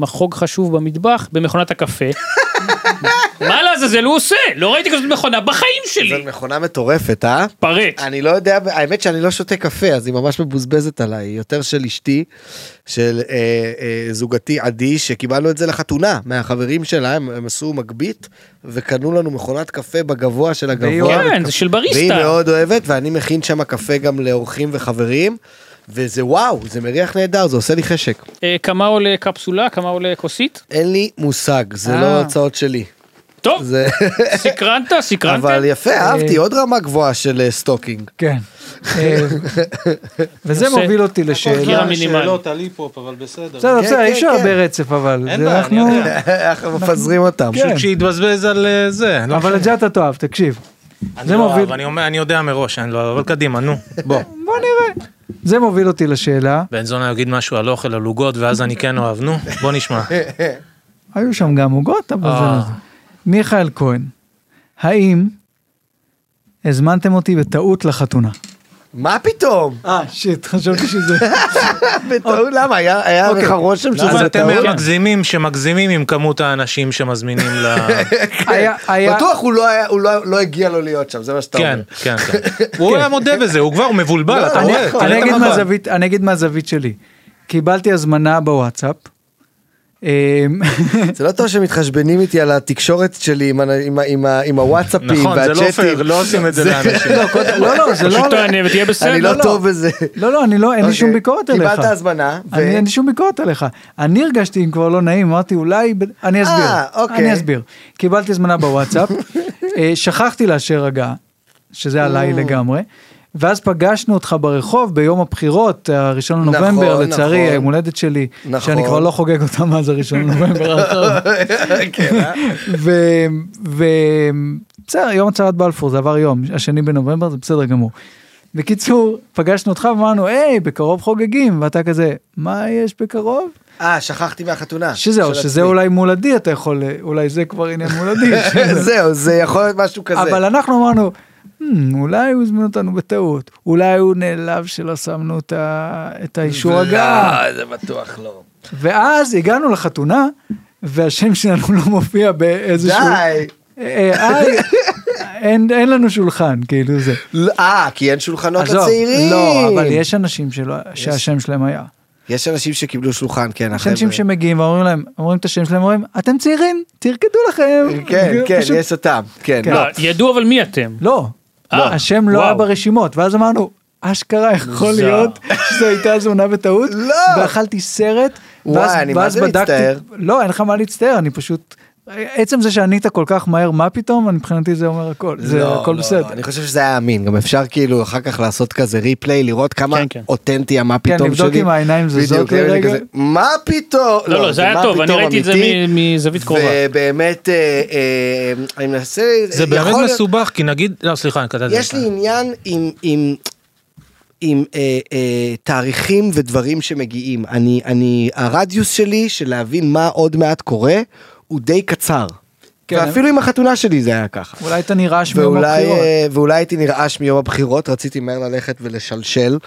Speaker 2: מחוג חשוב במטבח במכונת
Speaker 4: (laughs)
Speaker 2: הקפה. מה לעזאזל הוא עושה? לא ראיתי כזאת מכונה בחיים
Speaker 4: זו
Speaker 2: שלי.
Speaker 4: מכונה מטורפת, אה?
Speaker 2: פרט.
Speaker 4: אני לא יודע, האמת שאני לא שותה קפה, אז היא ממש מבוזבזת עליי, היא יותר של אשתי, של אה, אה, זוגתי עדי, שקיבלנו את זה לחתונה, מהחברים שלה, הם, הם עשו מגבית, וקנו לנו מכונת קפה בגבוה של הגבוה.
Speaker 2: כן, זה של
Speaker 4: והיא
Speaker 2: בריסטה.
Speaker 4: מאוד אוהבת, ואני מכין שם קפה גם לאורחים וחברים, וזה וואו, זה מריח נהדר, זה עושה לי חשק.
Speaker 2: אה, כמה עולה קפסולה? כמה עולה כוסית?
Speaker 4: אין לי מושג, זה
Speaker 1: אה.
Speaker 4: לא ההוצאות שלי.
Speaker 2: טוב,
Speaker 4: זה...
Speaker 2: סקרנת? סקרנתם?
Speaker 4: אבל יפה,
Speaker 2: אה.
Speaker 4: אהבתי, עוד רמה גבוהה של אה, סטוקינג. (laughs)
Speaker 1: כן. אה, וזה
Speaker 2: נושא-
Speaker 1: מוביל אותי
Speaker 2: סגירה
Speaker 1: לשאלה.
Speaker 2: הכל מינימלית.
Speaker 3: שאלות על היפ-הופ, אבל בסדר.
Speaker 1: בסדר,
Speaker 4: כן,
Speaker 1: בסדר, אי
Speaker 4: כן,
Speaker 1: אפשר
Speaker 4: כן.
Speaker 1: הרבה רצף אבל.
Speaker 3: אין
Speaker 1: זה
Speaker 3: בעיה,
Speaker 1: אנחנו-
Speaker 3: אני יודע.
Speaker 4: אנחנו מפזרים אותם.
Speaker 1: כן.
Speaker 3: פשוט שיתבזבז על אה, זה. אני לא
Speaker 1: אבל
Speaker 3: חושב-
Speaker 1: את זה אתה תאהב, תקשיב.
Speaker 3: אני
Speaker 1: זה
Speaker 3: לא
Speaker 1: מוביל-
Speaker 3: אוהב, אני אומר- אני יודע מראש, אני לא אוהב, אבל קדימה, נו, בוא.
Speaker 1: בוא נראה. זה מוביל אותי לשאלה,
Speaker 3: (laughs) בן זונה יגיד משהו על אוכל, על עוגות, ואז אני כן אוהב, נו, בוא נשמע.
Speaker 1: היו שם גם עוגות, אבל זה...
Speaker 3: אה.
Speaker 1: לא זה. מיכאל כהן, האם הזמנתם אותי בטעות לחתונה?
Speaker 4: מה פתאום?
Speaker 1: אה, שיט, חשבתי שזה...
Speaker 4: בטעות,
Speaker 1: אוקיי.
Speaker 4: למה? היה היה לך
Speaker 1: לא,
Speaker 4: רושם
Speaker 3: אז
Speaker 4: שזה
Speaker 3: אתם
Speaker 4: טעות?
Speaker 3: מגזימים שמגזימים עם כמות האנשים שמזמינים (laughs) ל...
Speaker 1: (laughs) היה- היה-
Speaker 4: בטוח הוא לא היה- הוא לא לא הגיע לו להיות שם, זה מה
Speaker 3: (laughs)
Speaker 4: שאתה
Speaker 3: כן, כן,
Speaker 4: אומר.
Speaker 3: כן. הוא היה מודה בזה, הוא כבר מבולבל,
Speaker 4: לא,
Speaker 3: אתה
Speaker 4: אני-
Speaker 3: רואה?
Speaker 4: אני
Speaker 3: תראה
Speaker 1: אני
Speaker 3: את
Speaker 1: אגיד
Speaker 3: המבט.
Speaker 1: מהזווית, אני אגיד מהזווית שלי. קיבלתי הזמנה בוואטסאפ. אמ,
Speaker 4: זה לא טוב שמתחשבנים איתי על התקשורת שלי עם ה- עם ה- עם ה- עם הוואטסאפים
Speaker 3: נכון, זה לא
Speaker 4: והצ'אטים.
Speaker 3: פייר, לא עושים את זה לאנשים.
Speaker 4: (laughs)
Speaker 1: לא, לא, זה לא...
Speaker 2: פשוט תענה ותהיה בסדר.
Speaker 4: אני לא טוב בזה.
Speaker 1: לא, לא, אני לא, אין לי שום
Speaker 4: אוקיי,
Speaker 1: ביקורת עליך.
Speaker 4: קיבלת הזמנה, ו-
Speaker 1: אני- אין לי שום ביקורת עליך. אני הרגשתי אם כבר לא נעים, אמרתי אולי... ב- אני אסביר.
Speaker 4: אה, אוקיי.
Speaker 1: אני אסביר. קיבלתי הזמנה
Speaker 4: (laughs)
Speaker 1: בוואטסאפ, אה, שכחתי לאשר הגעה, שזה עליי לגמרי. ואז פגשנו אותך ברחוב ביום הבחירות, הראשון לנובמבר,
Speaker 4: נכון,
Speaker 1: לצערי,
Speaker 4: נכון.
Speaker 1: יום הולדת שלי,
Speaker 4: נכון.
Speaker 1: שאני כבר לא חוגג אותה מאז הראשון לנובמבר
Speaker 4: (laughs)
Speaker 1: האחרון.
Speaker 4: כן, אה?
Speaker 1: ו- ו- בסדר, יום הצהרת בלפור, זה עבר יום, השני בנובמבר, זה בסדר גמור. בקיצור, פגשנו אותך ואמרנו, היי, בקרוב חוגגים, ואתה כזה, מה יש בקרוב?
Speaker 4: אה, שכחתי מהחתונה.
Speaker 1: שזהו,
Speaker 4: של
Speaker 1: שזה
Speaker 4: עצמי.
Speaker 1: אולי מול עדי, אתה יכול, אולי זה כבר עניין מול עדי. שזה-
Speaker 4: (laughs) זהו, (laughs) זה יכול להיות משהו כזה.
Speaker 1: אבל אנחנו אמרנו, "Hmm, אולי הוא הזמין אותנו בטעות, אולי הוא נעלב שלא שמנו את ה- את האישור הגעה.
Speaker 4: לא, זה בטוח לא.
Speaker 1: ואז הגענו לחתונה, והשם שלנו לא מופיע באיזשהו...
Speaker 4: די.
Speaker 1: אה, אה, אין אין לנו שולחן, כאילו זה.
Speaker 4: לא, אה, כי אין שולחנות
Speaker 1: עזוב,
Speaker 4: לצעירים.
Speaker 1: לא, אבל יש אנשים שלא- שהשם שלהם היה.
Speaker 4: יש אנשים שקיבלו שולחן, כן,
Speaker 1: יש אנשים
Speaker 4: החבר'ה.
Speaker 1: שמגיעים ואומרים להם, אומרים את השם שלהם, אומרים, אתם צעירים, תרקדו לכם. (laughs)
Speaker 4: כן,
Speaker 1: כאילו,
Speaker 4: כן,
Speaker 1: פשוט-
Speaker 4: יש אותם. כן,
Speaker 1: כן.
Speaker 4: לא.
Speaker 2: לא, ידעו אבל מי אתם.
Speaker 1: לא,
Speaker 2: אה,
Speaker 1: השם לא
Speaker 2: וואו.
Speaker 1: היה ברשימות, ואז אמרנו, אשכרה יכול
Speaker 2: מוזר.
Speaker 1: להיות שזו הייתה הזמנה בטעות,
Speaker 4: לא.
Speaker 1: ואכלתי סרט, ואז-
Speaker 4: וואי, אני מה
Speaker 1: ואז
Speaker 4: זה
Speaker 1: בדקתי-
Speaker 4: מצטער.
Speaker 1: לא, אין לך מה להצטער, אני פשוט... עצם זה שענית כל כך מהר, מה פתאום, אני- מבחינתי זה אומר הכל, זה
Speaker 4: לא,
Speaker 1: הכל
Speaker 4: לא,
Speaker 1: בסדר.
Speaker 4: לא, אני חושב שזה היה אמין, גם אפשר כאילו אחר כך לעשות כזה ריפליי, לראות כמה
Speaker 2: כן, כן.
Speaker 4: אותנטי המה
Speaker 1: כן,
Speaker 4: פתאום שלי.
Speaker 1: לבדוק אם העיניים זזות
Speaker 4: בדיוק, זה
Speaker 1: לרגע.
Speaker 4: כזה, מה פתאום?
Speaker 2: לא, לא, זה היה
Speaker 4: מה
Speaker 2: טוב, אני
Speaker 4: פתאום
Speaker 2: ראיתי את זה
Speaker 4: אמיתי,
Speaker 2: מ- מזווית קרובה.
Speaker 4: ובאמת, אה, אה, אני מנסה...
Speaker 3: זה
Speaker 4: יכול
Speaker 3: באמת
Speaker 4: להיות-
Speaker 3: מסובך, כי נגיד, לא, סליחה, אני קטעתי.
Speaker 4: יש
Speaker 3: אותך.
Speaker 4: לי עניין עם... עם... עם אה, אה, תאריכים ודברים שמגיעים. אני, אני, הרדיוס שלי של להבין מה עוד מעט קורה, הוא די קצר.
Speaker 1: כן,
Speaker 4: כן, ואפילו עם החתונה שלי זה היה ככה.
Speaker 1: אולי אתה נרעש מיום
Speaker 4: ואולי,
Speaker 1: הבחירות.
Speaker 4: אה, ואולי הייתי נרעש מיום הבחירות, רציתי מהר ללכת ולשלשל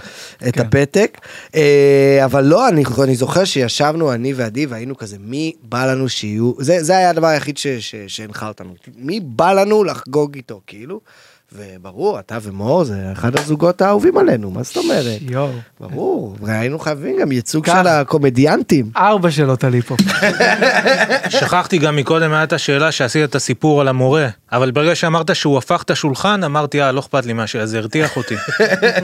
Speaker 4: את הפתק. אה, אבל לא, אני, אני זוכר שישבנו אני ועדי והיינו כזה, מי בא לנו שיהיו, זה, זה היה הדבר היחיד ש- ש- שהנחה אותנו, מי בא לנו לחגוג איתו, כאילו. וברור, אתה ומור זה אחד הזוגות האהובים עלינו, מה זאת אומרת?
Speaker 1: יואו.
Speaker 4: ברור, והיינו חייבים גם ייצוג
Speaker 1: כך.
Speaker 4: של הקומדיאנטים.
Speaker 1: ארבע שאלות על היפ-הופ.
Speaker 3: שכחתי גם מקודם, הייתה השאלה שעשית את הסיפור על המורה, אבל ברגע שאמרת שהוא הפך את השולחן, אמרתי, אה, לא אכפת לי מהשאלה, זה הרתיח אותי.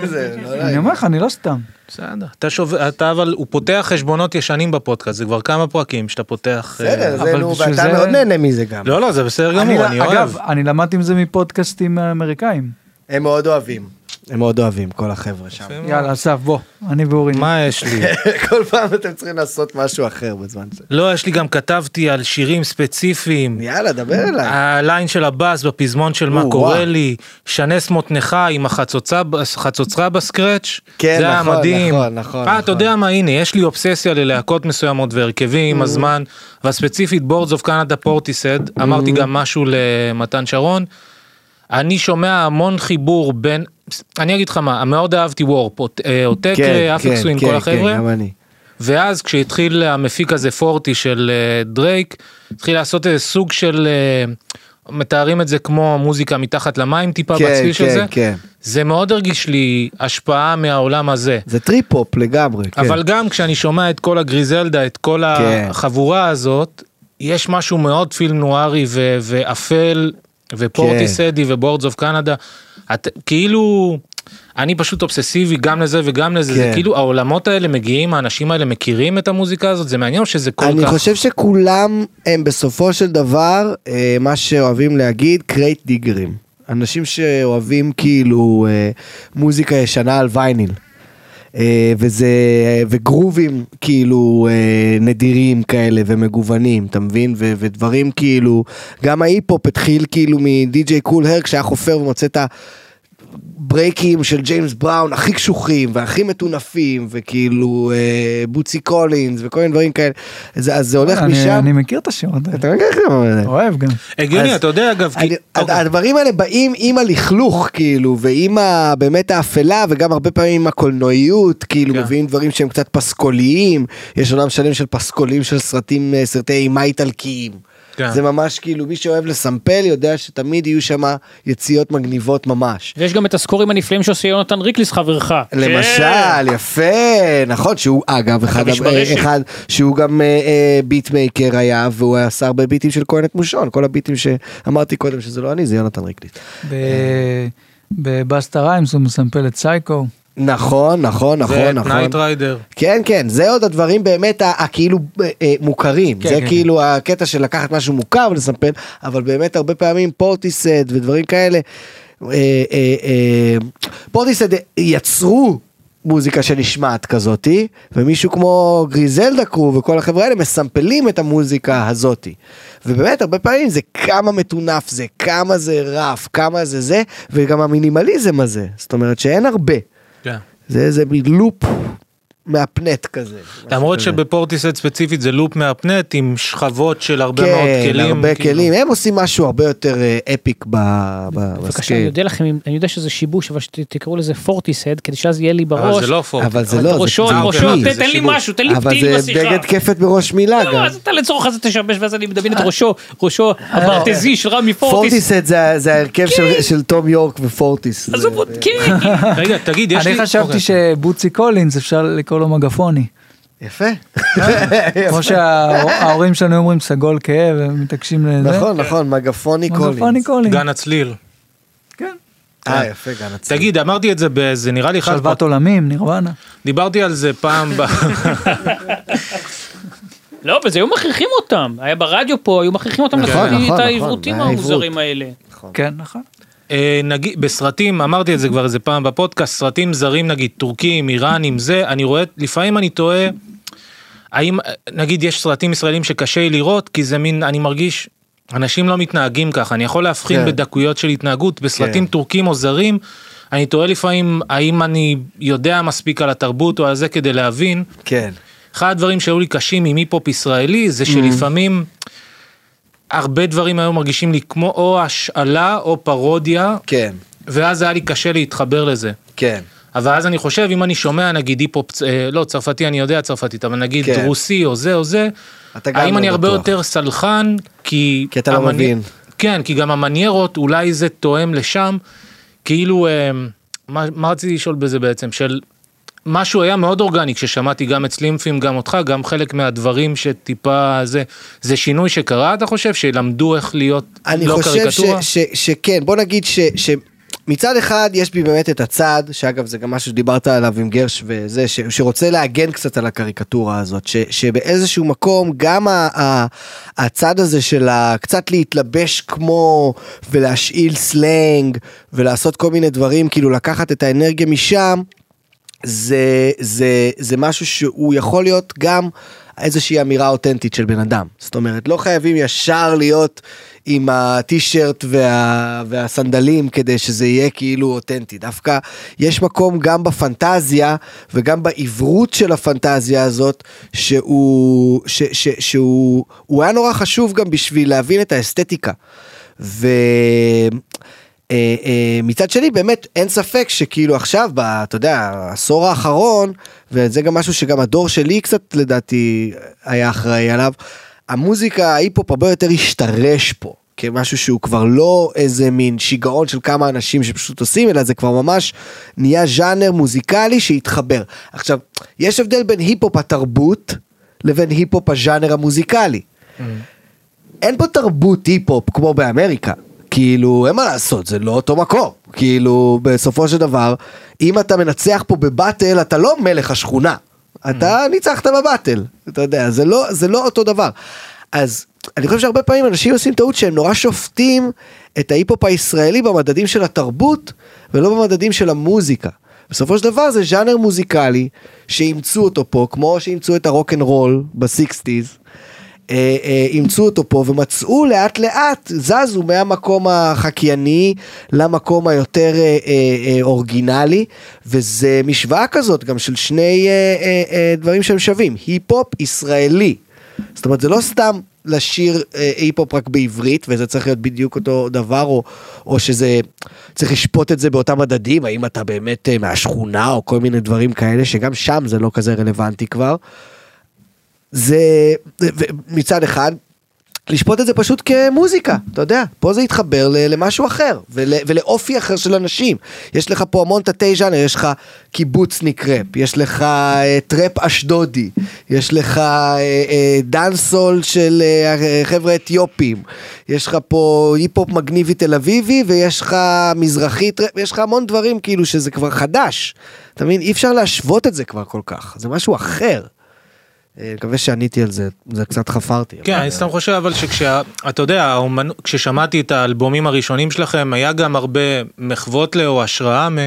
Speaker 4: זה לא
Speaker 1: אני אומר לך, אני לא סתם.
Speaker 3: בסדר. אתה שוב... אתה אבל, הוא פותח חשבונות ישנים בפודקאסט, זה כבר כמה פרקים שאתה פותח... אה,
Speaker 4: בסדר, זה
Speaker 1: אבל
Speaker 4: נו,
Speaker 1: בשביל
Speaker 4: ואתה
Speaker 1: זה-
Speaker 4: מאוד נהנה מזה גם.
Speaker 3: לא, לא, זה בסדר גמור, אני
Speaker 1: אני-
Speaker 3: אוהב.
Speaker 1: אגב, אני למדתי עם זה מפודקאסטים אמריקאים.
Speaker 4: הם מאוד אוהבים. הם מאוד אוהבים, כל החבר'ה שם.
Speaker 1: יאללה, אסף, בוא, אני ואורי.
Speaker 3: מה יש
Speaker 4: (laughs)
Speaker 3: לי?
Speaker 4: כל פעם אתם צריכים לעשות משהו אחר בזמן ש...
Speaker 3: לא, יש לי גם כתבתי על שירים ספציפיים.
Speaker 4: יאללה, דבר
Speaker 3: אה,
Speaker 4: אליי.
Speaker 3: הליין של הבאס בפזמון של מה
Speaker 4: או,
Speaker 3: קורה
Speaker 4: וואו.
Speaker 3: לי, שנה שמותנך עם החצוצה בס- חצוצרה בסקרץ',
Speaker 4: כן,
Speaker 3: זה היה
Speaker 4: נכון,
Speaker 3: מדהים.
Speaker 4: נכון, נכון,
Speaker 3: אה,
Speaker 4: נכון.
Speaker 3: אתה יודע מה, הנה, יש לי אובססיה ללהקות מסוימות והרכבים עם
Speaker 4: Mm-hmm.
Speaker 3: הזמן, והספציפית בורדס אוף קנדה פורטיסד, אמרתי גם משהו למתן שרון. אני שומע המון חיבור בין, אני אגיד לך מה, מאוד אהבתי וורפ, אות- אה, עותק,
Speaker 4: כן,
Speaker 3: אפיק סווין, כל החבר'ה.
Speaker 4: גם אני.
Speaker 3: ואז כשהתחיל המפיק הזה פורטי של אה, דרייק, התחיל לעשות איזה סוג של, אה, מתארים את זה כמו מוזיקה מתחת למים טיפה
Speaker 4: כן,
Speaker 3: בצליל של
Speaker 4: כן,
Speaker 3: זה,
Speaker 4: כן.
Speaker 3: זה מאוד הרגיש לי השפעה מהעולם הזה.
Speaker 4: זה טריפ-הופ לגמרי, כן.
Speaker 3: אבל גם כשאני שומע את כל הגריזלדה, את כל
Speaker 4: כן.
Speaker 3: החבורה הזאת, יש משהו מאוד פיל נוארי ו-
Speaker 4: כן.
Speaker 3: ואפל, ופורטיסדי ובורדס אוף קנדה, את- כאילו... אני פשוט אובססיבי גם לזה וגם לזה, זה
Speaker 4: כן.
Speaker 3: כאילו העולמות האלה מגיעים, האנשים האלה מכירים את המוזיקה הזאת, זה מעניין או שזה כל
Speaker 4: אני
Speaker 3: כך...
Speaker 4: חושב שכולם הם בסופו של דבר, אה, מה שאוהבים להגיד, קרייט דיגרים. אנשים שאוהבים כאילו אה, מוזיקה ישנה על וייניל. אה, וזה, וגרובים כאילו אה, נדירים כאלה ומגוונים, אתה מבין? ו, ודברים כאילו, גם ההיפ-הופ התחיל כאילו מדי-ג'יי קול הר כשהיה חופר ומוצא את ה... ברייקים של ג'יימס בראון הכי קשוחים והכי מטונפים וכאילו אה, בוצי קולינס וכל מיני דברים כאלה זה, אז זה הולך
Speaker 1: אה, אני-
Speaker 4: משם.
Speaker 1: אני מכיר את השמות האלה.
Speaker 4: אתה מבין איך זה אומר?
Speaker 1: אוהב גם.
Speaker 3: הגיוני,
Speaker 4: אז-
Speaker 3: אתה יודע אגב,
Speaker 4: אני,
Speaker 3: כי- אוקיי.
Speaker 4: הדברים האלה באים עם הלכלוך כאילו ועם ה, באמת האפלה וגם הרבה פעמים עם הקולנועיות כאילו
Speaker 3: כן.
Speaker 4: מביאים דברים שהם קצת פסקוליים יש עולם שלם של פסקולים של סרטים אה, סרטי אימה איטלקיים.
Speaker 3: כן.
Speaker 4: זה ממש כאילו מי שאוהב לסמפל יודע שתמיד יהו שם יציאות מגניבות ממש.
Speaker 2: ויש גם את הסקורים הנפלאים שעושה יונתן ריקליס חברך.
Speaker 4: למשל יפה נכון שהוא אגב אחד,
Speaker 2: איש
Speaker 4: אה,
Speaker 2: ברשת.
Speaker 4: אחד שהוא גם אה, אה, ביטמייקר היה והוא עשה הרבה ביטים של כהן את מושון כל הביטים שאמרתי קודם שזה לא אני זה יונתן ריקליס.
Speaker 1: ב- בבאסטה ריימס הוא מסמפל את סייקו.
Speaker 4: נכון נכון
Speaker 3: זה
Speaker 4: נכון נכון
Speaker 3: נייט ריידר.
Speaker 4: כן כן זה עוד הדברים באמת ה- הכאילו אה, אה, מוכרים
Speaker 1: כן,
Speaker 4: זה
Speaker 1: כן,
Speaker 4: כאילו הקטע של לקחת משהו מוכר ולסמפל אבל באמת הרבה פעמים פורטיסד ודברים כאלה אה, אה, אה, פורטיסד יצרו. מוזיקה שנשמעת כזאתי ומישהו כמו גריזלדה קרו וכל החברה האלה מסמפלים את המוזיקה הזאתי. ובאמת הרבה פעמים זה כמה מטונף זה כמה זה רף כמה זה זה וגם המינימליזם הזה זאת אומרת שאין הרבה.
Speaker 3: כן.
Speaker 4: זה איזה מין לופ מהפנט כזה.
Speaker 3: למרות
Speaker 4: משהו כזה.
Speaker 3: שבפורטיסט ספציפית זה לופ מהפנט עם שכבות של הרבה מאוד
Speaker 4: כן,
Speaker 3: כלים.
Speaker 4: הרבה
Speaker 3: כאילו.
Speaker 4: כלים, הם עושים משהו הרבה יותר אה, אפיק ב- ב-
Speaker 2: בבקשה, אני
Speaker 4: בסקייל.
Speaker 2: יודע לכם, אם- אני יודע שזה שיבוש, אבל שתקראו לזה פורטיסד, כדי שאז יהיה לי
Speaker 3: אבל
Speaker 2: בראש.
Speaker 3: זה לא פורט.
Speaker 4: אבל זה
Speaker 2: אבל
Speaker 4: לא,
Speaker 2: ראשו,
Speaker 4: זה
Speaker 3: אה,
Speaker 2: ראשו,
Speaker 3: אוקיי,
Speaker 4: פיל.
Speaker 2: תן-
Speaker 3: זה
Speaker 2: תן לי
Speaker 3: שיבוש.
Speaker 2: משהו, תן לי
Speaker 4: אבל
Speaker 2: פתיל
Speaker 4: זה
Speaker 2: בשיחה.
Speaker 4: בגד כפת בראש מילה
Speaker 2: לא,
Speaker 4: גם.
Speaker 2: אז אתה לצורך הזה תשבש, ואז אני מדמיין את ראשו, ראשו הברטזי של רמי פורטיס. כן.
Speaker 4: פורטיסט זה זה ההרכב של- של תום יורק ופורטיס. זה-
Speaker 2: עזוב, כן, כן.
Speaker 3: רגע, תגיד, יש לי...
Speaker 1: אני חשבתי
Speaker 3: אוקיי.
Speaker 1: שבוצי קולינס אפשר לקרוא לו מגפוני.
Speaker 2: אה,
Speaker 4: יפה.
Speaker 1: כמו שההורים שלנו אומרים סגול כהה והם מתעקשים לזה.
Speaker 4: נכון, נכון, מגפוני
Speaker 1: מגפוני
Speaker 4: קולינס.
Speaker 1: קולינס.
Speaker 3: גן הצליל.
Speaker 1: כן.
Speaker 4: אה, יפה, גן הצד.
Speaker 3: תגיד, אמרתי את זה באיזה, נראה לי אחד...
Speaker 1: שלוות עולמים, נירוונה.
Speaker 3: דיברתי על זה פעם ב...
Speaker 4: (laughs)
Speaker 2: לא, אבל זה היו מכריחים אותם. היה ברדיו פה, היו מכריחים אותם
Speaker 4: נכון,
Speaker 2: להקריא
Speaker 4: נכון,
Speaker 2: את
Speaker 4: נכון,
Speaker 2: העברותים
Speaker 4: זה היה עברות.
Speaker 2: המוזרים האלה.
Speaker 1: כן, נכון.
Speaker 3: אה, נגיד, בסרטים, אמרתי את זה כבר איזה פעם בפודקאסט, סרטים זרים נגיד, טורקים, איראנים, זה, אני רואה, לפעמים אני תוהה, האם, אה, נגיד יש סרטים ישראלים שקשה לי לראות, כי זה מין, אני מרגיש, אנשים לא מתנהגים ככה, אני יכול להבחין
Speaker 4: כן.
Speaker 3: בדקויות של התנהגות, בסרטים
Speaker 4: כן.
Speaker 3: טורקים או זרים, אני תוהה לפעמים, האם אני יודע מספיק על התרבות או על זה כדי להבין.
Speaker 4: כן.
Speaker 3: אחד הדברים שהיו לי קשים עם היפ-הופ ישראלי זה שלפעמים הרבה דברים היו מרגישים לי כמו או השאלה או פרודיה
Speaker 4: כן,
Speaker 3: ואז היה לי קשה להתחבר לזה.
Speaker 4: כן.
Speaker 3: אבל אז אני חושב אם אני שומע נגיד היפ-הופ, צ- אה, לא צרפתי אני יודע צרפתית אבל נגיד
Speaker 4: כן.
Speaker 3: רוסי או זה או זה,
Speaker 4: אתה גם
Speaker 3: האם
Speaker 4: לא
Speaker 3: אני הרבה
Speaker 4: בטוח.
Speaker 3: יותר סלחן כי...
Speaker 4: כי אתה לא
Speaker 3: המני-
Speaker 4: מבין.
Speaker 3: כן כי גם המניירות אולי זה תואם לשם כאילו אה, מה מה רציתי לשאול בזה בעצם של משהו היה מאוד אורגני כששמעתי גם את סלימפים גם אותך גם חלק מהדברים שטיפה זה זה שינוי שקרה אתה חושב שלמדו איך להיות
Speaker 4: אני
Speaker 3: לא
Speaker 4: חושב ש,
Speaker 3: קריקטורה?
Speaker 4: ש, שכן, בוא נגיד ש, שמצד אחד יש בי באמת את הצד, שאגב זה גם משהו שדיברת עליו עם גרש וזה, ש, שרוצה להגן קצת על הקריקטורה הזאת, ש, שבאיזשהו מקום גם ה, ה, הצד הזה של ה- קצת להתלבש כמו ולהשאיל סלנג ולעשות כל מיני דברים, כאילו לקחת את האנרגיה משם, זה, זה, זה משהו שהוא יכול להיות גם איזושהי אמירה אותנטית של בן אדם. זאת אומרת, לא חייבים ישר להיות עם הטישרט וה, והסנדלים כדי שזה יהיה כאילו אותנטי. דווקא יש מקום גם בפנטזיה וגם בעברות של הפנטזיה הזאת, שהוא, ש, ש, שהוא הוא היה נורא חשוב גם בשביל להבין את האסתטיקה. ו... אה, אה, מצד שני באמת אין ספק שכאילו עכשיו ב- אתה יודע העשור האחרון וזה גם משהו שגם הדור שלי קצת לדעתי היה אחראי עליו. המוזיקה ההיפ-הופ הרבה יותר השתרש פה כמשהו שהוא כבר לא איזה מין שיגעון של כמה אנשים שפשוט עושים אלא זה כבר ממש נהיה ז'אנר מוזיקלי שהתחבר. עכשיו יש הבדל בין היפ-הופ התרבות לבין היפ-הופ הז'אנר המוזיקלי. אין פה תרבות היפ-הופ כמו באמריקה. כאילו, אין מה לעשות, זה לא אותו מקום. כאילו, בסופו של דבר, אם אתה מנצח פה בבאטל, אתה לא מלך השכונה. אתה ניצחת בבאטל. אתה יודע, זה לא, זה לא אותו דבר. אז אני חושב שהרבה פעמים אנשים עושים טעות שהם נורא שופטים את ההיפ-הופ הישראלי במדדים של התרבות, ולא במדדים של המוזיקה. בסופו של דבר זה ז'אנר מוזיקלי שאימצו אותו פה, כמו שאימצו את הרוקנרול בסיקסטיז. אה, אה, אימצו אותו פה ומצאו לאט לאט זזו מהמקום החקייני למקום היותר אה, אה, אה, אורגינלי וזה משוואה כזאת גם של שני אה, אה, אה, דברים שהם שווים היפ-הופ ישראלי. זאת אומרת זה לא סתם לשיר אה, היפ-הופ רק בעברית וזה צריך להיות בדיוק אותו דבר או, או שזה צריך לשפוט את זה באותם מדדים האם אתה באמת אה, מהשכונה או כל מיני דברים כאלה שגם שם זה לא כזה רלוונטי כבר. זה זה- ו- מצד אחד. לשפוט את זה פשוט כמוזיקה, אתה יודע, פה זה התחבר ל- למשהו אחר ול, ולאופי אחר של אנשים. יש לך פה המון תתי ז'אנר, יש לך קיבוצניק ראפ, יש לך אה, טראפ אשדודי, יש לך אה, אה, דאנסול של אה, אה, חבר'ה אתיופים, יש לך פה היפ-הופ מגניבי תל אביבי ויש לך מזרחית ראפ, יש לך המון דברים כאילו שזה כבר חדש. אתה מבין, אי אפשר להשוות את זה כבר כל כך, זה משהו אחר. אה, מקווה שעניתי על זה, זה קצת חפרתי.
Speaker 3: כן, אני סתם חושב אבל שכשה... אתה יודע, האומנ... כששמעתי את האלבומים הראשונים שלכם, היה גם הרבה מחוות לאו השראה, מ...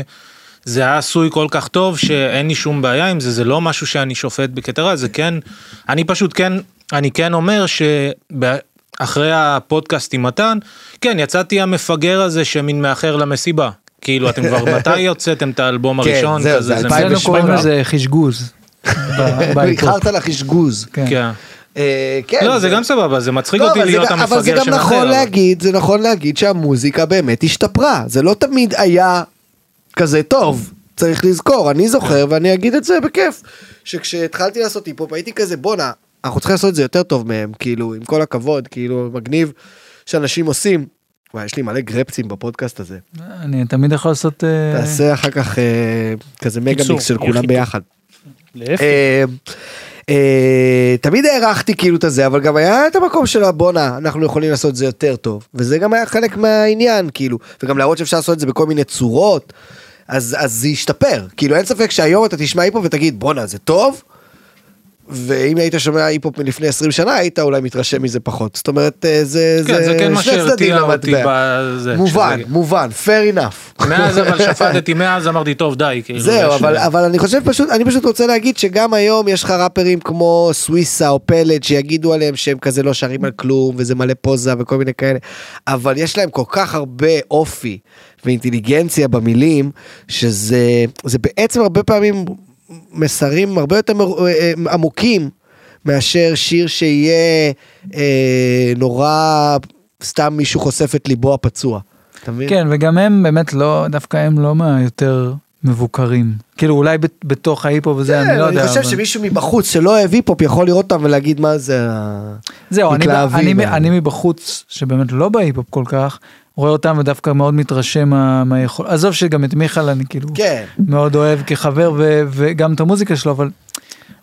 Speaker 3: זה היה עשוי כל כך טוב שאין לי שום בעיה עם זה, זה לא משהו שאני שופט בקטע רע, זה כן, אני פשוט כן, אני כן אומר שאחרי הפודקאסט עם מתן, כן, יצאתי המפגר הזה שמין מאחר למסיבה. כאילו, אתם
Speaker 4: (laughs)
Speaker 3: כבר מתי הוצאתם את האלבום
Speaker 4: כן,
Speaker 3: הראשון?
Speaker 4: זהו,
Speaker 3: כזה,
Speaker 4: זה
Speaker 3: זה
Speaker 1: אצלנו
Speaker 4: 2008.
Speaker 1: קוראים לזה
Speaker 4: (laughs)
Speaker 1: חשגוז. ב- בהיפ-הופ.
Speaker 4: איחרת לך אישגוז.
Speaker 1: כן.
Speaker 3: כן.
Speaker 4: אה, כן.
Speaker 3: לא, זה גם סבבה, זה מצחיק
Speaker 4: לא,
Speaker 3: אותי
Speaker 4: אבל זה
Speaker 3: להיות
Speaker 4: גם- אבל זה
Speaker 3: המפגר
Speaker 4: גם
Speaker 3: שמאחר.
Speaker 4: נכון
Speaker 3: אבל-
Speaker 4: להגיד, זה נכון להגיד שהמוזיקה באמת השתפרה. זה לא תמיד היה כזה טוב. צריך לזכור, אני זוכר ואני אגיד את זה בכיף. שכשהתחלתי לעשות היפ-הופ הייתי כזה בואנה, אנחנו צריכים לעשות את זה יותר טוב מהם, כאילו, עם כל הכבוד, כאילו, מגניב שאנשים עושים. וואי, יש לי מלא גרפצים בפודקאסט הזה.
Speaker 1: אני תמיד יכול לעשות... אה,
Speaker 4: תעשה אחר כך אה, כזה מגה
Speaker 2: קיצור,
Speaker 4: מיקס של
Speaker 2: יהיה
Speaker 4: כולם
Speaker 2: חיתוך.
Speaker 4: ביחד.
Speaker 2: להפך.
Speaker 4: אה, אה, תמיד הערכתי כאילו את הזה אבל גם היה את המקום של הבואנה אנחנו יכולים לעשות את זה יותר טוב וזה גם היה חלק מהעניין כאילו וגם להראות שאפשר לעשות את זה בכל מיני צורות אז אז זה השתפר כאילו אין ספק שהיום אתה תשמע היפו ותגיד בואנה זה טוב. ואם היית שומע היפ-הופ מלפני 20 שנה היית אולי מתרשם מזה פחות זאת אומרת אה, זה
Speaker 3: כן, זה כן מה
Speaker 4: שני צדדים
Speaker 3: שהרתיע אותי
Speaker 4: למטבע.
Speaker 3: בזה.
Speaker 4: מובן
Speaker 3: שזה-
Speaker 4: מובן fair enough.
Speaker 3: מאז אבל
Speaker 4: (laughs)
Speaker 3: שפטתי, מאז אמרתי טוב די. כאילו,
Speaker 4: זהו,
Speaker 3: יש-
Speaker 4: אבל, אבל אני חושב פשוט, אני פשוט רוצה להגיד שגם היום יש לך ראפרים כמו סוויסה או פלד שיגידו עליהם שהם כזה לא שרים על כלום וזה מלא פוזה וכל מיני כאלה, אבל יש להם כל כך הרבה אופי ואינטליגנציה במילים, שזה זה בעצם הרבה פעמים מסרים הרבה יותר מר- אה, אה, עמוקים מאשר שיר שיהיה אה, נורא סתם מישהו חושף את ליבו הפצוע. אתה מבין?
Speaker 1: כן, וגם הם באמת לא, דווקא הם לא מהיותר מבוקרים. כאילו אולי בת- בתוך ההיפ-הופ וזה,
Speaker 4: כן,
Speaker 1: אני לא יודע.
Speaker 4: אני חושב
Speaker 1: אבל-
Speaker 4: שמישהו מבחוץ שלא אוהב היפ-הופ יכול לראות אותם ולהגיד מה זה ה-
Speaker 1: זהו, אני, אני,
Speaker 4: מתלהבים, אבל-
Speaker 1: אני מבחוץ, שבאמת לא בהיפ-הופ כל כך, רואה אותם ודווקא מאוד מתרשם מה- מהיכול... עזוב שגם את מיכל אני כאילו
Speaker 4: כן.
Speaker 1: מאוד אוהב כחבר, ו, וגם את המוזיקה שלו, אבל,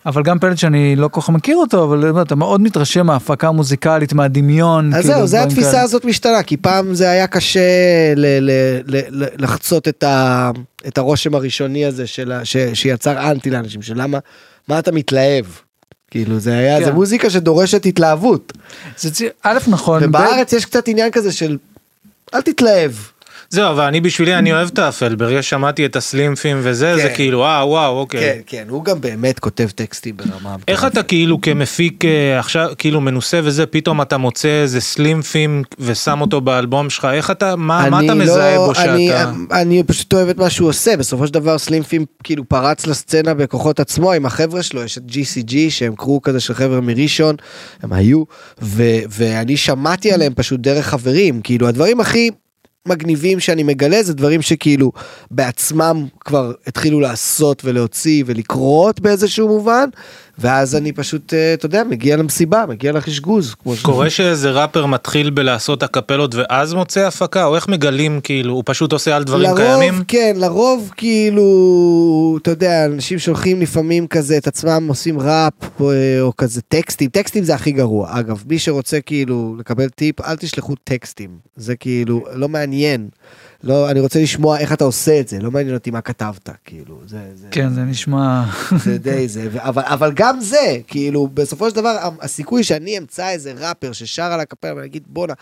Speaker 1: אבל גם פלד שאני לא כל כך מכיר אותו, אבל אתה מאוד מתרשם מההפקה המוזיקלית, מהדמיון.
Speaker 4: אז
Speaker 1: כאילו,
Speaker 4: זהו, זה
Speaker 1: דברים
Speaker 4: התפיסה
Speaker 1: כאלה.
Speaker 4: הזאת משתנה, כי פעם זה היה קשה ל- ל- ל- ל- לחצות את ה- את הרושם הראשוני הזה של ה- ש- שיצר אנטי לאנשים, של למה, מה אתה מתלהב? כאילו זה היה,
Speaker 1: כן.
Speaker 4: זה מוזיקה שדורשת התלהבות,
Speaker 1: זה צי... א', נכון.
Speaker 4: ובארץ יש קצת עניין כזה של אל תתלהב.
Speaker 3: זהו, אבל אני בשבילי, אני אוהב את האפל, ברגע ששמעתי את הסלימפים וזה, זה
Speaker 4: כן.
Speaker 3: כאילו, אה, וואו,
Speaker 4: כן,
Speaker 3: אוקיי.
Speaker 4: כן, הוא גם באמת כותב טקסטים ברמה.
Speaker 3: איך אתה כאילו כמפיק אה, עכשיו, כאילו מנוסה וזה, פתאום אתה מוצא איזה סלימפים ושם אותו באלבום שלך, איך אתה, מה מה
Speaker 4: אני
Speaker 3: אתה מזהה
Speaker 4: לא-
Speaker 3: בו
Speaker 4: אני,
Speaker 3: שאתה...
Speaker 4: אני פשוט אוהב את מה שהוא עושה, בסופו של דבר סלימפים כאילו פרץ לסצנה בכוחות עצמו עם החבר'ה שלו, יש את GCG שהם קרו כזה של חבר'ה מראשון, הם היו, ו, ואני שמעתי עליהם פשוט דרך חברים, כאילו הדברים הכי מגניבים שאני מגלה זה דברים שכאילו בעצמם כבר התחילו לעשות ולהוציא ולקרות באיזשהו מובן, ואז אני פשוט, אה, אתה יודע, מגיע למסיבה, מגיע לחשגוז. כמו ש-
Speaker 3: קורה שאיזה ראפר מתחיל בלעשות הקפלות ואז מוצא הפקה או איך מגלים כאילו הוא פשוט עושה על דברים
Speaker 4: לרוב,
Speaker 3: קיימים
Speaker 4: כן, לרוב כאילו, אתה יודע, אנשים שולחים לפעמים כזה את עצמם עושים ראפ אה, או כזה טקסטים, טקסטים זה הכי גרוע. אגב, מי שרוצה כאילו לקבל טיפ, אל תשלחו טקסטים, זה כאילו לא מעניין. לא, אני רוצה לשמוע איך אתה עושה את זה, לא מעניין אותי מה כתבת, כאילו, זה, זה,
Speaker 1: כן, זה נשמע...
Speaker 4: זה די זה, ו- אבל, אבל גם זה, כאילו, בסופו של דבר, ה- הסיכוי שאני אמצא איזה ראפר ששר על הקפלה ואני אגיד בואנה,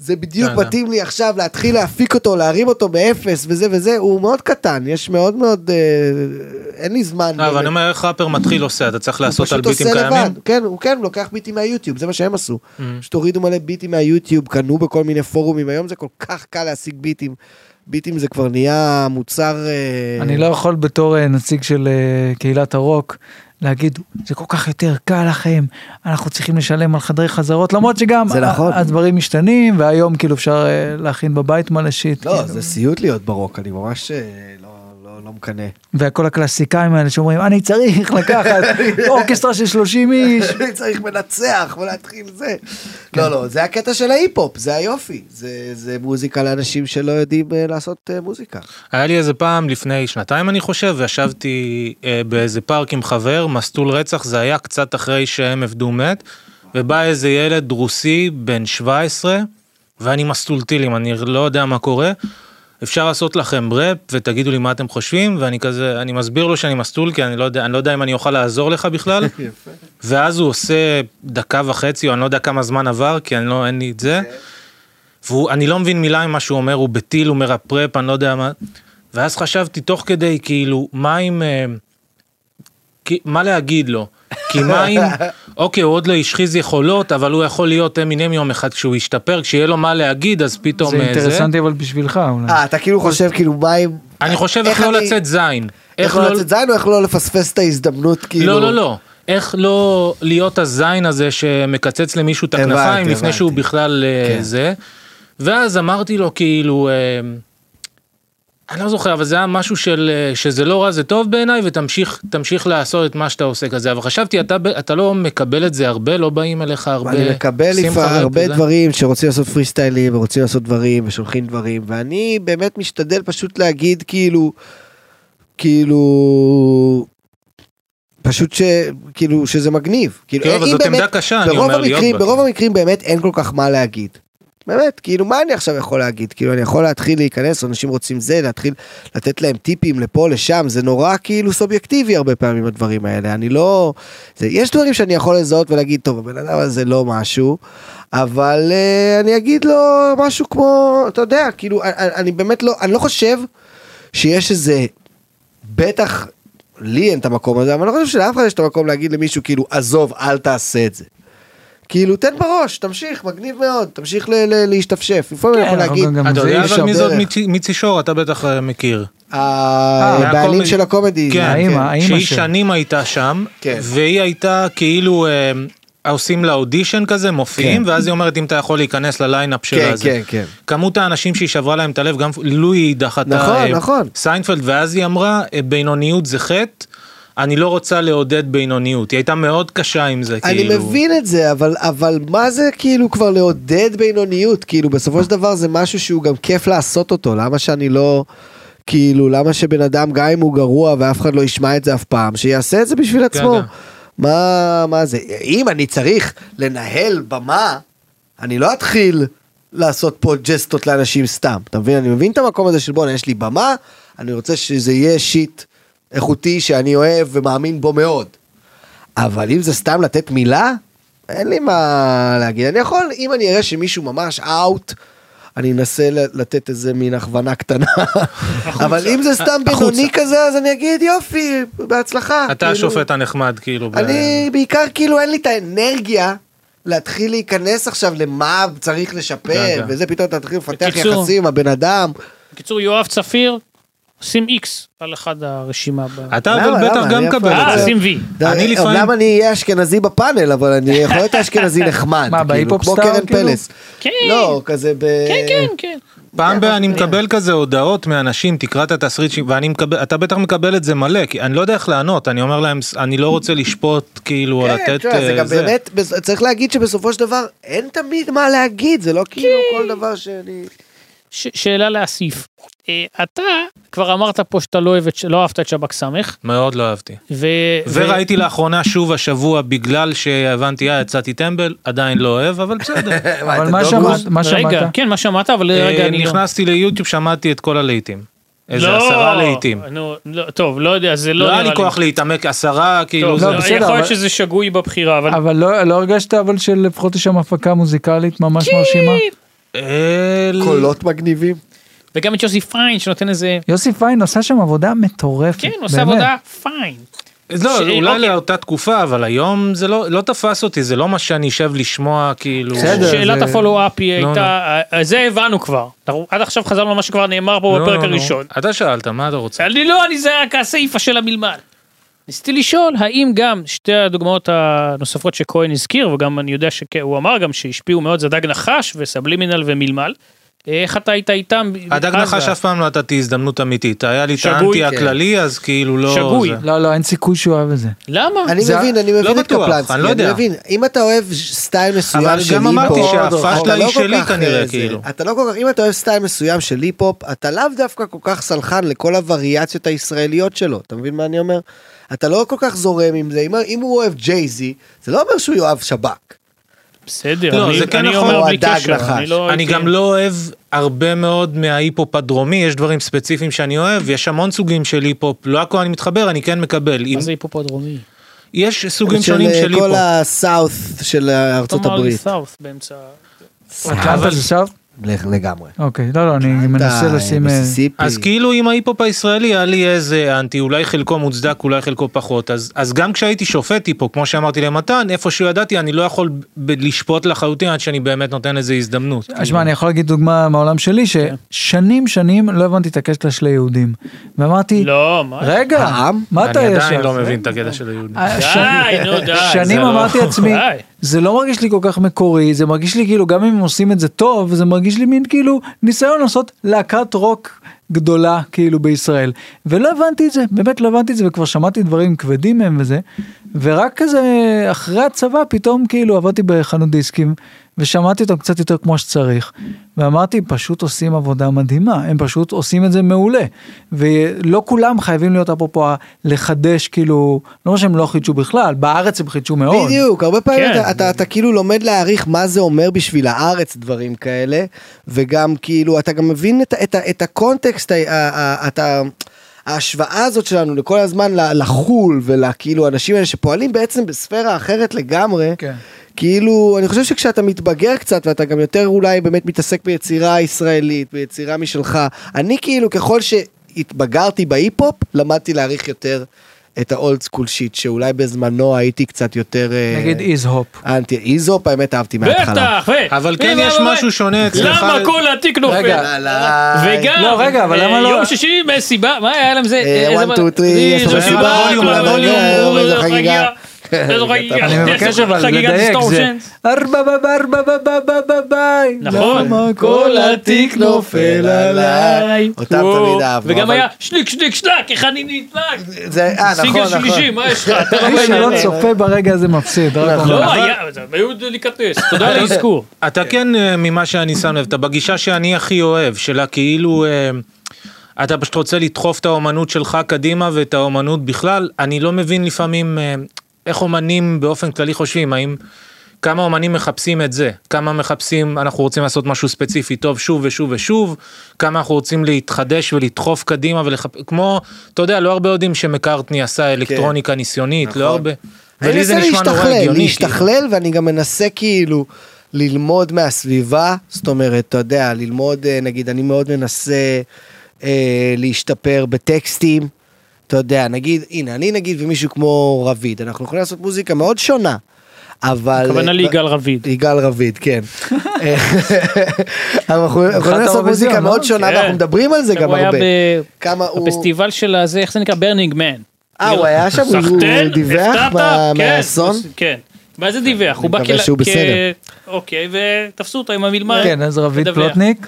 Speaker 4: זה בדיוק
Speaker 3: כן, כן.
Speaker 4: מתאים לי עכשיו להתחיל להפיק אותו, להרים אותו מאפס וזה וזה, הוא מאוד קטן, יש מאוד מאוד, אה, אין לי זמן.
Speaker 3: אה, אבל
Speaker 4: באמת.
Speaker 3: אני אומר איך ראפר מתחיל עושה אתה צריך
Speaker 4: הוא
Speaker 3: לעשות על
Speaker 4: פשוט
Speaker 3: ביטים
Speaker 4: עושה לבד.
Speaker 3: קיימים. Mm-hmm.
Speaker 4: כן, הוא כן, הוא לוקח ביטים מהיוטיוב, זה מה שהם עשו. פשוט הורידו מלא ביטים מהיוטיוב, קנו בכל מיני פורומים, היום זה כל כך קל להשיג ביטים. ביטים זה כבר נהיה מוצר... אה,
Speaker 1: אני לא יכול בתור אה, נציג של אה, קהילת הרוק להגיד זה כל כך יותר קל לכם אנחנו צריכים לשלם על חדרי חזרות למרות שגם
Speaker 4: זה נכון.
Speaker 1: ה- הדברים משתנים והיום כאילו אפשר אה, להכין בבית מלא שיט
Speaker 4: לא,
Speaker 1: כאילו.
Speaker 4: זה סיוט להיות ברוק, אני ממש אה, לא- לא לא מקנא.
Speaker 1: וכל הקלאסיקאים האלה שאומרים אני צריך
Speaker 4: (laughs)
Speaker 1: לקחת אורקסטרה של 30 איש
Speaker 4: אני צריך מנצח ולהתחיל זה.
Speaker 3: כן.
Speaker 4: לא, לא, זה הקטע של ההיפ-הופ, זה היופי. זה- זה מוזיקה לאנשים שלא יודעים אה, לעשות אה, מוזיקה.
Speaker 3: היה לי איזה פעם לפני שנתיים אני חושב וישבתי אה, באיזה פארק עם חבר מסלול רצח זה היה קצת אחרי שהם עבדו מת ובא איזה ילד רוסי בן 17 ואני מסלול טילים אני לא יודע מה קורה. אפשר לעשות לכם ראפ ותגידו לי מה אתם חושבים ואני כזה אני מסביר לו שאני מסלול כי אני לא יודע אני לא יודע אם אני אוכל לעזור לך בכלל ואז הוא עושה דקה וחצי או אני לא יודע כמה זמן עבר כי אני לא אין לי את זה. ואני לא מבין מילה ממה שהוא אומר, הוא בטיל, הוא מרפרפ, אני לא יודע מה. ואז חשבתי תוך כדי, כאילו, מה אם... אה, כי- מה להגיד לו? כי
Speaker 4: (laughs)
Speaker 3: מה אם... אוקיי, הוא עוד לא השחיז יכולות, אבל הוא יכול להיות אמינם יום אחד כשהוא ישתפר, כשיהיה לו מה להגיד, אז פתאום...
Speaker 1: זה
Speaker 3: אה,
Speaker 1: אינטרסנטי אבל בשבילך אולי.
Speaker 4: אה, אתה כאילו חושב כאילו מה אם...
Speaker 3: אני חושב איך
Speaker 4: איך
Speaker 3: לא
Speaker 4: אני-
Speaker 3: לצאת זין.
Speaker 4: איך לא לצאת זין או איך לא לפספס את ההזדמנות כאילו?
Speaker 3: לא, לא, לא. איך לא להיות הזין הזה שמקצץ למישהו את
Speaker 4: הבנתי,
Speaker 3: הכנפיים לפני
Speaker 4: הבנתי.
Speaker 3: שהוא בכלל אה,
Speaker 4: כן.
Speaker 3: זה. ואז אמרתי לו כאילו, אה, אני לא זוכר, אבל זה היה משהו של אה, שזה לא רע, זה טוב בעיניי, ותמשיך תמשיך לעשות את מה שאתה עושה כזה. אבל חשבתי, אתה, ב- אתה לא מקבל את זה הרבה, לא באים אליך הרבה.
Speaker 4: אני מקבל
Speaker 3: עושים לך
Speaker 4: לפעמים
Speaker 3: ראפ
Speaker 4: הרבה
Speaker 3: וזה.
Speaker 4: דברים שרוצים לעשות פרי סטיילים ורוצים לעשות דברים ושולחים דברים ואני באמת משתדל פשוט להגיד כאילו כאילו פשוט ש, כאילו שזה מגניב כאילו
Speaker 3: כן, אבל
Speaker 4: אם
Speaker 3: זאת
Speaker 4: באמת-
Speaker 3: עמדה קשה, אני
Speaker 4: ברוב
Speaker 3: אומר להיות
Speaker 4: המקרים,
Speaker 3: בה.
Speaker 4: ברוב המקרים באמת אין כל כך מה להגיד. באמת, כאילו מה אני עכשיו יכול להגיד? כאילו אני יכול להתחיל להיכנס, אנשים רוצים זה, להתחיל לתת להם טיפים לפה, לשם, זה נורא כאילו סובייקטיבי הרבה פעמים הדברים האלה. אני לא... זה, יש דברים שאני יכול לזהות ולהגיד, טוב, הבן אדם הזה לא משהו, אבל uh, אני אגיד לו משהו כמו, אתה יודע, כאילו, אני, אני באמת לא, אני לא חושב שיש איזה בטח לי אין את המקום הזה, אבל אני לא חושב שלאף אחד יש את המקום להגיד למישהו כאילו עזוב אל תעשה את זה. כאילו תן בראש, תמשיך, מגניב מאוד, תמשיך ל- ל- להשתפשף. לפעמים
Speaker 1: כן,
Speaker 4: אני יכול
Speaker 1: אנחנו
Speaker 4: להגיד,
Speaker 1: גם- גם
Speaker 3: אתה
Speaker 1: זה
Speaker 3: יודע
Speaker 1: אי
Speaker 3: אבל
Speaker 1: אפשר.
Speaker 3: מי זאת
Speaker 4: דרך.
Speaker 3: מיצי- מיצי שור, אתה בטח אה, מכיר.
Speaker 4: אה, הבעלים
Speaker 3: מהקומדי.
Speaker 4: של הקומדי,
Speaker 3: אה, כן,
Speaker 1: האמא, האמא
Speaker 3: שהיא
Speaker 1: שלו.
Speaker 3: שנים הייתה שם,
Speaker 4: כן.
Speaker 3: והיא הייתה כאילו אה, עושים לה אודישן כזה, מופיעים,
Speaker 4: כן.
Speaker 3: ואז היא אומרת אם אתה יכול להיכנס לליינאפ
Speaker 4: כן,
Speaker 3: שלה. זה."
Speaker 4: כן, כן.
Speaker 3: כמות האנשים שהיא שברה להם את הלב, גם לואי דחתה
Speaker 4: נכון,
Speaker 3: אה,
Speaker 4: נכון.
Speaker 3: סיינפלד, ואז היא אמרה, "אה, בינוניות זה חטא, אני לא רוצה לעודד בינוניות. היא הייתה מאוד קשה עם זה, כאילו.
Speaker 4: אני מבין את זה, אבל, אבל מה זה כאילו כבר לעודד בינוניות? כאילו בסופו של דבר זה משהו שהוא גם כיף לעשות אותו, למה שאני לא... כאילו למה שבן אדם גם אם הוא גרוע ואף אחד לא ישמע את זה אף פעם, שיעשה את זה בשביל עצמו.
Speaker 3: כן.
Speaker 4: מה, מה זה, אם אני צריך לנהל במה, אני לא אתחיל לעשות פה ג'סטות לאנשים סתם, אתה מבין? אני מבין את המקום הזה של בואנה יש לי במה, אני רוצה שזה יהיה שיט איכותי שאני אוהב ומאמין בו מאוד. אבל אם זה סתם לתת מילה, אין לי מה להגיד. אני יכול, אם אני אראה שמישהו ממש אאוט, אני אנסה ל- לתת איזה מין הכוונה קטנה. אבל אם זה סתם בינוני כזה, אז אני אגיד יופי, בהצלחה.
Speaker 3: אתה
Speaker 4: כאילו,
Speaker 3: השופט הנחמד, כאילו. ב-
Speaker 4: אני בעיקר כאילו אין לי את האנרגיה. להתחיל להיכנס עכשיו למה צריך לשפר
Speaker 3: כן.
Speaker 4: וזה פתאום אתה תתחיל לפתח
Speaker 2: בקיצור.
Speaker 4: יחסים עם הבן אדם.
Speaker 2: בקיצור, יואב צפיר, שים איקס על אחד הרשימה. ב-
Speaker 3: אתה
Speaker 4: למה,
Speaker 3: אה, אבל בטח
Speaker 4: למה?
Speaker 3: גם
Speaker 4: אני
Speaker 3: מקבל
Speaker 4: אף פעם
Speaker 2: אה,
Speaker 3: את
Speaker 4: לא-
Speaker 3: זה.
Speaker 2: שים וי.
Speaker 3: אני לפעמים-
Speaker 4: למה אני אהיה אשכנזי בפאנל אבל אני יכול להיות אשכנזי נחמד.
Speaker 1: מה,
Speaker 4: כאילו,
Speaker 1: בהיפ-הופ
Speaker 4: כמו
Speaker 1: סטאר,
Speaker 4: קרן
Speaker 1: כאילו?
Speaker 4: פלס.
Speaker 2: כן.
Speaker 4: לא כזה ב...
Speaker 2: כן, כן, כן.
Speaker 3: פעם ב... אני מקבל כזה הודעות מאנשים, תקרא את התסריט, ש- ואני מקבל, אתה בטח מקבל את זה מלא, כי אני לא יודע איך לענות, אני אומר להם, "ס- אני לא רוצה לשפוט, כאילו, או
Speaker 4: כן,
Speaker 3: לתת...
Speaker 4: תשמע, זה
Speaker 3: אה,
Speaker 4: גם באמת, בס- צריך להגיד שבסופו של דבר אין תמיד מה להגיד, זה לא
Speaker 2: כן.
Speaker 4: כאילו כל דבר שאני...
Speaker 2: ש- שאלה להסיף. אה, אתה כבר אמרת פה שאתה לא אוהב את, לא אהבת את שב"כ סמך,
Speaker 3: מאוד לא אהבתי.
Speaker 2: ו...
Speaker 3: וראיתי לאחרונה שוב השבוע, בגלל שהבנתי, אה, יצאתי טמבל, עדיין לא אוהב, אבל בסדר.
Speaker 1: אבל מה שמעת? מה שמעת?
Speaker 2: רגע, כן, מה שמעת, אבל רגע,
Speaker 3: אה,
Speaker 2: אני לא...
Speaker 3: נכנסתי ליוטיוב, שמעתי את כל הלהיטים. איזה
Speaker 2: לא,
Speaker 3: עשרה להיטים.
Speaker 2: נו, לא, טוב, לא יודע, זה לא
Speaker 3: לא היה
Speaker 2: נראה
Speaker 3: לי כוח להתעמק, עשרה, כאילו,
Speaker 2: טוב,
Speaker 3: זה...
Speaker 1: לא, בסדר,
Speaker 2: יכול
Speaker 1: אבל-
Speaker 2: להיות שזה שגוי בבחירה, אבל...
Speaker 1: אבל לא לא הרגשת אבל שלפחות יש שם הפקה מוזיקלית ממש
Speaker 2: כן.
Speaker 1: מרשימה?
Speaker 3: אה, ל-
Speaker 4: קולות מגניבים.
Speaker 2: וגם את יוסי פיין שנותן איזה...
Speaker 1: יוסי פיין עשה שם עבודה מטורפת.
Speaker 2: כן, עושה
Speaker 1: באמת.
Speaker 2: עבודה פיין.
Speaker 3: לא,
Speaker 2: ש-
Speaker 3: אולי
Speaker 2: אוקיי.
Speaker 3: לאותה תקופה, אבל היום זה לא לא תפס אותי, זה לא מה שאני אשב לשמוע, כאילו...
Speaker 1: בסדר.
Speaker 2: שאלת
Speaker 1: זה-
Speaker 2: הפולו-אפ היא
Speaker 3: נו,
Speaker 2: הייתה...
Speaker 3: לא.
Speaker 2: אה, זה הבנו כבר. אנחנו- עד עכשיו חזרנו למה שכבר נאמר פה
Speaker 3: נו,
Speaker 2: בפרק
Speaker 3: נו, נו.
Speaker 2: הראשון.
Speaker 3: לא, אתה שאלת, מה אתה רוצה?
Speaker 2: אני לא, אני זה רק הסיפה של המלמל. ניסיתי לשאול האם גם שתי הדוגמאות הנוספות שכהן הזכיר וגם אני יודע שהוא אמר גם שהשפיעו מאוד זה דג נחש וסבלימינל ומלמל. איך אתה היית איתם?
Speaker 3: הדג
Speaker 2: אז
Speaker 3: נחש אף פעם לא נתתי הזדמנות אמיתית, היה לי את
Speaker 2: שגוי,
Speaker 3: האנטי
Speaker 2: כן.
Speaker 3: הכללי, אז כאילו לא...
Speaker 2: שגוי.
Speaker 3: זה.
Speaker 1: לא, לא, אין סיכוי שהוא אוהב את זה.
Speaker 2: למה?
Speaker 4: אני
Speaker 1: זה-
Speaker 4: מבין, אני מבין את
Speaker 3: בטוח,
Speaker 4: קפלנסקי,
Speaker 3: אני לא יודע.
Speaker 4: אני מבין, אם אתה אוהב סטייל מסוים
Speaker 3: אבל
Speaker 4: של
Speaker 3: גם אמרתי
Speaker 4: היפ-הופ,
Speaker 3: שהפשלה
Speaker 4: אתה לא
Speaker 3: היא
Speaker 4: כל
Speaker 3: שלי
Speaker 4: כך, אה,
Speaker 3: כנראה,
Speaker 4: זה.
Speaker 3: כאילו.
Speaker 4: אתה לא כל כך, אם אתה אוהב סטייל מסוים של היפ-הופ, אתה לאו דווקא כל כך סלחן לכל הווריאציות הישראליות שלו, אתה מבין מה אני אומר? אתה לא כל כך זורם עם זה, אם- אם הוא אוהב ג'ייזי, זה לא אומר שהוא יאהב שב"כ.
Speaker 2: בסדר,
Speaker 3: לא,
Speaker 2: אני-
Speaker 3: זה כן
Speaker 2: אני
Speaker 3: נכון.
Speaker 2: אומר
Speaker 4: או
Speaker 2: בלי
Speaker 4: הדג
Speaker 2: קשר. אני
Speaker 4: נחש.
Speaker 2: לא
Speaker 3: אני
Speaker 2: הייתי-
Speaker 3: גם לא אוהב הרבה מאוד מההיפ-הופ הדרומי, יש דברים ספציפיים שאני אוהב, יש המון סוגים של היפ-הופ, לא הכל אני מתחבר, אני כן מקבל. אם-
Speaker 2: מה זה היפופו הדרומי?
Speaker 3: יש סוגים שונים
Speaker 4: אה,
Speaker 3: של
Speaker 4: כל
Speaker 3: היפ-הופ.
Speaker 4: הסאות' של אה, ארצות
Speaker 2: תאמר לי
Speaker 4: הברית.
Speaker 2: סאוף באמצע...
Speaker 1: קלטת זה שם?
Speaker 4: לך- לגמרי.
Speaker 1: אוקיי, לא, לא, אני מנסה
Speaker 4: אתה,
Speaker 1: לשים... אה,
Speaker 4: מיסיסיפי.
Speaker 3: אז כאילו עם ההיפ-הופ הישראלי היה לי איזה אנטי, אולי חלקו מוצדק, אולי חלקו פחות. אז, אז גם כשהייתי שופט היפ-הופ, כמו שאמרתי למתן, איפשהו ידעתי, אני לא יכול ב- לשפוט לחלוטין עד שאני באמת נותן איזה הזדמנות.
Speaker 1: שמע, אני יכול להגיד דוגמה מהעולם שלי, ששנים שנים לא הבנתי את הקטע של היהודים. ואמרתי,
Speaker 2: לא,
Speaker 4: (laughs)
Speaker 2: מה?
Speaker 1: רגע,
Speaker 4: העם?
Speaker 1: מה אתה
Speaker 3: אני
Speaker 1: ישר?
Speaker 3: עדיין לא מבין את הקטע של היהודי.
Speaker 1: אה,
Speaker 2: די, נו די. זה
Speaker 1: שנים
Speaker 2: לא-
Speaker 1: אמרתי לעצמי,
Speaker 2: די.
Speaker 1: זה לא מרגיש לי כל כך מקורי, זה מרגיש לי כאילו, גם אם הם עושים את זה טוב, זה מרגיש לי מין כאילו ניסיון לעשות להקת רוק גדולה כאילו בישראל. ולא הבנתי את זה, באמת לא הבנתי את זה, וכבר שמעתי דברים כבדים מהם וזה, ורק כזה אחרי הצבא פתאום כאילו עבדתי בחנות דיסקים, ושמעתי אותם קצת יותר כמו שצריך, ואמרתי, פשוט עושים עבודה מדהימה, הם פשוט עושים את זה מעולה. ולא כולם חייבים להיות אפרופו לחדש כאילו, לא אומר שהם לא חידשו בכלל, בארץ הם חידשו מאוד.
Speaker 4: בדיוק, הרבה פעמים
Speaker 2: כן.
Speaker 4: אתה, אתה, אתה כאילו לומד להעריך מה זה אומר בשביל הארץ דברים כאלה, וגם כאילו אתה גם מבין את, ה- את, ה- את הקונטקסט, ה- ה- ה- את ה- ההשוואה הזאת שלנו לכל הזמן ל- לחו"ל ולכאילו האנשים האלה שפועלים בעצם בספירה אחרת לגמרי.
Speaker 1: כן.
Speaker 4: כאילו, אני חושב שכשאתה מתבגר קצת, ואתה גם יותר אולי באמת מתעסק ביצירה ישראלית, ביצירה משלך, אני כאילו, ככל שהתבגרתי בהיפ-הופ, למדתי להעריך יותר את האולד סקול שיט, שאולי בזמנו הייתי קצת יותר... אה,
Speaker 1: נגיד איז הופ.
Speaker 4: אנטי איזופ, האמת אהבתי מההתחלה.
Speaker 2: בטח, ו-
Speaker 3: אבל
Speaker 2: ו-
Speaker 3: כן
Speaker 2: ו-
Speaker 3: יש
Speaker 2: ו-
Speaker 3: משהו שונה אצלך.
Speaker 2: למה כל התיק נופל?
Speaker 1: רגע,
Speaker 2: וגם,
Speaker 1: לא, רגע, אבל
Speaker 2: אה,
Speaker 1: למה לא-
Speaker 2: יום שישי מסיבה, מה היה להם זה?
Speaker 4: אה,
Speaker 2: איזה
Speaker 4: one,
Speaker 2: מה-
Speaker 4: two, three, יש
Speaker 2: איזו
Speaker 3: לך
Speaker 2: סיבה,
Speaker 3: מסיבה,
Speaker 2: כל
Speaker 3: כל
Speaker 2: הווליום,
Speaker 4: הווליום,
Speaker 2: איזו
Speaker 4: איזו
Speaker 2: חגיגה. איזו
Speaker 4: חגיגה.
Speaker 2: אה, חגיגה. כן,
Speaker 1: אני מבקש אבל
Speaker 2: חגיגת
Speaker 1: לדייק, זה
Speaker 2: distortions.
Speaker 1: ארבע בבא ארבע בבא בבא ביי.
Speaker 2: נכון.
Speaker 1: למה
Speaker 4: אותם
Speaker 2: וואו.
Speaker 4: תמיד אהבנו.
Speaker 2: וגם
Speaker 4: אבל-
Speaker 2: היה שניק שניק שלק, איך אני נדלק.
Speaker 4: זה, אה, נכון,
Speaker 2: סינגל
Speaker 4: נכון.
Speaker 2: שלישי, מה יש לך? אתה
Speaker 1: (laughs)
Speaker 2: לא
Speaker 1: מי שלא
Speaker 2: בעניין.
Speaker 1: צופה ברגע הזה מפסיד. רק אומר.
Speaker 2: לא, היה, זה- היו דליקטס, תודה על האזכור.
Speaker 3: אתה כן, אה, ממה שאני שם לב, אתה בגישה שאני הכי אוהב, שלה כאילו... אה, אתה פשוט רוצה לדחוף את האומנות שלך קדימה ואת האומנות בכלל. אני לא מבין לפעמים אה, איך אומנים באופן כללי חושבים, האם... כמה אומנים מחפשים את זה, כמה מחפשים, אנחנו רוצים לעשות משהו ספציפי טוב שוב ושוב ושוב, כמה אנחנו רוצים להתחדש ולדחוף קדימה ולחפ... כמו, אתה יודע, לא הרבה יודעים שמקארטני עשה אלקטרוניקה ניסיונית, לא הרבה.
Speaker 4: כן. נכון. אני
Speaker 3: ולי זה
Speaker 4: מנסה
Speaker 3: נשמע נורא
Speaker 4: להשתכלל,
Speaker 3: הגיוני, כאילו.
Speaker 4: להשתכלל, ואני גם מנסה כאילו ללמוד מהסביבה, זאת אומרת, אתה יודע, ללמוד, אה, נגיד, אני מאוד מנסה אה, להשתפר בטקסטים, אתה יודע, נגיד, הנה, אני נגיד ומישהו כמו רביד, אנחנו יכולים לעשות מוזיקה מאוד שונה, אבל...
Speaker 2: הכוונה
Speaker 4: אה,
Speaker 2: ליגאל רביד.
Speaker 4: יגאל רביד,
Speaker 3: (laughs)
Speaker 4: כן. אה, אנחנו יכולים לעשות
Speaker 1: האירוויזיון,
Speaker 4: מוזיקה
Speaker 1: לא?
Speaker 4: מאוד שונה,
Speaker 2: כן.
Speaker 4: ואנחנו מדברים על זה גם
Speaker 2: הוא היה
Speaker 4: הרבה.
Speaker 2: ב-
Speaker 4: כמה הוא...
Speaker 2: בפסטיבל של הזה, איך זה נקרא? ברנינג מן.
Speaker 4: אה, הוא היה שם, הוא
Speaker 2: סחטן,
Speaker 4: דיווח
Speaker 2: הפתעת,
Speaker 4: מה-
Speaker 2: כן,
Speaker 4: מהאסון?
Speaker 2: כן. ואז זה דיווח, הוא בא
Speaker 4: מקווה
Speaker 2: כ-
Speaker 4: שהוא
Speaker 2: כ-
Speaker 4: בסדר.
Speaker 2: אוקיי, ותפסו אותו עם המלמד.
Speaker 1: כן, אז רביד
Speaker 2: לדווח.
Speaker 1: פלוטניק.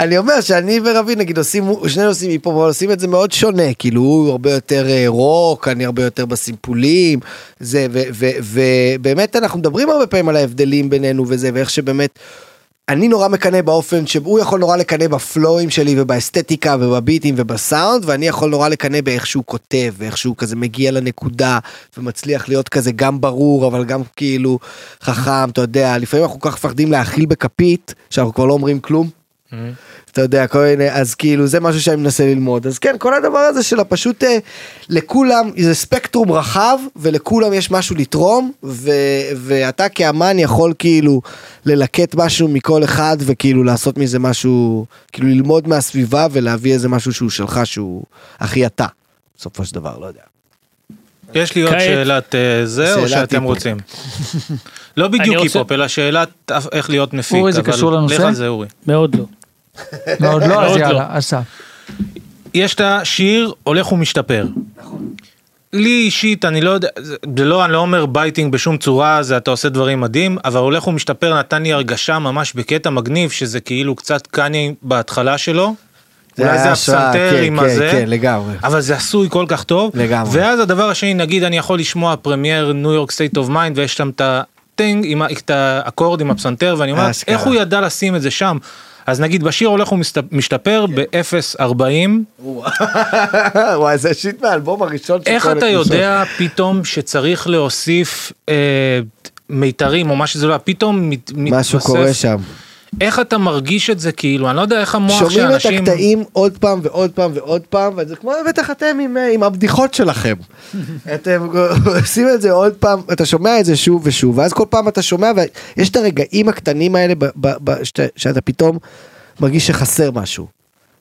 Speaker 4: אני אומר שאני ורביד נגיד עושים, שנינו עושים היפ אבל עושים את זה מאוד שונה, כאילו הוא הרבה יותר אה, רוק, אני הרבה יותר בסימפולים, זה, ובאמת אנחנו מדברים הרבה פעמים על ההבדלים בינינו וזה, ואיך שבאמת, אני נורא מקנא באופן שהוא יכול נורא לקנא בפלואים שלי ובאסתטיקה ובביטים ובסאונד, ואני יכול נורא לקנא באיך שהוא כותב, ואיך שהוא כזה מגיע לנקודה, ומצליח להיות כזה גם ברור, אבל גם כאילו חכם, אתה יודע, לפעמים אנחנו כל כך מפחדים להאכיל בכפית, שאנחנו כבר לא אומרים כלום. אתה יודע, כל מיני, אז כאילו זה משהו שאני מנסה ללמוד. אז כן, כל הדבר הזה של הפשוט אה, לכולם, זה ספקטרום רחב, ולכולם יש משהו לתרום, ו, ואתה כאמן יכול כאילו ללקט משהו מכל אחד, וכאילו לעשות מזה משהו, כאילו ללמוד מהסביבה ולהביא איזה משהו שהוא שלך, שהוא הכי אתה, בסופו של דבר, לא יודע. (laughs)
Speaker 3: יש לי עוד
Speaker 2: כעת-
Speaker 3: שאלת אה, זה, או
Speaker 4: שאלת
Speaker 3: שאתם
Speaker 4: היפ-הופ.
Speaker 3: רוצים?
Speaker 2: (laughs)
Speaker 3: לא בדיוק
Speaker 2: רוצה-
Speaker 3: היפ-הופ, אלא שאלת אף- איך להיות מפיק.
Speaker 1: אורי, זה
Speaker 3: אבל
Speaker 1: קשור לנושא?
Speaker 3: לך על זה, אורי.
Speaker 2: מאוד לא.
Speaker 1: לא, עוד לא, אז
Speaker 2: עוד לא.
Speaker 1: יאללה, אסף.
Speaker 3: יש את השיר הולך ומשתפר.
Speaker 4: נכון.
Speaker 3: לי אישית, אני לא יודע, זה זה לא, אני לא אומר בייטינג בשום צורה, זה אתה עושה דברים מדהים, אבל הולך ומשתפר נתן לי הרגשה ממש בקטע מגניב, שזה כאילו קצת קניה בהתחלה שלו. אולי זה
Speaker 4: היה השראה,
Speaker 3: הפסנתר
Speaker 4: כן,
Speaker 3: עם
Speaker 4: כן,
Speaker 3: הזה,
Speaker 4: כן, לגמרי.
Speaker 3: אבל זה עשוי כל כך טוב.
Speaker 4: לגמרי.
Speaker 3: ואז הדבר השני, נגיד אני יכול לשמוע פרמייר ניו יורק סטייט אוף מיינד, ויש שם את הטינג, עם ה- את האקורד עם הפסנתר, ואני אומר,
Speaker 4: אשכרה.
Speaker 3: איך הוא ידע לשים את זה שם? אז נגיד בשיר הולך ומשתפר
Speaker 4: כן.
Speaker 3: ב-0.40,
Speaker 4: וואי, זה שיט מהאלבום הראשון של
Speaker 3: איך
Speaker 4: כל
Speaker 3: אתה
Speaker 4: הקבוצות.
Speaker 3: יודע פתאום שצריך להוסיף אה, מיתרים או מה שזה לא, היה, פתאום מת, מתווסף,
Speaker 4: משהו קורה שם.
Speaker 3: איך אתה מרגיש את זה כאילו, אני לא יודע איך המוח של
Speaker 4: שומעים את
Speaker 3: אנשים,
Speaker 4: הקטעים עוד פעם ועוד פעם ועוד פעם וזה כמו בטח אתם עם, אה, עם
Speaker 1: (laughs)
Speaker 4: הבדיחות שלכם. אתם עושים את זה עוד פעם אתה שומע את זה שוב ושוב ואז כל פעם אתה שומע ויש את הרגעים הקטנים האלה ב, ב, ב, שאתה, שאתה פתאום מרגיש שחסר משהו.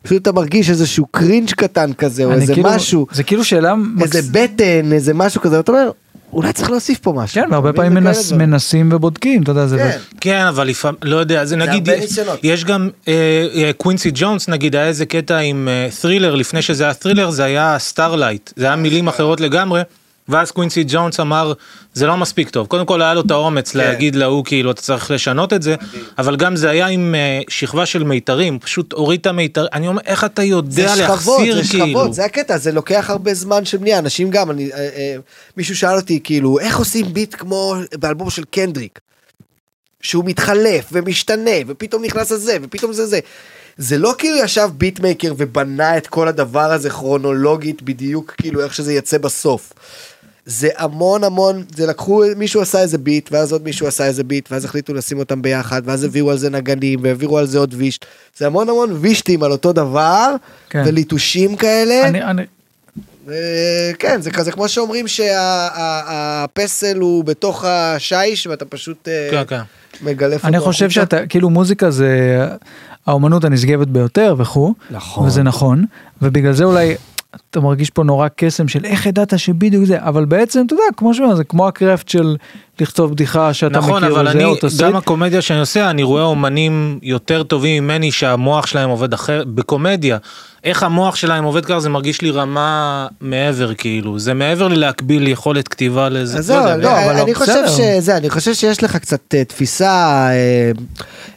Speaker 4: פשוט אתה מרגיש איזשהו קרינג' קטן כזה או
Speaker 1: אני
Speaker 4: איזה
Speaker 1: כאילו-
Speaker 4: משהו
Speaker 1: זה כאילו שאלה...
Speaker 4: איזה
Speaker 1: מקס-
Speaker 4: בטן איזה משהו כזה אתה אומר אולי צריך להוסיף פה משהו.
Speaker 1: כן, והרבה
Speaker 4: אתה מבין?
Speaker 1: פעמים
Speaker 4: זה כאלה
Speaker 1: מנס-
Speaker 4: דברים.
Speaker 1: מנסים ובודקים, אתה יודע, זה...
Speaker 4: כן.
Speaker 3: כן אבל לפעמים, לא יודע, זה נגיד,
Speaker 4: הרבה ניסיונות.
Speaker 3: יש גם אה, אה, קווינסי ג'ונס נגיד היה איזה קטע עם אה, ת'רילר, לפני שזה היה ת'רילר זה היה סטארלייט, זה היה מילים אחרות לגמרי. ואז קווינסי ג'ונס אמר זה לא מספיק טוב קודם כל היה לו את האומץ
Speaker 4: כן.
Speaker 3: להגיד להוא כאילו אתה צריך לשנות את זה אבל גם זה היה עם אה, שכבה של מיתרים פשוט הוריד את המיתר אני אומר איך אתה
Speaker 4: זה
Speaker 3: יודע
Speaker 4: שכבות,
Speaker 3: להחסיר
Speaker 4: זה
Speaker 3: כאילו
Speaker 4: שכבות, זה הקטע, זה לוקח הרבה זמן של בנייה, אנשים גם, אני, אה, אה, מישהו שאל אותי כאילו, איך עושים ביט כמו באלבום של קנדריק, שהוא מתחלף ומשתנה, ופתאום נכנס לזה, ופתאום זה זה. זה לא כאילו ישב ביטמייקר ובנה את כל הדבר הזה כרונולוגית בדיוק כאילו איך שזה יצא בסוף. זה המון המון, זה לקחו, מישהו עשה איזה ביט, ואז עוד מישהו עשה איזה ביט, ואז החליטו לשים אותם ביחד, ואז הביאו על זה נגנים, והעבירו על זה עוד וישט. זה המון המון וישטים על אותו דבר,
Speaker 1: כן.
Speaker 4: כן. וליטושים כאלה.
Speaker 1: אני- אני-
Speaker 4: אה, כן, זה כזה כמו שאומרים שהפסל הוא בתוך השיש, ואתה פשוט אה,
Speaker 3: כן, כן.
Speaker 4: מגלף אותו.
Speaker 1: אני חושב
Speaker 4: החוצה.
Speaker 1: שאתה, כאילו מוזיקה זה האומנות הנשגבת ביותר וכו',
Speaker 4: נכון.
Speaker 1: וזה נכון, ובגלל זה אולי אתה מרגיש פה נורא קסם של איך ידעת שבדיוק זה, אבל בעצם אתה יודע, כמו שאומר, זה כמו הקרפט של לכתוב בדיחה שאתה
Speaker 3: נכון
Speaker 1: מכיר
Speaker 3: אבל
Speaker 1: וזה,
Speaker 3: אני
Speaker 1: או תסריט,
Speaker 3: גם הקומדיה שאני עושה אני רואה אומנים יותר טובים ממני שהמוח שלהם עובד אחר בקומדיה איך המוח שלהם עובד ככה זה מרגיש לי רמה מעבר כאילו זה מעבר ללהקביל יכולת כתיבה לזה.
Speaker 4: אז
Speaker 3: לא
Speaker 4: זהו,
Speaker 3: יודע,
Speaker 4: לא,
Speaker 1: אבל
Speaker 4: אני- אני
Speaker 1: לא,
Speaker 4: חושב
Speaker 1: בסדר.
Speaker 4: שזה, אני חושב שיש לך קצת אה, תפיסה אה,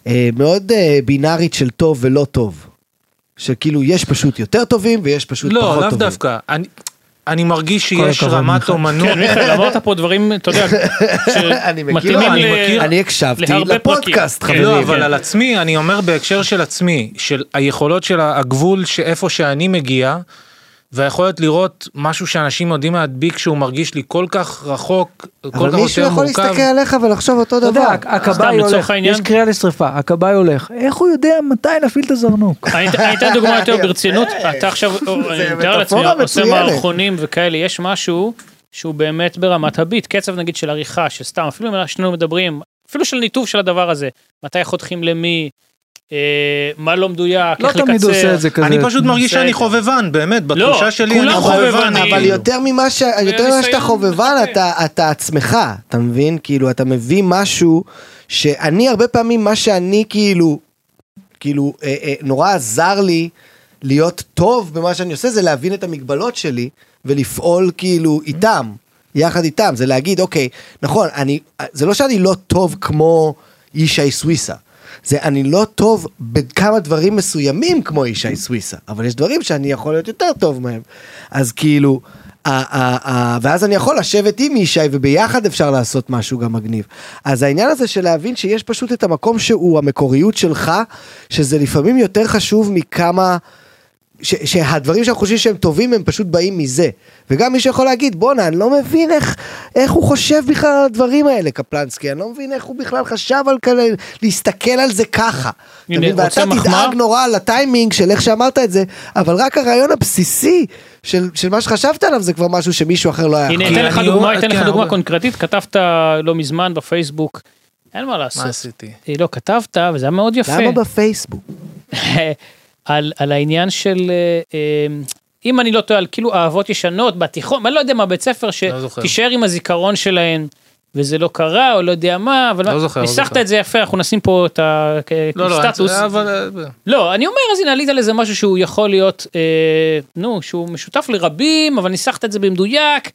Speaker 4: אה, מאוד אה, בינארית של טוב ולא טוב. שכאילו יש פשוט יותר טובים ויש פשוט פחות
Speaker 3: לא
Speaker 4: טובים.
Speaker 3: לאו דווקא אני- אני מרגיש
Speaker 1: כל
Speaker 3: שיש
Speaker 1: הכבוד,
Speaker 3: רמת
Speaker 1: מיכאל.
Speaker 3: אומנות.
Speaker 2: כן, מיכאל, אמרת פה דברים, אתה יודע,
Speaker 4: (laughs) אני מכיר,
Speaker 2: שמתאימים
Speaker 3: אני
Speaker 2: ל-
Speaker 3: מכיר.
Speaker 4: אני הקשבתי
Speaker 2: להרבה
Speaker 4: לפודקאסט,
Speaker 2: פרקים.
Speaker 4: חברים.
Speaker 3: לא, אבל
Speaker 2: כן.
Speaker 3: על עצמי, אני אומר בהקשר של עצמי, של היכולות של הגבול שאיפה שאני מגיע, והיכולת לראות משהו שאנשים יודעים להדביק שהוא מרגיש לי כל כך רחוק, כל
Speaker 4: אבל
Speaker 3: כך
Speaker 4: מישהו
Speaker 3: יותר
Speaker 4: יכול
Speaker 3: מורכב.
Speaker 4: להסתכל עליך ולחשוב אותו
Speaker 1: אתה
Speaker 4: דבר.
Speaker 1: יודע, הכבאי
Speaker 2: לצורך
Speaker 1: הולך,
Speaker 2: העניין.
Speaker 1: יש קריאה לשרפה, הכבאי הולך, איך הוא יודע מתי להפעיל את הזרנוק?
Speaker 2: אני אתן- אני אתן דוגמה יותר ברצינות, אתה עכשיו, אני מתאר לעצמי,
Speaker 4: מטאפורה
Speaker 2: עושה
Speaker 4: מצוינת.
Speaker 2: מערכונים וכאלה, יש משהו שהוא באמת ברמת הביט, קצב נגיד של עריכה, שסתם, אפילו אם אנחנו מדברים, אפילו של ניתוב של הדבר הזה, מתי חותכים למי, אה, מה לא מדויק,
Speaker 1: לא
Speaker 2: איך
Speaker 1: תמיד הוא עושה
Speaker 2: לקצר,
Speaker 1: את זה כזה.
Speaker 3: אני פשוט מרגיש
Speaker 2: בסדר.
Speaker 3: שאני חובבן, באמת, בתחושה שלי אני
Speaker 2: כולם
Speaker 3: חובבן.
Speaker 2: חובבנים.
Speaker 4: אבל
Speaker 3: כאילו.
Speaker 4: יותר ממה ש... יותר ממה
Speaker 2: ניסיון
Speaker 4: שאתה חובבן,
Speaker 2: מתקן.
Speaker 4: אתה, אתה עצמך, אתה מבין? כאילו, אתה מביא משהו שאני הרבה פעמים, מה שאני כאילו, כאילו, אה, אה, נורא עזר לי להיות טוב במה שאני עושה, זה להבין את המגבלות שלי ולפעול כאילו איתם. יחד איתם, זה להגיד, אוקיי, נכון, אני, זה לא שאני לא טוב כמו ישי סוויסה. זה אני לא טוב בכמה דברים מסוימים כמו ישי סוויסה, אבל יש דברים שאני יכול להיות יותר טוב מהם. אז כאילו, אה, אה, אה, ואז אני יכול לשבת עם ישי וביחד אפשר לעשות משהו גם מגניב. אז העניין הזה של להבין שיש פשוט את המקום שהוא המקוריות שלך, שזה לפעמים יותר חשוב מכמה... ש, שהדברים שאנחנו חושבים שהם טובים הם פשוט באים מזה. וגם מי שיכול להגיד בואנה אני לא מבין איך, איך הוא חושב בכלל על הדברים האלה קפלנסקי, אני לא מבין איך הוא בכלל חשב על כאלה, להסתכל על זה ככה. אתה
Speaker 2: הנה,
Speaker 4: מבין?
Speaker 2: רוצה
Speaker 4: ואתה
Speaker 2: מחמאה?
Speaker 4: תדאג נורא לטיימינג של איך שאמרת את זה, אבל רק הרעיון הבסיסי של, של מה שחשבת עליו זה כבר משהו שמישהו אחר לא היה
Speaker 2: הנה,
Speaker 4: יכול.
Speaker 2: אתן
Speaker 3: אני
Speaker 2: לך
Speaker 3: אומר-
Speaker 2: דוגמה, אתן לך
Speaker 3: כן,
Speaker 2: דוגמה
Speaker 3: אבל-
Speaker 2: קונקרטית, כתבת לא מזמן בפייסבוק, אין מה
Speaker 3: מה
Speaker 2: לעשות.
Speaker 3: עשיתי?
Speaker 2: אה, לא, כתבת, וזה היה מאוד יפה.
Speaker 4: למה בפייסבוק?
Speaker 2: על, על העניין של, אה, אה, אם אני לא טועה, על כאילו אהבות ישנות בתיכון, אני לא יודע מה, בית ספר,
Speaker 3: לא זוכר.
Speaker 2: שתישאר עם הזיכרון שלהן, וזה לא קרה, או לא יודע מה, אבל
Speaker 3: לא
Speaker 2: מה-
Speaker 3: זוכר, לא
Speaker 2: ניסחת
Speaker 3: זוכר.
Speaker 2: את זה יפה, אנחנו נשים פה את
Speaker 3: לא, לא,
Speaker 2: הסטטוס.
Speaker 3: אני- אבל... אה,
Speaker 2: לא, אני אומר, אז הנה, עלית על איזה משהו שהוא יכול להיות, אה, נו, שהוא משותף לרבים, אבל ניסחת את זה במדויק.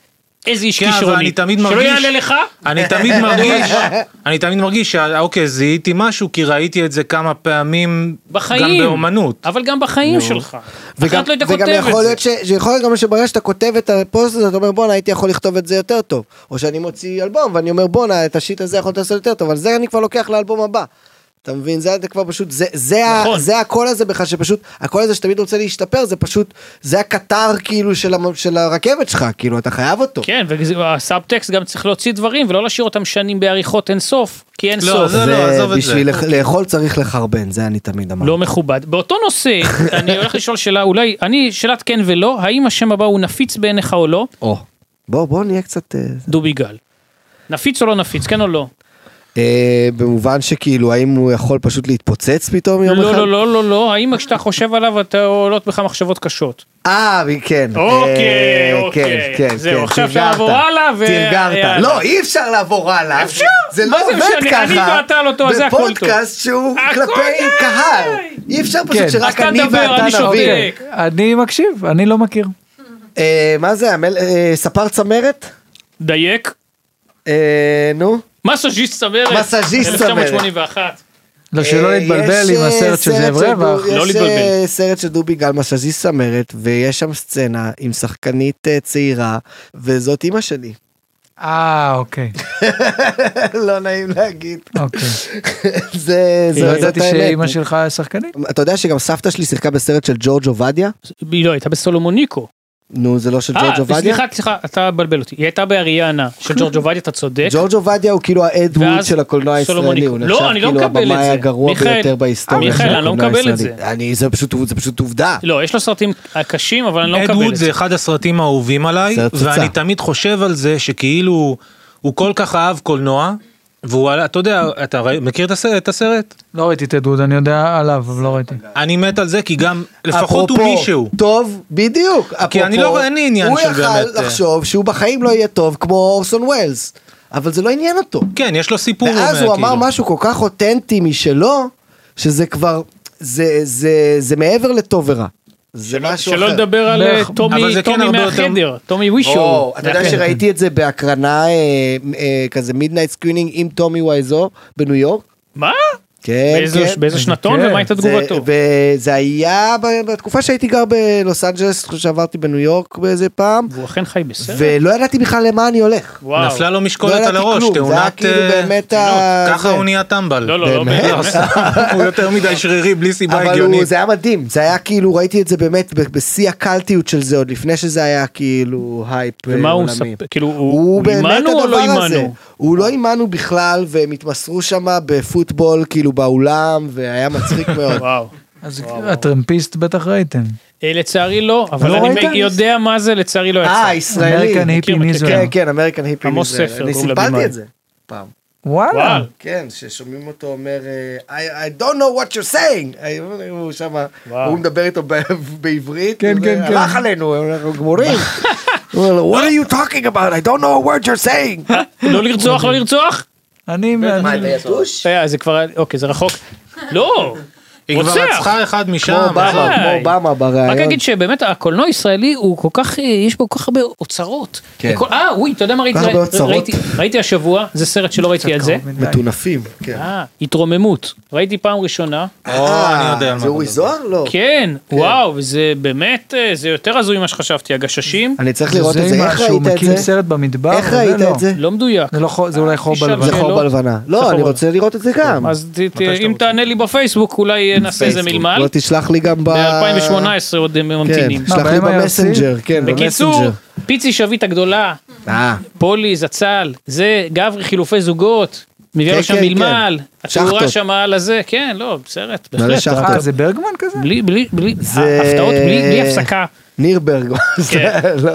Speaker 2: איזה איש
Speaker 3: כן, אבל
Speaker 2: כישרוני.
Speaker 3: אני תמיד
Speaker 2: שלא
Speaker 3: מרגיש-
Speaker 2: יעלה לך,
Speaker 3: אני תמיד מרגיש, (laughs) אני תמיד מרגיש שאוקיי, זיהיתי משהו כי ראיתי את זה כמה פעמים,
Speaker 2: בחיים.
Speaker 3: גם באומנות.
Speaker 2: אבל גם בחיים שלך. אחרת לא היית כותב
Speaker 4: וגם יכול
Speaker 2: את זה.
Speaker 4: להיות, ש, שיכול להיות גם שברגע שאתה כותב את הפוסט הזה, אתה אומר בואנה הייתי יכול לכתוב את זה יותר טוב. או שאני מוציא אלבום ואני אומר בואנה את השיט הזה יכולת לעשות יותר טוב, אבל זה אני כבר לוקח לאלבום הבא. אתה מבין? זה אתה כבר פשוט, זה, זה,
Speaker 2: נכון.
Speaker 4: ה, זה הקול הזה בך שפשוט, הקול הזה שתמיד רוצה להשתפר זה פשוט, זה הקטר כאילו של, המ, של הרכבת שלך, כאילו אתה חייב אותו.
Speaker 2: כן, והסאבטקסט גם צריך להוציא דברים ולא להשאיר אותם שנים בעריכות אין סוף, כי אין
Speaker 3: לא,
Speaker 2: סוף.
Speaker 3: זה לא, עזוב את
Speaker 4: בשביל
Speaker 3: זה.
Speaker 4: לח- לאכול צריך לחרבן, זה אני תמיד אמרתי.
Speaker 2: לא מכובד. באותו
Speaker 4: (laughs)
Speaker 2: נושא, אני הולך לשאול שאלה, אולי, אני, שאלת כן ולא, האם השם הבא הוא נפיץ בעיניך או לא?
Speaker 4: או. בוא, בוא נהיה קצת... אה, זה.
Speaker 2: דובי גל. נפיץ או לא נפיץ, כן או לא?
Speaker 4: אה, במובן שכאילו, האם הוא יכול פשוט להתפוצץ פתאום יום
Speaker 2: לא,
Speaker 4: אחד?
Speaker 2: לא, לא, לא, לא, האם כשאתה חושב עליו אתה עולות בך מחשבות קשות?
Speaker 4: אה, כן.
Speaker 2: אוקיי,
Speaker 4: אה,
Speaker 2: אוקיי.
Speaker 4: כן, כן,
Speaker 2: זהו,
Speaker 4: כן,
Speaker 2: עכשיו אפשר
Speaker 4: תרגרת,
Speaker 2: לעבור הלאה ו- יאללה.
Speaker 4: תרגרת. לא, אי אפשר לעבור הלאה.
Speaker 2: אפשר.
Speaker 4: זה
Speaker 2: מה
Speaker 4: לא
Speaker 2: זה
Speaker 4: עובד
Speaker 2: משנה?
Speaker 4: ככה.
Speaker 2: אני ואתה על אותו, זה הכל טוב.
Speaker 4: בפודקאסט שהוא
Speaker 2: הכל די.
Speaker 4: כלפי קהל. אי אפשר
Speaker 1: כן.
Speaker 4: פשוט
Speaker 2: אז
Speaker 4: שרק
Speaker 2: אתה
Speaker 4: אני
Speaker 2: תדבר, אני
Speaker 4: ואתה
Speaker 2: שותק.
Speaker 4: נבין.
Speaker 1: אני מקשיב, אני לא מכיר.
Speaker 4: אה, מה זה, המל- אה, ספר צמרת?
Speaker 2: דייק.
Speaker 4: אה, נו.
Speaker 2: מסאז'יסט צמרת.
Speaker 4: מסאז'יסט צמרת.
Speaker 2: 1981.
Speaker 1: לא, שלא
Speaker 4: אה,
Speaker 1: להתבלבל
Speaker 4: יש,
Speaker 1: עם
Speaker 4: אה,
Speaker 1: הסרט של זאב
Speaker 4: של
Speaker 1: רווח.
Speaker 4: דו-
Speaker 2: לא
Speaker 4: יש,
Speaker 2: להתבלבל.
Speaker 4: אה, סרט של דובי גל מסאז'יסט צמרת, ויש שם סצנה עם שחקנית אה, צעירה, וזאת אימא שלי. (laughs)
Speaker 1: אה, אוקיי,
Speaker 4: לא נעים להגיד.
Speaker 1: אוקיי.
Speaker 4: זה, זה,
Speaker 1: לא
Speaker 4: זאת
Speaker 1: ידעתי
Speaker 4: האמת.
Speaker 1: שאימא שלך שחקנית.
Speaker 4: אתה יודע שגם סבתא שלי שיחקה בסרט של ג'ורג' עובדיה?
Speaker 2: היא לא, הייתה בסולומוניקו.
Speaker 4: נו, זה לא של ג'ורג'
Speaker 2: אה,
Speaker 4: עובדיה?
Speaker 2: סליחה, סליחה, אתה מבלבל אותי. היא הייתה באריאנה של ג'ורג' עובדיה, אתה צודק.
Speaker 4: ג'ורג' עובדיה הוא כאילו האד
Speaker 2: ואז
Speaker 4: ווד של הקולנוע הישראלי,
Speaker 2: סולומוניקו.
Speaker 4: הוא
Speaker 2: לא,
Speaker 4: נחשב
Speaker 2: אני לא
Speaker 4: כאילו
Speaker 2: מקבל את
Speaker 4: הבמאי
Speaker 2: זה.
Speaker 4: הגרוע
Speaker 2: מיכאל,
Speaker 4: ביותר בהיסטוריה
Speaker 2: מיכאל,
Speaker 4: של
Speaker 2: אני לא
Speaker 4: הקולנוע
Speaker 2: מקבל את
Speaker 4: הישראלי. אני, זה פשוט זה פשוט עובדה.
Speaker 2: לא, יש לו סרטים קשים, אבל אני לא
Speaker 3: אד
Speaker 2: מקבל
Speaker 3: ווד
Speaker 2: את זה.
Speaker 3: זה אחד הסרטים האהובים עליי,
Speaker 4: סרט פצצה.
Speaker 3: ואני תמיד חושב על זה שכאילו הוא כל כך אהב קולנוע, והוא, עלה- אתה יודע, אתה ראי- מכיר את הסרט- את הסרט?
Speaker 1: לא ראיתי את עדוד, אני יודע עליו, אבל לא ראיתי.
Speaker 3: אני מת על זה כי גם, לפחות הוא
Speaker 4: כן. אפרופו,
Speaker 3: מישהו.
Speaker 4: טוב, בדיוק. אפרופו,
Speaker 3: אני לא- אין לי עניין של
Speaker 4: הוא
Speaker 3: באמת,
Speaker 4: יכל
Speaker 3: אה.
Speaker 4: לחשוב שהוא בחיים לא יהיה טוב כמו אורסון ווילס, אבל זה לא עניין אותו.
Speaker 3: כן, יש לו סיפור.
Speaker 4: ואז
Speaker 3: אומר,
Speaker 4: הוא אמר
Speaker 3: כאילו.
Speaker 4: משהו כל כך אותנטי משלו, שזה כבר, זה- זה- זה מעבר לטוב ורע. זה משהו אחר.
Speaker 2: שלא לדבר על אה,
Speaker 1: בערך-
Speaker 2: טומי
Speaker 3: אבל זה כן
Speaker 2: טומי
Speaker 3: הרבה יותר-
Speaker 2: מהחדר, טומי ווישו.
Speaker 4: או, אתה
Speaker 3: כן.
Speaker 4: יודע שראיתי את זה בהקרנה אה, אה, כזה מידנייט סקרינינג עם טומי וייזו בניו יורק?
Speaker 2: מה?
Speaker 4: כן,
Speaker 2: באיזה-
Speaker 4: כן.
Speaker 2: באיזה שנתון
Speaker 1: כן.
Speaker 2: ומה הייתה
Speaker 4: זה-
Speaker 2: תגובתו?
Speaker 4: וזה היה ב- בתקופה שהייתי גר בלוס אנג'לס, שעברתי בניו יורק באיזה פעם,
Speaker 2: והוא אכן חי בסרט?
Speaker 4: ולא ידעתי בכלל למה אני הולך.
Speaker 2: וואו.
Speaker 3: נפלה לו
Speaker 4: לא
Speaker 3: משקולת
Speaker 4: ידעתי
Speaker 3: על הראש,
Speaker 4: כלום, זה היה
Speaker 3: תאונת...
Speaker 4: כאילו
Speaker 3: אה,
Speaker 4: באמת ה-
Speaker 3: תינוק. ככה
Speaker 4: זה.
Speaker 3: הוא נהיה טמבל.
Speaker 2: לא, לא, לא,
Speaker 4: באמת?
Speaker 2: באמת.
Speaker 3: (laughs) הוא יותר מדי שרירי בלי סיבה
Speaker 4: אבל הוא,
Speaker 3: הגיונית.
Speaker 4: זה היה מדהים, זה היה כאילו, ראיתי את זה באמת ב- בשיא הקלטיות של זה, עוד לפני שזה היה כאילו הייפ אה,
Speaker 2: ומה הוא
Speaker 4: עולמי.
Speaker 2: מספר? כאילו, הוא
Speaker 4: הוא באמת
Speaker 2: עימנו או לא
Speaker 4: הדבר הזה.
Speaker 2: עימנו?
Speaker 4: הוא לא עימנו בכלל, והם התמסרו שם בפוטבול, כאילו באולם, והיה
Speaker 2: (laughs)
Speaker 4: מצחיק מאוד.
Speaker 2: וואו.
Speaker 1: אז הטרמפיסט בטח ראיתם.
Speaker 2: אה, לצערי לא, אבל
Speaker 1: לא
Speaker 2: אני
Speaker 1: ראית?
Speaker 2: מ- יודע מה זה, לצערי לא יצא.
Speaker 4: אה, ישראלי.
Speaker 1: אמריקן היפי
Speaker 2: מכיר, מכיר,
Speaker 1: ניזו.
Speaker 4: כן, כן, אמריקן היפי.
Speaker 2: עמוס
Speaker 4: מזה.
Speaker 2: ספר,
Speaker 4: אני
Speaker 2: קוראים
Speaker 4: סיפרתי
Speaker 2: לבמאי.
Speaker 4: את זה. פעם.
Speaker 1: וואלה.
Speaker 2: וואו.
Speaker 4: כן, ששומעים אותו אומר, אה, I I don't know what you're saying. אה, הוא שם,
Speaker 2: וואו.
Speaker 4: הוא מדבר איתו ב- בעברית.
Speaker 1: כן,
Speaker 4: וזה
Speaker 1: כן, כן.
Speaker 4: הלך עלינו, אה, אנחנו (laughs) גמורים. הוא אומר לו, What are you talking about? I don't know what you're saying.
Speaker 2: לא לרצוח, לא לרצוח?
Speaker 1: אני...
Speaker 4: מה,
Speaker 1: אני-
Speaker 4: אתה יתוש?
Speaker 2: אה, זה כבר, אוקיי, זה רחוק. לא,
Speaker 3: היא כבר
Speaker 2: רוצח.
Speaker 3: רצחה אחד משם.
Speaker 4: כמו אובמה,
Speaker 3: אבל-
Speaker 2: די.
Speaker 4: כמו אובמה
Speaker 2: רק
Speaker 4: בריאיון.
Speaker 2: אגיד שבאמת הקולנוע הישראלי הוא כל כך, אה, יש בו כל כך הרבה אוצרות.
Speaker 4: כן.
Speaker 2: לכל- אה, וואי, אתה יודע מה ראיתי?
Speaker 4: הרבה
Speaker 2: ראי-
Speaker 4: אוצרות.
Speaker 2: ראיתי- ראיתי השבוע, זה סרט שלא ראיתי על זה.
Speaker 4: (laughs) מטונפים. כן.
Speaker 2: אה, התרוממות. ראיתי פעם ראשונה.
Speaker 4: אה,
Speaker 3: או, אני יודע על מה
Speaker 4: זה
Speaker 3: אתה
Speaker 4: אורי
Speaker 3: מדבר.
Speaker 4: זוהר? לא.
Speaker 2: כן, וואו, וזה באמת, אה, זה יותר הזוי ממה שחשבתי. הגששים,
Speaker 4: אני צריך לראות את זה, איך
Speaker 1: שהוא
Speaker 4: ראית
Speaker 1: מקים
Speaker 4: את זה?
Speaker 1: סרט במדבר.
Speaker 4: איך
Speaker 1: וזה
Speaker 4: ראית
Speaker 1: לא.
Speaker 4: את זה?
Speaker 2: לא מדויק.
Speaker 1: זה לא חור- זה אולי חור
Speaker 2: תשאל
Speaker 1: בלבן.
Speaker 4: זה
Speaker 2: זה
Speaker 4: חור
Speaker 2: לא-
Speaker 4: בלבנה.
Speaker 2: זה
Speaker 4: לא, אני
Speaker 2: חור
Speaker 4: רוצה לראות את זה גם.
Speaker 2: אז ת- ת- אם תענה לי בפייסבוק, אולי אה, נעשה איזה מלמל.
Speaker 4: לא תשלח לי גם ב...
Speaker 2: ב-2018 עוד הם
Speaker 4: כן, (laughs)
Speaker 2: ממתינים.
Speaker 4: תשלח
Speaker 1: מה,
Speaker 4: לי
Speaker 1: בהם היה
Speaker 4: במסנג'ר. כן,
Speaker 2: בקיצור,
Speaker 4: במסנג'ר.
Speaker 2: פיצי שביט הגדולה,
Speaker 4: אה,
Speaker 2: פולי זצ"ל, זה גברי חילופי זוגות, מביאה
Speaker 4: כן,
Speaker 2: לו שם
Speaker 4: כן,
Speaker 2: מלמל, התאורה
Speaker 4: שחטות.
Speaker 2: שם על הזה, כן, לא, סרט,
Speaker 4: מלא
Speaker 2: בהחלט.
Speaker 4: שחטות.
Speaker 1: אה, זה ברגמן כזה?
Speaker 2: בלי, בלי, בלי, אה,
Speaker 4: זה-
Speaker 2: הפתעות בלי, בלי הפסקה.
Speaker 4: נירברג.
Speaker 2: כן.
Speaker 4: לא.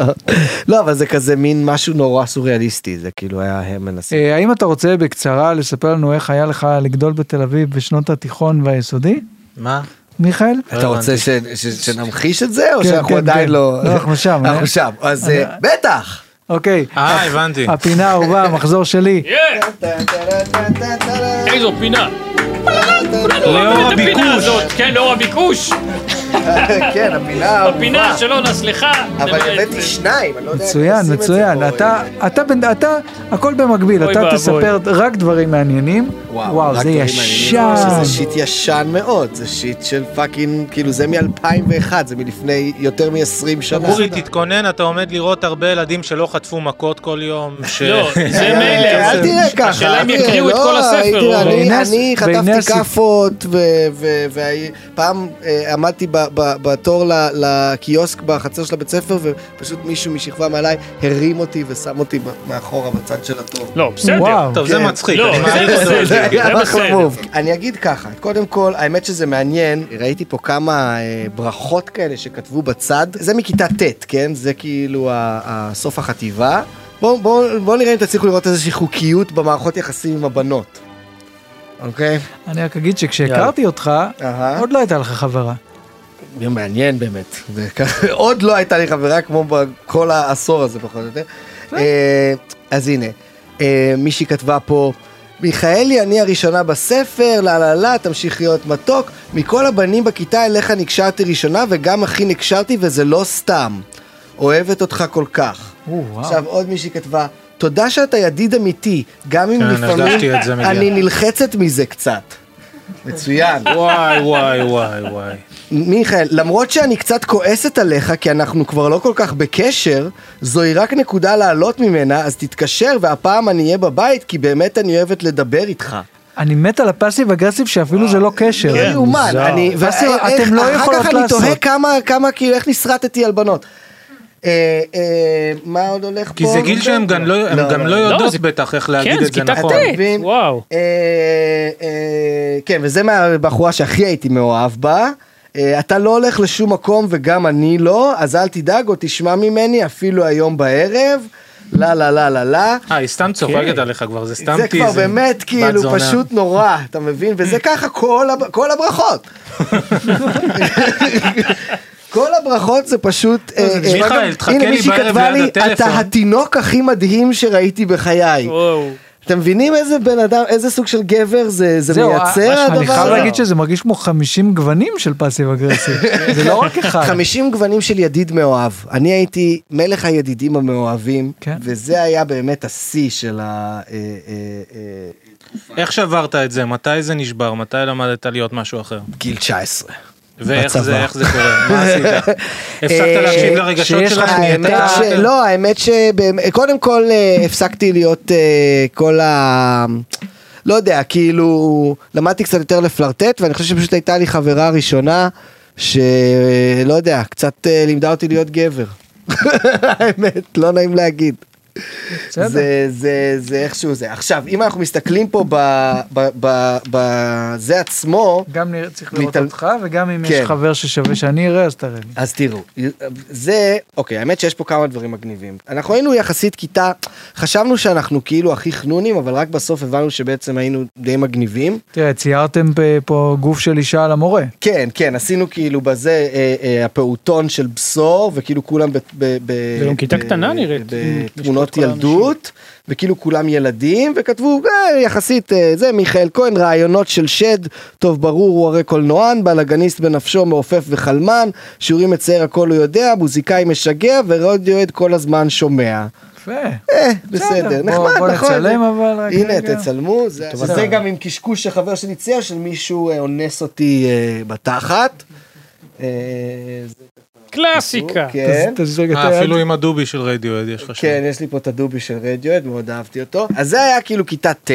Speaker 4: לא, אבל זה כזה מין משהו נורא סוריאליסטי, זה כאילו היה הם מנסים.
Speaker 1: אה, האם אתה רוצה בקצרה לספר לנו איך היה לך לגדול בתל אביב בשנות התיכון והיסודי,
Speaker 3: מה?
Speaker 1: מיכאל?
Speaker 4: אתה רוצה ש- ש- שנמחיש את זה, או
Speaker 1: אה, לא כן,
Speaker 4: שאנחנו
Speaker 1: כן,
Speaker 4: עדיין
Speaker 1: כן.
Speaker 4: לא...
Speaker 1: לא, אנחנו שם, אה?
Speaker 4: אנחנו שם, אז אה, בטח!
Speaker 1: אוקיי,
Speaker 3: אה, הבנתי.
Speaker 1: הפינה
Speaker 2: אה,
Speaker 1: האהובה, המחזור שלי.
Speaker 2: איזו פינה.
Speaker 3: לאור
Speaker 2: את הפינה
Speaker 3: הביקוש.
Speaker 2: הזאת, כן, לאור הביקוש,
Speaker 4: כן, הפינה
Speaker 2: הפינה
Speaker 4: האהובה.
Speaker 2: שלא נסליחה.
Speaker 4: אבל הבאתי שניים, אני לא יודע... איך
Speaker 1: מצוין,
Speaker 2: אה,
Speaker 4: עושים את זה
Speaker 1: מצוין.
Speaker 4: פה.
Speaker 1: אתה, אתה, בן- אתה, הכל במקביל,
Speaker 2: אוי
Speaker 1: אתה
Speaker 2: ואבוי.
Speaker 1: תספר רק דברים מעניינים.
Speaker 4: וואו,
Speaker 1: וואו,
Speaker 4: רק
Speaker 1: זה
Speaker 4: דברים
Speaker 1: ישן.
Speaker 4: מעניינים. זה שיט ישן מאוד, זה שיט של פאקינג, כאילו זה מ-2001, זה מלפני יותר מ-20 שנה.
Speaker 3: אורי, תתכונן, אתה עומד לראות הרבה ילדים שלא חטפו מכות כל יום. ש- (laughs)
Speaker 2: לא, זה
Speaker 4: אה,
Speaker 2: מילא.
Speaker 4: אל
Speaker 2: אבל-
Speaker 4: תראה ככה.
Speaker 2: השאלה אם
Speaker 4: אל תראה,
Speaker 2: יקריאו את
Speaker 4: לא,
Speaker 2: כל
Speaker 4: הייתי-
Speaker 2: הספר. או-
Speaker 4: אני-
Speaker 1: באינס-
Speaker 4: אני חטפתי
Speaker 1: באינסים.
Speaker 4: כאפות, ופעם אה, עמדתי ב- ב- בתור ל- לקיוסק בחצר של הבית ספר, ופשוט מישהו משכבה מעליי הרים אותי ושם אותי ב- מאחורה בצד של התור.
Speaker 2: לא, בסדר.
Speaker 1: וואו.
Speaker 3: טוב, זה
Speaker 4: כן.
Speaker 3: מצחיק,
Speaker 2: לא,
Speaker 3: אני מעריך
Speaker 2: זה
Speaker 3: אותו.
Speaker 2: בסדר. זה בסדר.
Speaker 4: נכון אני אגיד ככה, קודם כל, האמת שזה מעניין, ראיתי פה כמה אה, ברכות כאלה שכתבו בצד, זה מכיתה ט', כן? זה כאילו ה- ה- סוף החטיבה. בואו בוא, בוא נראה אם תצליחו לראות איזושהי חוקיות במערכות יחסים עם הבנות. אוקיי?
Speaker 1: אני רק אגיד שכשהכרתי אותך,
Speaker 4: אהה.
Speaker 1: עוד לא הייתה לך חברה.
Speaker 4: זה מעניין באמת. זה ככה- (laughs) עוד לא הייתה לי חברה כמו בכל העשור הזה פחות או יותר. אה, אז הנה, אה, מישהי כתבה פה, מיכאלי, אני הראשונה בספר, לה לה לה, תמשיך להיות מתוק. מכל הבנים בכיתה אליך נקשרתי ראשונה, וגם הכי נקשרתי, וזה לא סתם. אוהבת אותך כל כך.
Speaker 1: או, וואו.
Speaker 4: עכשיו עוד מישהי כתבה, תודה שאתה ידיד אמיתי, גם אם
Speaker 3: כן, הרגשתי
Speaker 4: לפעמים
Speaker 3: את זה מגיע.
Speaker 4: אני נלחצת מזה קצת. מצוין.
Speaker 3: וואי, וואי, וואי, וואי.
Speaker 4: מיכאל, למרות שאני קצת כועסת עליך, כי אנחנו כבר לא כל כך בקשר, זוהי רק נקודה לעלות ממנה, אז תתקשר, והפעם אני אהיה בבית, כי באמת אני אוהבת לדבר איתך.
Speaker 1: אני מת על הפאסיב אגרסיב שאפילו זה לא קשר.
Speaker 4: לא יאומן, אני... ו-
Speaker 1: פסי,
Speaker 4: אה,
Speaker 1: אתם
Speaker 4: איך-
Speaker 1: לא יכולות
Speaker 4: אחר כך אני
Speaker 1: לעשות.
Speaker 4: תוהה כמה, כמה, כאילו, איך נסרטתי על בנות. אה, אה, מה עוד הולך פה?
Speaker 3: כי זה גיל שהם גם לא- הם גם לא יודעות
Speaker 2: זה-
Speaker 3: בטח איך
Speaker 2: כן,
Speaker 3: להגיד
Speaker 2: זה
Speaker 3: את זה
Speaker 2: כיתה
Speaker 3: נכון.
Speaker 2: ט'.
Speaker 4: מבין?
Speaker 2: וואו.
Speaker 4: אה, אה, כן, וזה מהבחורה שהכי הייתי מאוהב בה. אה, אתה לא הולך לשום מקום וגם אני לא, אז אל תדאג או תשמע ממני אפילו היום בערב. לה לה לה לה לה.
Speaker 3: אה, היא סתם
Speaker 2: כן.
Speaker 3: צוחקת עליך כבר, זה סתם
Speaker 4: זה
Speaker 3: טיזם.
Speaker 4: כבר באמת
Speaker 3: בת
Speaker 4: כאילו
Speaker 3: זונה.
Speaker 4: פשוט נורא, אתה מבין? וזה ככה כל הב- כל הברכות. כל הברכות זה פשוט... אה, אה,
Speaker 3: מיכאל,
Speaker 4: הנה,
Speaker 3: תחכה לי
Speaker 4: מישהי
Speaker 3: בערב
Speaker 4: כתבה
Speaker 3: ליד
Speaker 4: לי, אתה
Speaker 3: הטלפון."
Speaker 4: התינוק הכי מדהים שראיתי בחיי.
Speaker 2: וואו.
Speaker 4: אתם מבינים איזה בן אדם, איזה סוג של גבר זה, זה
Speaker 1: זהו, אה,
Speaker 4: מייצר הדבר הזה?
Speaker 1: אני חייב להגיד שזה מרגיש כמו 50 גוונים של פאסיב אגרסיב. זה לא רק אחד.
Speaker 4: 50 גוונים של ידיד מאוהב. אני הייתי מלך הידידים המאוהבים,
Speaker 1: כן.
Speaker 4: וזה היה באמת השיא של ה... אה, אה, אה,
Speaker 3: איך שברת את זה? מתי זה נשבר? מתי למדת להיות משהו אחר?
Speaker 4: גיל 19.
Speaker 3: ואיך
Speaker 4: בצבא.
Speaker 3: זה, איך זה קורה? מה
Speaker 4: (laughs)
Speaker 3: עשית? הפסקת
Speaker 4: אה,
Speaker 3: להקשיב לרגשות
Speaker 1: שיש
Speaker 3: שלך?
Speaker 1: לך
Speaker 3: נהיית
Speaker 4: האמת
Speaker 3: יותר-
Speaker 4: ש- לא, האמת שקודם כל אה, הפסקתי להיות אה, כל ה... לא יודע, כאילו, למדתי קצת יותר לפלרטט, ואני חושב שפשוט הייתה לי חברה ראשונה, שלא יודע, קצת אה, לימדה אותי להיות גבר. (laughs) האמת, לא נעים להגיד.
Speaker 1: בסדר.
Speaker 4: זה, זה, זה איכשהו זה. עכשיו, אם אנחנו מסתכלים פה בזה ב, ב, ב, זה עצמו,
Speaker 1: גם נראה- צריך לראות
Speaker 4: מתעל-
Speaker 1: אותך, וגם אם
Speaker 4: כן.
Speaker 1: יש חבר ששווה שאני אראה, אז תראה לי.
Speaker 4: אז תראו, זה, אוקיי, האמת שיש פה כמה דברים מגניבים. אנחנו היינו יחסית כיתה, חשבנו שאנחנו כאילו הכי חנונים, אבל רק בסוף הבנו שבעצם היינו די מגניבים.
Speaker 1: תראה, ציירתם פה- פה גוף של אישה על המורה.
Speaker 4: כן, כן, עשינו כאילו בזה אה, אה, הפעוטון של בשור, וכאילו כולם ב... ב, ב
Speaker 2: זה גם כיתה
Speaker 4: ב-
Speaker 2: קטנה נראית. Mm,
Speaker 4: בתמונות זאת
Speaker 2: כל האנשים.
Speaker 4: ילדות, וכאילו כולם ילדים, וכתבו אה, יחסית אה, זה, מיכאל כהן, רעיונות של שד, טוב ברור, הוא הרי קולנוען, בלאגניסט בנפשו, מעופף וחלמן, שיעורים מצייר הכל הוא יודע, מוזיקאי משגע, ורדיואד כל הזמן שומע.
Speaker 1: יפה.
Speaker 4: אה, בסדר,
Speaker 1: בסדר,
Speaker 4: נחמד,
Speaker 1: בוא- בוא
Speaker 4: נכון.
Speaker 1: נצלם,
Speaker 4: זה-
Speaker 1: אבל רק
Speaker 4: הנה,
Speaker 1: רגע.
Speaker 4: תצלמו, זה
Speaker 1: טוב,
Speaker 4: זה
Speaker 1: בסדר.
Speaker 4: גם עם קשקוש שחבר שלי צייר, של מישהו אה, אונס אותי אה, בתחת. אה, זה-
Speaker 2: קלאסיקה.
Speaker 4: כן.
Speaker 1: תז- תזלג את
Speaker 3: אה,
Speaker 1: היד.
Speaker 3: אפילו עם הדובי של רדיואד יש לך שם.
Speaker 4: כן, יש לי פה את הדובי של רדיואט, מאוד אהבתי אותו. אז זה היה כאילו כיתה ט',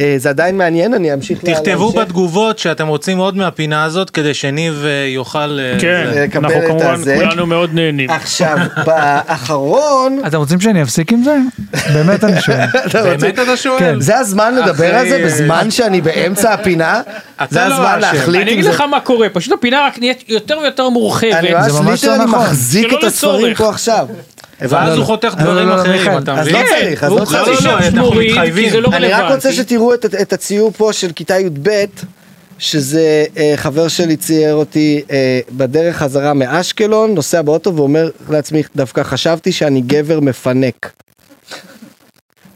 Speaker 4: אה, זה עדיין מעניין, לא, אני אמשיך לה-
Speaker 3: תכתבו
Speaker 4: להמשך.
Speaker 3: בתגובות שאתם רוצים עוד מהפינה הזאת כדי שניב אה, יוכל... אה, זה.
Speaker 2: כן,
Speaker 4: לקבל
Speaker 2: אנחנו
Speaker 4: את
Speaker 2: כמובן
Speaker 4: הזה.
Speaker 2: כולנו מאוד נהנים.
Speaker 4: עכשיו, באחרון,
Speaker 1: אתם רוצים שאני אפסיק עם זה? באמת אני שואל.
Speaker 3: באמת אתה שואל?
Speaker 1: כן.
Speaker 4: זה הזמן לדבר
Speaker 3: אחרי-
Speaker 4: על זה בזמן שאני באמצע הפינה?
Speaker 3: אתה
Speaker 4: זה
Speaker 3: לא
Speaker 4: הזמן
Speaker 3: אשם.
Speaker 4: להחליט
Speaker 2: אני
Speaker 4: אם
Speaker 2: אגיד
Speaker 4: זה...
Speaker 2: לך מה קורה, פשוט הפינה רק נהיית יותר ויותר
Speaker 4: אני
Speaker 2: מורחבת.
Speaker 1: זה
Speaker 4: ממש
Speaker 1: ממש לא
Speaker 4: ליטרלי
Speaker 1: נכון.
Speaker 4: מחזיק
Speaker 2: שלא
Speaker 4: את הספרים
Speaker 2: לצורך.
Speaker 4: פה עכשיו.
Speaker 3: ואז הוא חותך דברים
Speaker 1: לא, לא,
Speaker 3: אחרים,
Speaker 1: מיכאל.
Speaker 3: אתה
Speaker 4: אז
Speaker 3: מבין?
Speaker 4: לא צריך, אז
Speaker 3: הוא
Speaker 4: לא
Speaker 2: חצי
Speaker 4: צריך.
Speaker 3: לא,
Speaker 2: שעה
Speaker 3: אנחנו
Speaker 2: שמוריד, כי
Speaker 3: מתחייבים.
Speaker 2: זה לא
Speaker 4: אני רק
Speaker 2: רלוונטי.
Speaker 4: רוצה שתראו את, את הציור פה של כיתה י"ב, שזה אה, חבר שלי צייר אותי אה, בדרך חזרה מאשקלון, נוסע באוטו ואומר לעצמי, דווקא חשבתי שאני גבר מפנק.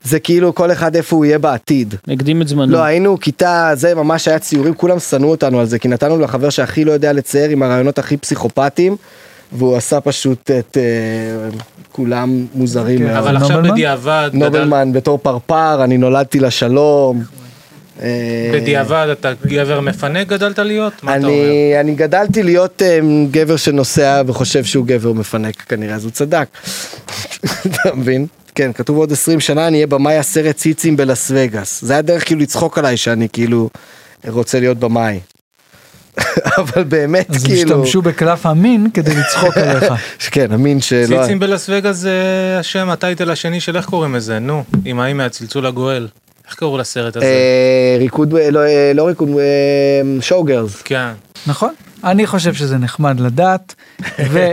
Speaker 4: זה כאילו כל אחד איפה הוא יהיה בעתיד.
Speaker 2: נקדים את זמנו.
Speaker 4: לא, היינו כיתה, זה ממש היה ציורים, כולם שנאו אותנו על זה, כי נתנו לחבר שהכי לא יודע לצייר עם הרעיונות הכי פסיכופטיים, והוא עשה פשוט את אה, כולם מוזרים.
Speaker 1: כן,
Speaker 4: מאוד.
Speaker 3: אבל עכשיו
Speaker 1: נובלמן?
Speaker 3: בדיעבד, גדל-
Speaker 4: נובלמן בתור פרפר, אני נולדתי לשלום. אה,
Speaker 3: בדיעבד אתה גבר מפנק גדלת להיות? מה אתה אומר?
Speaker 4: אני, אני גדלתי להיות אה, גבר שנוסע וחושב שהוא גבר מפנק כנראה, אז הוא צדק. (laughs) אתה מבין? כן, כתוב עוד 20 שנה אני אהיה במאי הסרט ציצים בלאס וגאס. זה היה דרך כאילו לצחוק עליי שאני כאילו רוצה להיות במאי. (laughs) אבל באמת
Speaker 1: אז הם
Speaker 4: כאילו,
Speaker 1: השתמשו בקלף המין כדי
Speaker 4: (laughs)
Speaker 1: לצחוק עליך.
Speaker 4: כן, אמין שלא...
Speaker 3: ציצים בלאס וגאס זה השם, הטייטל השני של איך קוראים לזה, נו, עם האי מהצלצול הגואל. איך קראו לסרט הזה?
Speaker 4: אה, ריקוד, אה, לא, אה, לא ריקוד, אה, שואו גרס.
Speaker 3: כן.
Speaker 1: נכון? אני חושב שזה נחמד לדעת, ו-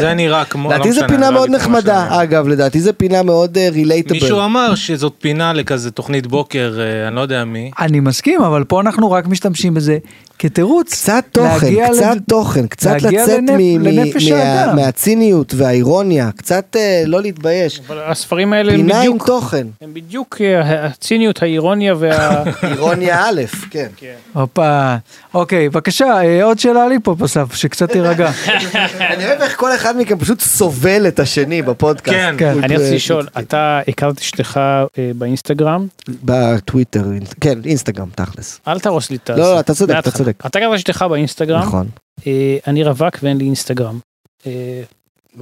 Speaker 3: זה נראה כמו... לא
Speaker 4: לדעתי זו
Speaker 3: משנה,
Speaker 4: פינה
Speaker 3: לא
Speaker 4: מאוד
Speaker 3: אגיד פה מה שאני-
Speaker 4: נחמדה, אגב, לדעתי זו פינה מאוד אה, רילייטבל.
Speaker 3: מישהו אמר שזאת פינה לכזה תוכנית בוקר, אה, אני לא יודע מי.
Speaker 1: אני מסכים, אבל פה אנחנו רק משתמשים בזה כתירוץ.
Speaker 4: קצת תוכן,
Speaker 1: להגיע
Speaker 4: קצת
Speaker 1: לד-
Speaker 4: תוכן, קצת
Speaker 1: להגיע
Speaker 4: לצאת
Speaker 1: לנפ-
Speaker 4: מ- מ-
Speaker 1: לנפש
Speaker 4: מה-
Speaker 1: האדם.
Speaker 4: מהציניות והאירוניה, קצת אה, לא להתבייש.
Speaker 2: אבל הספרים האלה הם
Speaker 4: פינה עם
Speaker 2: בדיוק,
Speaker 3: (laughs)
Speaker 4: תוכן.
Speaker 2: הם בדיוק אה, הציניות, האירוניה
Speaker 4: (laughs)
Speaker 2: וה...
Speaker 4: אירוניה א', כן.
Speaker 1: הופה. אוקיי, בבקשה, אה, עוד שאלה לי פה בסף, שקצת תירגע.
Speaker 4: (laughs)
Speaker 3: כן.
Speaker 4: אני אוהב איך כל אחד מכם פשוט סובל את השני בפודקאסט. אה,
Speaker 3: כן.
Speaker 1: כן.
Speaker 2: אני רציתי לשאול, אתה הכרת את אשתך אה, באינסטגרם?
Speaker 4: בטוויטר, אינס- כן, אינסטגרם תכלס.
Speaker 2: אל תהרוס לי את ה...
Speaker 4: לא, לא, אתה צודק, אתה
Speaker 2: מההתחלה.
Speaker 4: צודק.
Speaker 2: אתה הכרת את אשתך באינסטגרם?
Speaker 4: נכון.
Speaker 2: אה, אני רווק ואין לי אינסטגרם. אה,
Speaker 4: אה,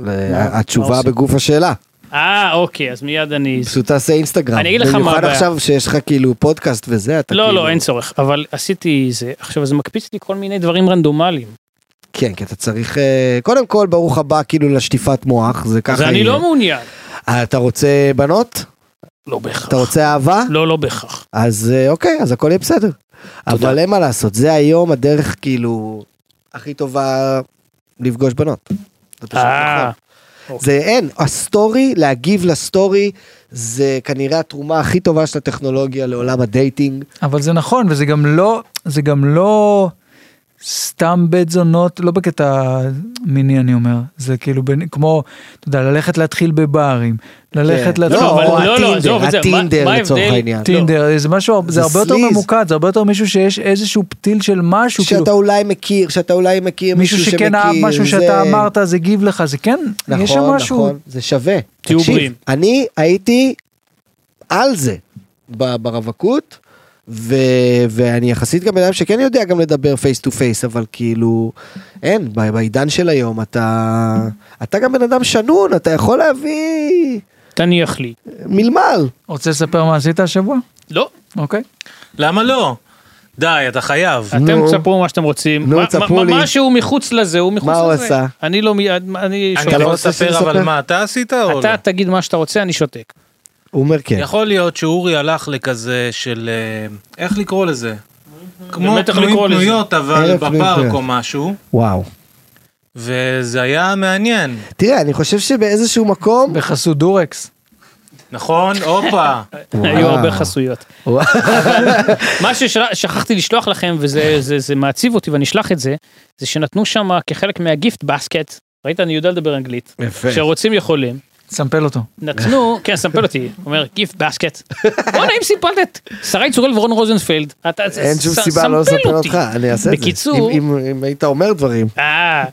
Speaker 2: מה
Speaker 4: התשובה
Speaker 2: עושים?
Speaker 4: בגוף השאלה.
Speaker 2: אה, אוקיי, אז מיד אני...
Speaker 4: פשוט תעשה אינסטגרם.
Speaker 2: אני אגיד לך מה
Speaker 4: במיוחד
Speaker 2: הבעיה.
Speaker 4: עכשיו שיש לך כאילו פודקאסט וזה, אתה כאילו...
Speaker 2: לא, לא, אין צורך, אבל עשיתי זה. עכשיו, זה מקפיץ לי כל מיני דברים רנדומליים.
Speaker 4: כן, כי אתה צריך... אה, קודם כל, ברוך הבא כאילו לשטיפת מוח, זה ככה...
Speaker 2: אז אני
Speaker 4: יהיה.
Speaker 2: לא מעוניין.
Speaker 4: אה, אתה רוצה בנות?
Speaker 2: לא בהכרח.
Speaker 4: אתה רוצה אהבה?
Speaker 2: לא, לא בהכרח.
Speaker 4: אז אה, אוקיי, אז הכל יהיה בסדר. אבל אין מה לעשות, זה היום הדרך כאילו הכי טובה לפגוש בנות. זה פשוט
Speaker 2: אה,
Speaker 4: נכון. זה אין, הסטורי, להגיב לסטורי, זה כנראה התרומה הכי טובה של הטכנולוגיה לעולם הדייטינג.
Speaker 1: אבל זה נכון, וזה גם לא, זה גם לא סתם בית זונות, לא בקטע מיני אני אומר, זה כאילו בין, כמו, אתה יודע, ללכת להתחיל בברים, ללכת
Speaker 4: כן.
Speaker 1: להתחיל...
Speaker 2: לא,
Speaker 4: לא,
Speaker 2: אבל
Speaker 4: או
Speaker 2: לא, לא, עזוב
Speaker 4: הטינדר,
Speaker 2: את זה, מה-
Speaker 4: הטינדר
Speaker 2: מה
Speaker 4: לצורך
Speaker 2: ההבדל?
Speaker 4: העניין.
Speaker 1: טינדר, זה משהו, זה
Speaker 4: לא. זה
Speaker 1: הרבה יותר
Speaker 4: סליז.
Speaker 1: ממוקד, זה הרבה יותר מישהו שיש איזשהו פתיל של משהו, כאילו,
Speaker 4: שאתה אולי מכיר, שאתה אולי מכיר
Speaker 1: מישהו שכן אהב
Speaker 4: שמכיר,
Speaker 1: משהו
Speaker 4: זה-
Speaker 1: שאתה אמרת, זה הגיב לך, זה כן,
Speaker 4: נכון,
Speaker 1: יש שם משהו,
Speaker 4: נכון, זה שווה.
Speaker 2: תהיו
Speaker 4: תקשיב,
Speaker 2: בריאים.
Speaker 4: אני הייתי על זה ב- ברווקות, ו, ואני יחסית גם בן אדם שכן יודע גם לדבר פייס טו פייס, אבל כאילו, אין, ב- בעידן של היום אתה, אתה גם בן אדם שנון, אתה יכול להביא
Speaker 2: תניח לי.
Speaker 4: מלמל.
Speaker 1: רוצה לספר מה עשית השבוע?
Speaker 2: לא,
Speaker 1: אוקיי.
Speaker 3: למה לא? די, אתה חייב.
Speaker 2: אתם תספרו מה שאתם רוצים.
Speaker 4: נו,
Speaker 2: מה-
Speaker 4: תספרו
Speaker 2: מה-
Speaker 4: לי.
Speaker 2: מה שהוא מחוץ לזה, הוא מחוץ לזה.
Speaker 4: מה הוא עשה?
Speaker 2: אני לא מיד, מה- אני
Speaker 3: אני
Speaker 2: שותק.
Speaker 3: יכול
Speaker 4: רוצה
Speaker 3: לספר אבל
Speaker 4: שנספר?
Speaker 3: מה אתה עשית או לא?
Speaker 2: אתה תגיד מה שאתה רוצה, אני שותק.
Speaker 4: הוא אומר כן.
Speaker 3: יכול להיות שאורי הלך לכזה של אה, איך לקרוא לזה? כמו
Speaker 2: באמת איך
Speaker 3: פנויים
Speaker 2: לקרוא לזה.
Speaker 3: פנויות אבל
Speaker 4: ערב פנויים
Speaker 3: בפארק
Speaker 4: פנויות.
Speaker 3: או משהו
Speaker 4: וואו.
Speaker 3: וזה היה מעניין
Speaker 4: תראה, אני חושב שבאיזשהו מקום...
Speaker 1: בחסות דורקס.
Speaker 3: נכון
Speaker 2: (laughs)
Speaker 3: הופה
Speaker 2: היו הרבה חסויות. (laughs) מה ששכחתי לשלוח לכם, וזה זה- זה מעציב אותי ואני אשלח את זה, זה שנתנו שם כחלק מהגיפט בסקט, ראית, אני יודע לדבר אנגלית.
Speaker 4: יפה.
Speaker 2: שרוצים יכולים.
Speaker 1: סמפל אותו.
Speaker 2: נתנו, (laughs) כן, סמפל אותי, אומר גיף בסקט. בואנה אם סיפלת, שרי צורל ורון רוזנפלד. אתה-
Speaker 4: אין שום
Speaker 2: ס-
Speaker 4: סיבה לא
Speaker 2: סמפל
Speaker 4: לספר
Speaker 2: אותי.
Speaker 4: אותך, אני אעשה את זה.
Speaker 2: בקיצור,
Speaker 4: אם- אם- אם היית אומר דברים.
Speaker 2: אה.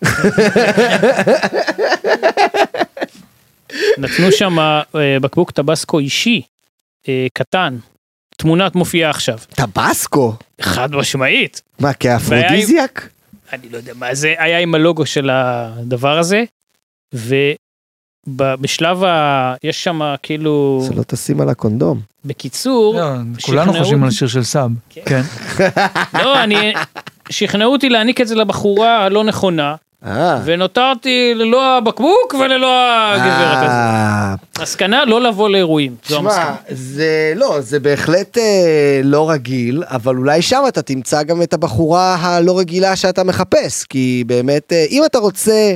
Speaker 2: נתנו שם אה, בקבוק טבסקו אישי, אה, קטן. תמונת מופיעה עכשיו.
Speaker 4: טבסקו?
Speaker 2: חד משמעית.
Speaker 4: מה, כאפרודיזיאק?
Speaker 2: אני לא יודע מה זה היה עם הלוגו של הדבר הזה. ובשלב ה... יש שם כאילו...
Speaker 4: שלא תשים על הקונדום.
Speaker 2: בקיצור,
Speaker 1: לא, כולנו
Speaker 2: שכנעו
Speaker 1: חושבים על
Speaker 2: אותי.
Speaker 1: שיר של סאב. כן.
Speaker 2: לא, אני... שכנעו אותי להעניק את זה לבחורה הלא נכונה,
Speaker 4: אה.
Speaker 2: ונותרתי ללא הבקבוק וללא הגברת הזאת.
Speaker 4: אה,
Speaker 2: מסקנה, לא לבוא לאירועים. זו
Speaker 4: תשמע,
Speaker 2: המסקנה.
Speaker 4: זה לא, זה בהחלט אה, לא רגיל, אבל אולי שם אתה תמצא גם את הבחורה הלא רגילה שאתה מחפש, כי באמת, אה, אם אתה רוצה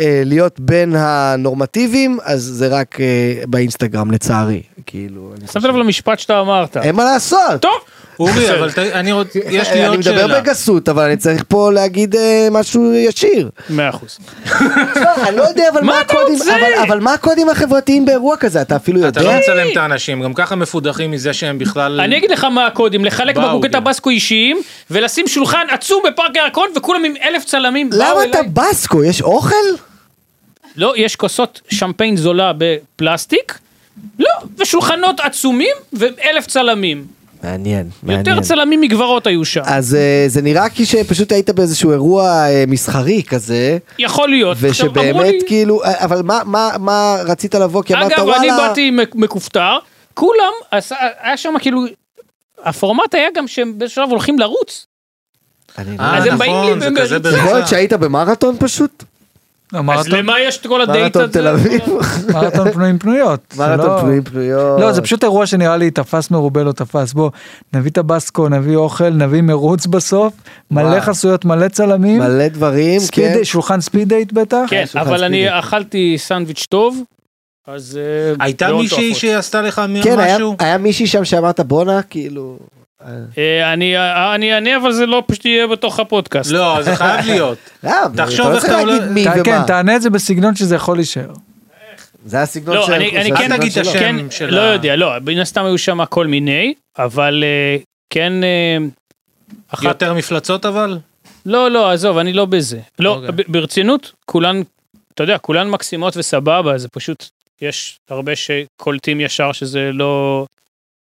Speaker 4: אה, להיות בין הנורמטיביים, אז זה רק אה, באינסטגרם לצערי, כאילו, אני
Speaker 2: שמת לב למשפט שאתה אמרת.
Speaker 4: אין מה לעשות.
Speaker 2: טוב,
Speaker 3: אורי, אבל ת- אני רוצ- יש לי
Speaker 4: אה, אני
Speaker 3: עוד
Speaker 4: מדבר
Speaker 3: שאלה.
Speaker 4: בגסות, אבל אני צריך פה להגיד אה, משהו
Speaker 2: (laughs)
Speaker 4: ישיר.
Speaker 2: מאה אחוז.
Speaker 4: לא, אני לא יודע, אבל
Speaker 2: מה
Speaker 4: מה
Speaker 2: אתה
Speaker 4: הקודים-
Speaker 2: רוצה?
Speaker 4: אבל- אבל מה הקודים החברתיים באירוע כזה? אתה אפילו
Speaker 3: אתה לא
Speaker 4: יודע?
Speaker 3: מצלם את האנשים, גם ככה מפודחים מזה שהם בכלל...
Speaker 2: אני אגיד לך מה הקודים, לחלק
Speaker 3: באו,
Speaker 2: בקבוקי
Speaker 3: כן.
Speaker 2: טבסקו אישיים, ולשים שולחן עצום בפארק הירקון, וכולם עם אלף צלמים. באו
Speaker 4: למה
Speaker 2: אליי.
Speaker 4: טבסקו? יש אוכל?
Speaker 2: לא, יש כוסות שמפיין זולה בפלסטיק, לא, ושולחנות עצומים, ואלף צלמים.
Speaker 4: מעניין, מעניין.
Speaker 2: יותר צלמים מגברות היו שם.
Speaker 4: אז אה, זה נראה כי שפשוט היית באיזשהו אירוע אה, מסחרי כזה,
Speaker 2: יכול להיות. עכשיו, אמרו
Speaker 4: ושבאמת
Speaker 2: לי-
Speaker 4: כאילו, אה, אבל מה- מה מה רצית לבוא? כי אמרת
Speaker 2: אגב,
Speaker 4: וואלה...
Speaker 2: אני באתי מק- מכופתר, כולם, עשה- היה שם כאילו, הפורמט היה גם שהם באיזשהו שלב הולכים לרוץ.
Speaker 4: אני לא-
Speaker 3: אה,
Speaker 2: אז הם באים לי
Speaker 3: נכון, זה
Speaker 2: והם
Speaker 3: כזה
Speaker 2: בריצה.
Speaker 4: יכול להיות
Speaker 3: בריצה.
Speaker 4: שהיית במרתון פשוט?
Speaker 2: אז
Speaker 1: מרתון-
Speaker 2: למה יש את כל הדייט
Speaker 4: מרתון
Speaker 2: הזה?
Speaker 4: תל אביב?
Speaker 2: לא.
Speaker 1: מרתון פנויים פנויות. זה
Speaker 4: מרתון
Speaker 1: לא-
Speaker 4: פנויים פנויות.
Speaker 1: לא, זה פשוט אירוע שנראה לי תפס מרובה לא תפס. בוא, נביא טבסקו, נביא אוכל, נביא מרוץ בסוף, מלא
Speaker 4: וואו.
Speaker 1: חסויות, מלא צלמים,
Speaker 4: מלא דברים,
Speaker 1: ספיד-
Speaker 4: כן.
Speaker 1: שולחן ספיד דייט בטח.
Speaker 2: כן,
Speaker 4: שולחן
Speaker 2: אבל
Speaker 4: ספידי.
Speaker 2: אני אכלתי סנדוויץ' טוב, אז... אה,
Speaker 3: הייתה
Speaker 2: מאוד
Speaker 3: מישהי
Speaker 2: תועפות.
Speaker 3: שעשתה לך מ-
Speaker 4: כן, היה-
Speaker 3: משהו?
Speaker 4: היה מישהי שם שאמרת בואנה, כאילו...
Speaker 2: אה, אני אה, אני אענה, אבל זה לא פשוט יהיה בתוך הפודקאסט.
Speaker 3: לא, זה חייב להיות.
Speaker 4: אה, אבל
Speaker 3: תחשוב
Speaker 4: אתה לא
Speaker 3: איך
Speaker 4: צריך
Speaker 3: אתה
Speaker 4: להגיד
Speaker 3: עולה-
Speaker 4: מי
Speaker 1: כן, כן,
Speaker 4: ומה.
Speaker 1: תענה את זה בסגנון שזה יכול להישאר.
Speaker 4: זה הסגנון
Speaker 2: לא,
Speaker 4: של...
Speaker 2: אני
Speaker 4: זה
Speaker 2: אני
Speaker 4: הסגנון
Speaker 2: כן
Speaker 3: תגיד את
Speaker 4: שלו.
Speaker 3: השם.
Speaker 2: כן,
Speaker 3: של
Speaker 2: לא
Speaker 3: ה-
Speaker 2: יודע, לא, מן הסתם היו שם כל מיני, אבל אה, כן, אה, אחת
Speaker 3: יותר מפלצות אבל?
Speaker 2: לא, לא, עזוב, אני לא בזה. לא,
Speaker 3: אוקיי.
Speaker 2: ב- ברצינות, כולן, אתה יודע, כולן מקסימות וסבבה, זה פשוט, יש הרבה שקולטים ישר שזה לא...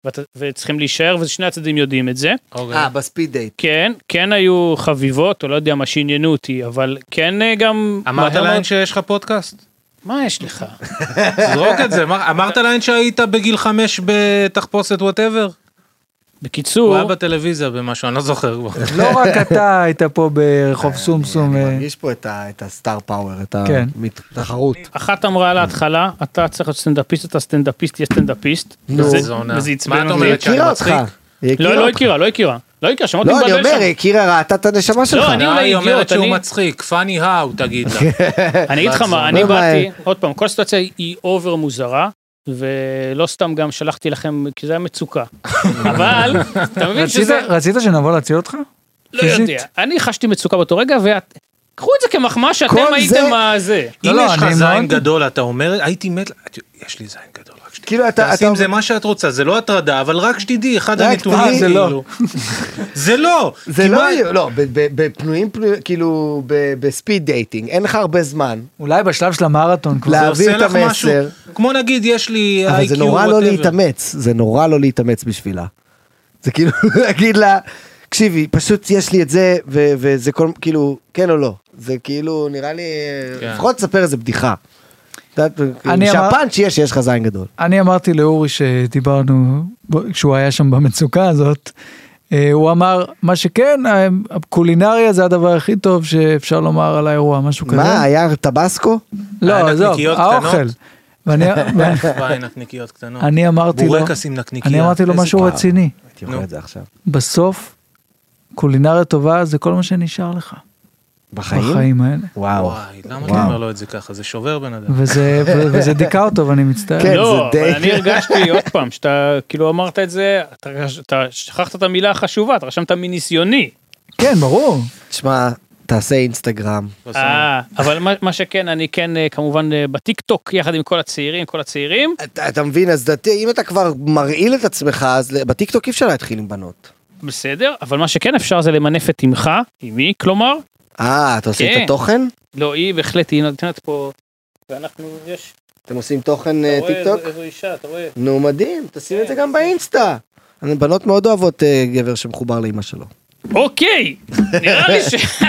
Speaker 2: ואתה- וצריכים להישאר, ושני הצדדים יודעים את זה.
Speaker 3: אוקיי.
Speaker 4: אה, בספיד דייט.
Speaker 2: כן, כן היו חביבות, או לא יודע מה שעניינו אותי, אבל כן אה, גם...
Speaker 3: אמרת
Speaker 2: מהר
Speaker 3: להן
Speaker 2: מאוד-
Speaker 3: שיש לך פודקאסט?
Speaker 2: מה יש לך?
Speaker 3: זרוק את זה. מה- אמרת להן שהיית בגיל חמש בתחפושת וואטאבר? הוא
Speaker 2: בקיצור,
Speaker 3: היה בטלוויזיה במשהו, אני לא זוכר כבר.
Speaker 1: לא
Speaker 4: (laughs)
Speaker 1: רק אתה היית פה ברחוב סומסום. אה,
Speaker 4: יש פה את ה- את הסטאר פאוור, את
Speaker 1: כן.
Speaker 4: התחרות.
Speaker 2: אחת אמרה להתחלה, אתה צריך להיות סטנדאפיסט, אתה סטנדאפיסט, יש סטנדאפיסט. וזה-
Speaker 3: זונה.
Speaker 2: וזה
Speaker 3: מה
Speaker 2: עצבן
Speaker 3: אתה
Speaker 2: אותי.
Speaker 3: אומרת?
Speaker 4: היא
Speaker 3: אומרת שאני
Speaker 4: הכירה אותך.
Speaker 3: מצחיק?
Speaker 4: היא
Speaker 2: לא,
Speaker 4: הכירה
Speaker 2: לא
Speaker 4: אותך.
Speaker 2: הכירה, לא הכירה. לא הכירה, שמעתי
Speaker 4: לא, אני
Speaker 2: מבלבל
Speaker 4: אומר,
Speaker 2: שם.
Speaker 4: היא הכירה, ראתה את הנשמה שלך.
Speaker 3: (laughs)
Speaker 2: אני אולי
Speaker 3: היא אומרת
Speaker 2: אידיוט, אני-
Speaker 3: שהוא מצחיק, פאני האו תגיד לה.
Speaker 2: אני אגיד לך מה, אני
Speaker 4: לא, מה,
Speaker 2: באתי, עוד פעם, כל סיטואציה היא אובר מוזרה, ולא סתם גם שלחתי לכם, כי זה היה
Speaker 3: (laughs)
Speaker 2: מצוקה. אבל, אתה מבין
Speaker 1: רצית-
Speaker 2: שזה,
Speaker 1: רצית שנבוא להציל אותך?
Speaker 2: לא
Speaker 1: פיזית?
Speaker 2: יודע, אני חשתי מצוקה באותו רגע, ואת- קחו את זה כמחמאה שאתם
Speaker 4: כל
Speaker 2: הייתם
Speaker 4: זה-
Speaker 2: הזה.
Speaker 1: לא,
Speaker 3: אם
Speaker 1: לא,
Speaker 3: יש לך
Speaker 1: אני
Speaker 3: זין
Speaker 1: מאוד-
Speaker 3: גדול, אתה אומר, הייתי מת, יש לי זין גדול, רק שתדעי.
Speaker 4: כאילו, אתה...
Speaker 3: תעשי
Speaker 4: אתה-
Speaker 3: עם זה מה שאת רוצה, זה לא הטרדה, אבל רק שתדעי, אחד
Speaker 4: רק
Speaker 3: הנתונים,
Speaker 4: תדעי, זה לא.
Speaker 3: כאילו. זה לא.
Speaker 4: זה
Speaker 3: כי
Speaker 4: לא...
Speaker 3: מה-
Speaker 4: יהיה- לא, ב- ב- בפנויים, פנויים, כאילו, ב- בספיד דייטינג, אין לך הרבה זמן.
Speaker 1: אולי בשלב של המרתון כבר.
Speaker 4: לא.
Speaker 3: זה
Speaker 4: להעביר
Speaker 3: עושה
Speaker 4: את
Speaker 3: לך משהו,
Speaker 4: המסר.
Speaker 3: כמו נגיד יש לי
Speaker 4: אבל
Speaker 3: איי-קיו,
Speaker 4: זה נורא לא להתאמץ, זה נורא לא להתאמץ בשבילה. זה כאילו (laughs) להגיד לה, תקשיבי, פשוט יש לי את זה, ו- וזה כל, כאילו, כן או לא. זה כאילו, נראה לי,
Speaker 3: כן.
Speaker 4: לפחות תספר איזה בדיחה. את יודעת, כאילו,
Speaker 1: אני אמר-
Speaker 4: שהפאנץ' יהיה שיש לך זין גדול.
Speaker 1: אני אמרתי לאורי שדיברנו, כשהוא היה שם במצוקה הזאת, אה, הוא אמר, מה שכן, אה, הקולינריה זה הדבר הכי טוב שאפשר לומר על האירוע, משהו כזה.
Speaker 4: מה, היה טבסקו?
Speaker 1: לא,
Speaker 3: היה
Speaker 1: עזוב,
Speaker 3: נקניקיות
Speaker 1: האוכל.
Speaker 3: קטנות?
Speaker 1: ואני
Speaker 3: (laughs) (laughs) וואי, נקניקיות קטנות.
Speaker 1: אני אמרתי לו,
Speaker 3: בורקס עם נקניקייה.
Speaker 1: אני אמרתי לו
Speaker 3: איזה
Speaker 1: משהו
Speaker 3: פעם.
Speaker 1: רציני,
Speaker 4: הייתי אוכל את זה עכשיו.
Speaker 1: בסוף, קולינריה טובה זה כל מה שנשאר לך,
Speaker 4: בחיים?
Speaker 1: בחיים האלה.
Speaker 4: וואו.
Speaker 3: וואי, למה
Speaker 4: וואו.
Speaker 3: אתה אומר לו את זה ככה? זה שובר בן אדם.
Speaker 1: וזה ו- וזה דיכא אותו ואני
Speaker 4: כן.
Speaker 1: מצטער.
Speaker 2: לא,
Speaker 4: זה
Speaker 2: אבל
Speaker 4: די-
Speaker 2: אני
Speaker 4: (laughs)
Speaker 2: הרגשתי עוד פעם, שאתה כאילו אמרת את זה, אתה רש- אתה שכחת את המילה החשובה, אתה רשמת מניסיוני.
Speaker 1: כן, ברור.
Speaker 4: תשמע, תעשה אינסטגרם.
Speaker 2: אה, אבל מה- מה שכן, אני כן אה, כמובן אה, בטיקטוק, יחד עם כל הצעירים, כל הצעירים.
Speaker 4: אתה, אתה מבין, אז דתי, אם אתה כבר מרעיל את עצמך, אז בטיקטוק אי אפשר להתחיל עם בנות.
Speaker 2: בסדר, אבל מה שכן אפשר זה למנף את אמך, אמי, כלומר,
Speaker 4: אה, אתה עושה
Speaker 2: כן.
Speaker 4: את התוכן?
Speaker 2: לא, היא בהחלט, היא נותנת פה, ואנחנו, יש,
Speaker 4: אתם עושים תוכן אה,
Speaker 2: אתה רואה
Speaker 4: טיקטוק?
Speaker 2: איזו- איזו אישה, אתה רואה.
Speaker 4: נו מדהים, תשים
Speaker 3: כן,
Speaker 4: את זה גם באינסטה. בנות מאוד אוהבות אה, גבר שמחובר לאימא שלו.
Speaker 2: אוקיי, נראה לי
Speaker 4: (laughs)
Speaker 2: ש...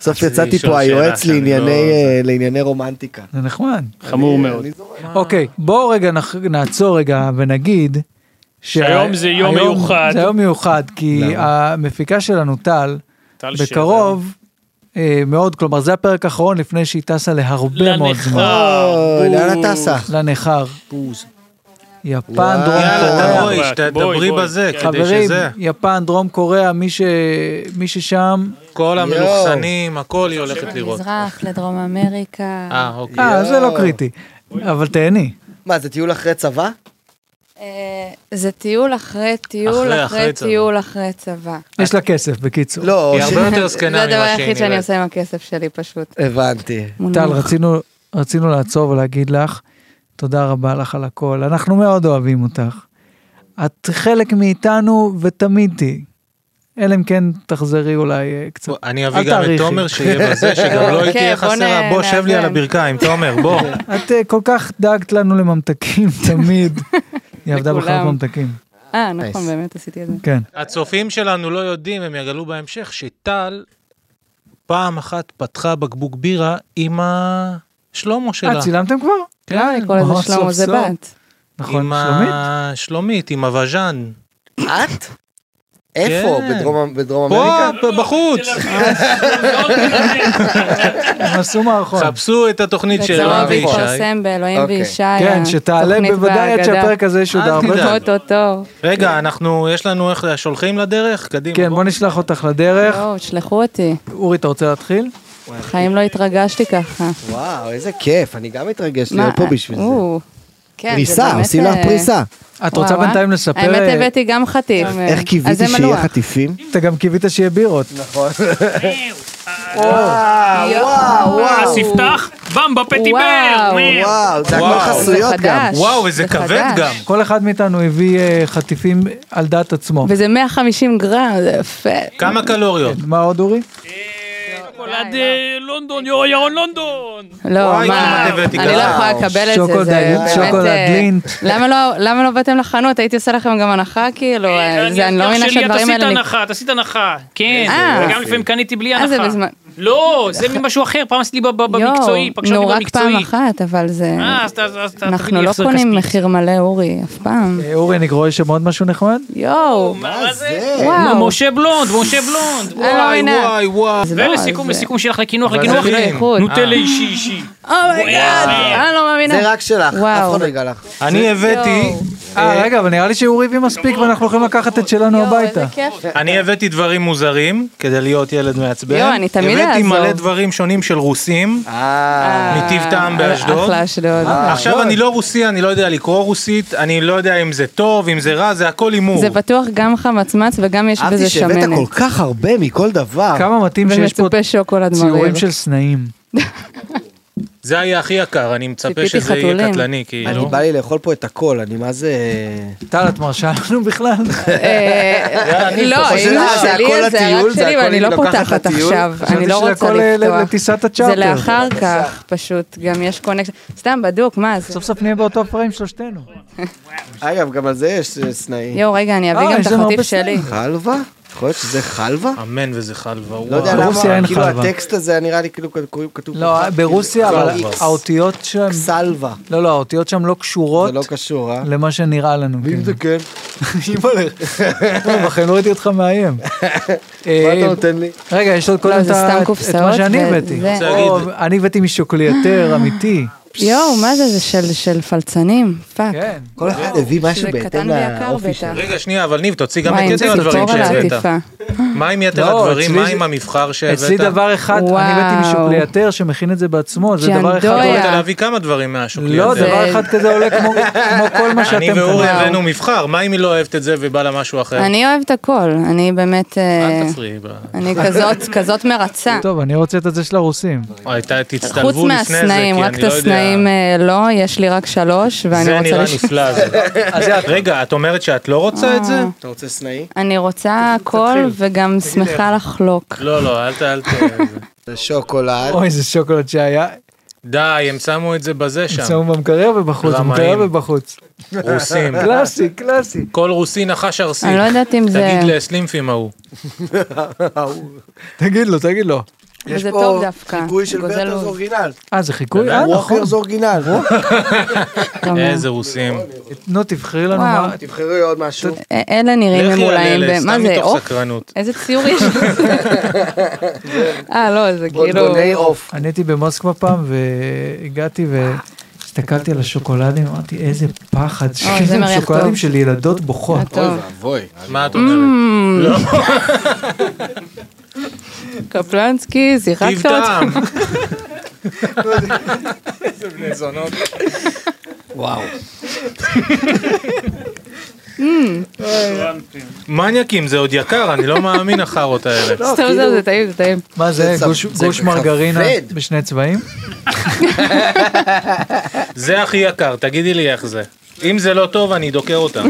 Speaker 4: בסוף
Speaker 3: רציתי
Speaker 4: יצאתי
Speaker 3: לשאול
Speaker 4: פה
Speaker 3: שאלה
Speaker 4: היועץ
Speaker 3: שאני
Speaker 4: לענייני,
Speaker 3: לא-
Speaker 4: אה, לענייני רומנטיקה.
Speaker 1: זה נחמד.
Speaker 4: אה.
Speaker 2: חמור מאוד.
Speaker 1: אוקיי, בואו רגע נח- נעצור רגע ונגיד...
Speaker 2: שהיום זה יום
Speaker 1: היום-
Speaker 2: מיוחד.
Speaker 1: זה יום מיוחד, כי המפיקה שלנו, טל,
Speaker 2: טל
Speaker 1: בקרוב אה, מאוד, כלומר זה הפרק האחרון לפני שהיא טסה להרבה מאוד
Speaker 2: לנכר.
Speaker 1: זמן.
Speaker 2: (laughs)
Speaker 4: אוי, לאן את טסה?
Speaker 1: לנכר. יפן,
Speaker 4: וואו.
Speaker 1: דרום
Speaker 3: יאללה,
Speaker 1: קוריאה.
Speaker 3: תבואי, שת-
Speaker 2: בואי,
Speaker 3: דברי
Speaker 2: בואי.
Speaker 3: בזה, כדי
Speaker 1: כן, חברים,
Speaker 3: שזה.
Speaker 1: יפן, דרום קוריאה, מי ש- מי ששם,
Speaker 3: כל המלוכסנים, הכל היא הולכת לראות.
Speaker 6: מזרח, לדרום אמריקה.
Speaker 3: אה, אוקיי.
Speaker 1: אה, זה לא קריטי, אבל תהני.
Speaker 4: מה, זה טיול אחרי צבא?
Speaker 6: אה, זה טיול אחרי טיול
Speaker 3: אחרי, אחרי
Speaker 6: אחרי
Speaker 3: צבא.
Speaker 6: טיול אחרי צבא.
Speaker 1: יש לה כסף, בקיצור.
Speaker 4: לא,
Speaker 3: היא
Speaker 4: ש-
Speaker 1: אוקיי.
Speaker 3: הרבה יותר זקנה
Speaker 6: זה
Speaker 3: ממה שהיא נראית.
Speaker 6: הדבר היחיד שאני עושה עם הכסף שלי פשוט.
Speaker 4: הבנתי.
Speaker 1: טל, רצינו, רצינו לעצור ולהגיד לך, תודה רבה לך על הכל, אנחנו מאוד אוהבים אותך. את חלק מאיתנו ותמיד תהיי. אלא אם כן תחזרי אולי אה, קצת.
Speaker 3: בוא, אני
Speaker 1: אל
Speaker 3: אביא גם את
Speaker 1: תעריכי.
Speaker 3: תומר שיהיה בזה, שגם לא (laughs)
Speaker 6: אוקיי,
Speaker 3: היא תהיה
Speaker 6: בוא
Speaker 3: חסרה.
Speaker 6: נ-
Speaker 3: בוא, שב לי על
Speaker 6: נאזן.
Speaker 3: הברכיים, תומר, בוא. (laughs)
Speaker 1: את אה, כל כך דאגת לנו
Speaker 6: (laughs)
Speaker 1: לממתקים תמיד. היא עבדה בחנות
Speaker 6: לכולם.
Speaker 1: ממתקים,
Speaker 6: אה, נכון, באמת עשיתי את זה.
Speaker 1: כן.
Speaker 3: הצופים שלנו לא יודעים, הם יגלו בהמשך, שטל פעם אחת פתחה בקבוק בירה עם השלומו
Speaker 1: אה,
Speaker 3: שלה.
Speaker 1: צילמתם כבר?
Speaker 6: למה לקרוא לזה
Speaker 1: כן, ממש
Speaker 6: כן. שלמה?
Speaker 1: סוף
Speaker 6: זה
Speaker 1: סוף.
Speaker 6: בת.
Speaker 1: נכון,
Speaker 3: עם
Speaker 1: שלומית?
Speaker 3: ה- שלומית, עם הווז'אן.
Speaker 4: את? איפה?
Speaker 3: כן.
Speaker 4: בדרום- אמ- בדרום
Speaker 3: פה,
Speaker 4: אמריקה?
Speaker 3: פה, בחוץ.
Speaker 1: הם עשו מערכון.
Speaker 3: חפשו את התוכנית של
Speaker 6: בצרום
Speaker 3: רבי ישי.
Speaker 6: ויתפרסם באלוהים
Speaker 4: אוקיי.
Speaker 6: וישי.
Speaker 1: כן, שתעלה
Speaker 6: התוכנית
Speaker 1: בוודאי עד
Speaker 6: בהגדה.
Speaker 1: שהפרק הזה ישודר.
Speaker 3: אל תדאג.
Speaker 1: בטח.
Speaker 6: אוטוטו.
Speaker 3: רגע, אנחנו, יש לנו איך, שולחים לדרך? קדימה.
Speaker 1: כן,
Speaker 3: בוא.
Speaker 1: בוא נשלח אותך לדרך.
Speaker 6: יואו, תשלחו אותי.
Speaker 1: אורי, אתה רוצה להתחיל?
Speaker 6: בחיים לא התרגשתי ככה.
Speaker 4: וואו, איזה כיף, אני גם מתרגש להיות פה בשביל זה.
Speaker 6: או, כן, זה
Speaker 4: פריסה,
Speaker 6: באמת,
Speaker 4: עושים לך
Speaker 6: אה,
Speaker 4: פריסה.
Speaker 1: את רוצה
Speaker 6: וואו,
Speaker 1: בינתיים
Speaker 6: אה?
Speaker 1: לספר?
Speaker 6: האמת
Speaker 1: אה,
Speaker 6: הבאתי גם חטיף.
Speaker 4: איך
Speaker 6: אז זה
Speaker 4: קיוויתי שיהיה
Speaker 6: מנוח.
Speaker 4: חטיפים?
Speaker 1: אתה גם קיווית שיהיה בירות.
Speaker 4: נכון. וואו, (laughs) וואו,
Speaker 2: אז יפתח, במבה פטיבר.
Speaker 6: וואו.
Speaker 4: וואו, זה הכל
Speaker 3: וואו.
Speaker 4: חסויות
Speaker 6: זה
Speaker 4: גם.
Speaker 6: חדש,
Speaker 3: וואו, וזה
Speaker 6: זה
Speaker 3: כבד
Speaker 6: חדש.
Speaker 3: גם.
Speaker 1: כל אחד מאיתנו הביא אה, חטיפים על דעת עצמו.
Speaker 6: וזה 150 גרם, זה יפה.
Speaker 3: כמה קלוריות?
Speaker 1: מה עוד אורי?
Speaker 2: שוקולד אה, לונדון, יו, ירון לונדון.
Speaker 6: לא,
Speaker 3: וואי,
Speaker 6: מה,
Speaker 3: כמעט הבאתי
Speaker 6: אני לא
Speaker 3: גרם.
Speaker 6: יכולה לקבל את זה,
Speaker 1: שוקולד
Speaker 6: זה
Speaker 1: דגים,
Speaker 6: באמת...
Speaker 1: שוקולד
Speaker 6: אה,
Speaker 1: לינט.
Speaker 6: למה לא- למה לא באתם לחנות? הייתי עושה לכם גם הנחה, כאילו, אה, זה- אני לא מבינה שהדברים
Speaker 2: תעשי את
Speaker 6: האלה... נק-
Speaker 2: ההנחה, תעשי את ההנחה. כן,
Speaker 6: אה.
Speaker 2: וגם לפעמים קניתי בלי
Speaker 6: אה, זה
Speaker 2: הנחה.
Speaker 6: בזמן-
Speaker 2: לא, זה ממשהו אחר, פעם עשיתי ב- ב-
Speaker 6: יואו,
Speaker 2: במקצועי, פגשה
Speaker 6: נו,
Speaker 2: אותי
Speaker 6: רק פעם
Speaker 2: במקצועי.
Speaker 6: אחת, אבל זה...
Speaker 2: אה, אז ת- אז- אז ת- תביא
Speaker 6: אנחנו
Speaker 2: לי
Speaker 6: לא
Speaker 2: החזר
Speaker 6: קונים
Speaker 2: כספי.
Speaker 6: מחיר מלא, אורי, אף פעם.
Speaker 1: אה, אורי, אני רואה שם עוד משהו נחמד?
Speaker 3: אוקיי.
Speaker 6: יואו,
Speaker 4: אה,
Speaker 2: מה זה?
Speaker 6: וואו.
Speaker 2: משה בלונד, משה בלונד.
Speaker 6: אני לא מבינה.
Speaker 3: וואי, וואי.
Speaker 6: זה לא,
Speaker 2: ולסיכום,
Speaker 6: זה-
Speaker 2: לסיכום שלך לקינוח,
Speaker 3: אבל
Speaker 2: לקינוח,
Speaker 3: זה
Speaker 6: זה אה,
Speaker 3: כן.
Speaker 6: איכות.
Speaker 2: נוטלה אישי אישי.
Speaker 6: אומייגאד, אני לא מאמינה.
Speaker 4: זה רק שלך, אף
Speaker 6: וואו.
Speaker 4: אחד לא יגע לך.
Speaker 3: אני הבאתי,
Speaker 6: יואו,
Speaker 1: אה, רגע, אבל נראה לי שאורי הביא
Speaker 4: לא,
Speaker 1: מספיק ואנחנו יכולים לקחת את שלנו
Speaker 6: יואו, איזה
Speaker 1: הביתה.
Speaker 6: כיף.
Speaker 3: אני הבאתי דברים מוזרים, כדי להיות ילד מעצבן.
Speaker 6: יואו, אני תמיד
Speaker 3: הבאתי
Speaker 6: אעזור.
Speaker 3: מלא דברים שונים של רוסים,
Speaker 4: אה.
Speaker 3: אה, מטיב טעם באשדוד.
Speaker 6: אה, אחלה אשדוד.
Speaker 1: אה,
Speaker 3: עכשיו אני לא רוסי, אני לא יודע לקרוא רוסית, אני לא יודע אם זה טוב, אם זה רע, זה הכל הימור.
Speaker 6: זה בטוח גם חמצמץ וגם יש
Speaker 4: אהבתי
Speaker 6: בזה
Speaker 4: שהבאת
Speaker 6: שמנת.
Speaker 4: כל כך הרבה מכל דבר.
Speaker 1: כמה מתאים שיש פה
Speaker 6: ומצופה שוקולד מריר.
Speaker 1: ציורים של סנאים.
Speaker 3: זה היה הכי יקר, אני מצפה
Speaker 6: ציפיתי
Speaker 3: שזה יהיה
Speaker 6: חתולים.
Speaker 3: קטלני,
Speaker 4: אני
Speaker 3: כאילו.
Speaker 4: בא לי לאכול פה את הכל, אני מה זה...
Speaker 1: טל, את מרשה לנו
Speaker 4: (laughs)
Speaker 1: בכלל?
Speaker 6: אה,
Speaker 3: אני
Speaker 6: לא,
Speaker 3: חושב
Speaker 6: אם
Speaker 4: שזה
Speaker 6: זה
Speaker 4: הכל
Speaker 6: שלי, זה
Speaker 4: הטיול,
Speaker 6: רק
Speaker 4: זה
Speaker 6: שלי,
Speaker 4: הכל
Speaker 6: ואני
Speaker 4: היא
Speaker 6: לא
Speaker 4: לוקחת
Speaker 6: פותחת
Speaker 4: לטיול.
Speaker 6: עכשיו. אני לא
Speaker 1: חשבתי
Speaker 6: רוצה
Speaker 1: שהכל, אה,
Speaker 6: לפתוח.
Speaker 1: לטיסת
Speaker 6: זה
Speaker 1: הצ'ארטר.
Speaker 6: לאחר כך, פשוט, גם יש קונקשן. סתם, בדוק, מה זה?
Speaker 1: סוף סוף נהיה באותו פריים שלושתנו.
Speaker 4: אגב, גם על זה יש אה, סנאי.
Speaker 6: יואו, רגע, אני
Speaker 1: אה,
Speaker 6: אביא גם
Speaker 1: יש
Speaker 6: את
Speaker 1: לנו הרבה
Speaker 6: החטיף
Speaker 1: סנאי.
Speaker 6: שלי.
Speaker 4: חלבה? יכול להיות שזה חלבה?
Speaker 3: אמן וזה חלבה,
Speaker 4: לא יודע
Speaker 3: וואו.
Speaker 1: ברוסיה אין
Speaker 4: למה, כאילו
Speaker 1: חלבה.
Speaker 4: הטקסט הזה היה נראה לי כאילו כתוב כתוב
Speaker 1: לא,
Speaker 4: פה,
Speaker 1: ברוסיה,
Speaker 4: כאילו,
Speaker 1: אבל
Speaker 4: לא, איקס.
Speaker 1: האותיות שם,
Speaker 4: סלווה.
Speaker 1: לא, לא, האותיות שם לא קשורות
Speaker 4: זה לא קשור, אה?
Speaker 1: למה שנראה לנו. כן.
Speaker 4: כן.
Speaker 1: טוב, לכן לא ראיתי אותך מאיים.
Speaker 4: (laughs)
Speaker 1: אה,
Speaker 4: מה אתה נותן לי?
Speaker 1: רגע, יש עוד קודם
Speaker 6: לא,
Speaker 1: את
Speaker 6: זה סתם
Speaker 1: ה- את
Speaker 6: קופסאות
Speaker 1: מה שאני
Speaker 6: וזה.
Speaker 1: הבאתי.
Speaker 6: אני רוצה
Speaker 1: או,
Speaker 3: להגיד-
Speaker 1: אני הבאתי משוקולייטר אמיתי.
Speaker 6: יואו, מה זה? זה של- של פלצנים? פאק.
Speaker 1: כן.
Speaker 4: כל אחד הביא משהו
Speaker 6: שזה
Speaker 4: בהתאם
Speaker 6: קטן ויקר
Speaker 4: לאופי שלו.
Speaker 6: בטח.
Speaker 3: רגע, שנייה, אבל ניב, תוציא גם
Speaker 6: וואי,
Speaker 3: את
Speaker 6: אני
Speaker 3: יתר
Speaker 6: צריך
Speaker 3: הדברים
Speaker 6: לתפור על
Speaker 3: שהבאת.
Speaker 6: העטיפה.
Speaker 3: מה עם יתר
Speaker 1: לא,
Speaker 3: הדברים?
Speaker 1: אצלי
Speaker 3: מה
Speaker 1: זה-
Speaker 3: עם המבחר שהבאת?
Speaker 1: אצלי דבר אחד, אני הבאתי
Speaker 6: וואו.
Speaker 1: משוקלייתר שמכין את זה בעצמו, זה
Speaker 6: ג'אן
Speaker 1: דבר אחד.
Speaker 6: דוי.
Speaker 1: עולה-
Speaker 3: יכולת להביא כמה דברים מהשוקולד.
Speaker 1: לא,
Speaker 3: הזה.
Speaker 1: דבר אחד כזה עולה כמו כמו כל מה שאתם
Speaker 3: אני ואורי
Speaker 1: קונים.
Speaker 3: הבאנו מבחר, מה אם היא לא אוהבת את זה ובא לה משהו אחר?
Speaker 6: אני אוהבת הכל, אני באמת, אה,
Speaker 3: אל תפריעי. ב-
Speaker 6: אני כזאת,
Speaker 3: (laughs)
Speaker 6: כזאת מרצה.
Speaker 1: טוב, אני רוצה את הזה של הרוסים.
Speaker 3: וואי, אה, ת-
Speaker 6: חוץ
Speaker 3: תצטלבו לפני זה, כי אני
Speaker 6: מהסנאים,
Speaker 3: לא יודע.
Speaker 6: רק את הסנאים אה, לא, יש לי רק שלוש, ואני
Speaker 3: זה
Speaker 6: רוצה...
Speaker 3: נראה
Speaker 6: לש- אה,
Speaker 3: נפלא. זה.
Speaker 1: (laughs)
Speaker 3: רגע, את אומרת שאת לא רוצה את זה?
Speaker 4: אתה רוצה סנאי?
Speaker 6: אני רוצה הכל, וגם שמחה לחלוק.
Speaker 3: לא, לא, אל ת... אל ת-
Speaker 7: זה שוקולד.
Speaker 1: אוי, איזה שוקולד שהיה.
Speaker 3: די, הם שמו את זה בזה שם.
Speaker 1: שמו במקרר ובחוץ,
Speaker 3: רמאים.
Speaker 1: במקרר ובחוץ. (laughs)
Speaker 3: רוסים.
Speaker 1: קלאסי, קלאסי.
Speaker 3: כל רוסי נחש ארסי.
Speaker 6: אני לא יודעת אם זה...
Speaker 3: תגיד לסלימפים ההוא.
Speaker 1: תגיד לו, תגיד לו.
Speaker 6: וזה טוב דווקא.
Speaker 7: חיקוי של
Speaker 6: גוזל
Speaker 7: ורטר זה
Speaker 6: עוז.
Speaker 7: אורגינל.
Speaker 1: אה, זה חיקוי? אה, נכון.
Speaker 7: ווקר זה אורגינל.
Speaker 6: אתה אומר.
Speaker 3: איזה רוסים.
Speaker 1: נו, תבחרי לנו
Speaker 6: וואו.
Speaker 1: מה...
Speaker 7: תבחרו לי עוד משהו.
Speaker 6: אה, אלה נראים
Speaker 3: לכי על
Speaker 6: ממולאים.
Speaker 3: אלה,
Speaker 6: ב- מה
Speaker 3: סתם
Speaker 6: זה,
Speaker 3: מתוך
Speaker 6: עוף?
Speaker 3: סקרנות.
Speaker 6: איזה ציור (laughs) יש לזה? אה, לא, זה כאילו...
Speaker 7: גולגולי עוף.
Speaker 1: אני הייתי במוסקבה פעם והגעתי ו... הסתכלתי על השוקולדים, אמרתי איזה פחד,
Speaker 6: אה, זה
Speaker 1: שזה
Speaker 6: מריח
Speaker 1: שוקולדים
Speaker 6: טוב.
Speaker 1: של ילדות בוכות.
Speaker 6: אה, טוב,
Speaker 4: אבוי.
Speaker 3: מה את אומרת? לא.
Speaker 6: קפלנסקי,
Speaker 3: טיב
Speaker 6: שיחקת אותך.
Speaker 3: טעם.
Speaker 6: (laughs)
Speaker 3: (laughs) מניאקים זה עוד יקר אני לא מאמין החארות האלה.
Speaker 6: סתם, סתם, זה טעים, זה טעים.
Speaker 1: מה זה,
Speaker 7: זה
Speaker 1: גוש-
Speaker 7: צב- זה
Speaker 1: גוש מרגרינה
Speaker 7: כבד.
Speaker 1: בשני צבעים?
Speaker 3: זה הכי יקר תגידי לי איך זה. אם זה לא טוב אני דוקר אותם.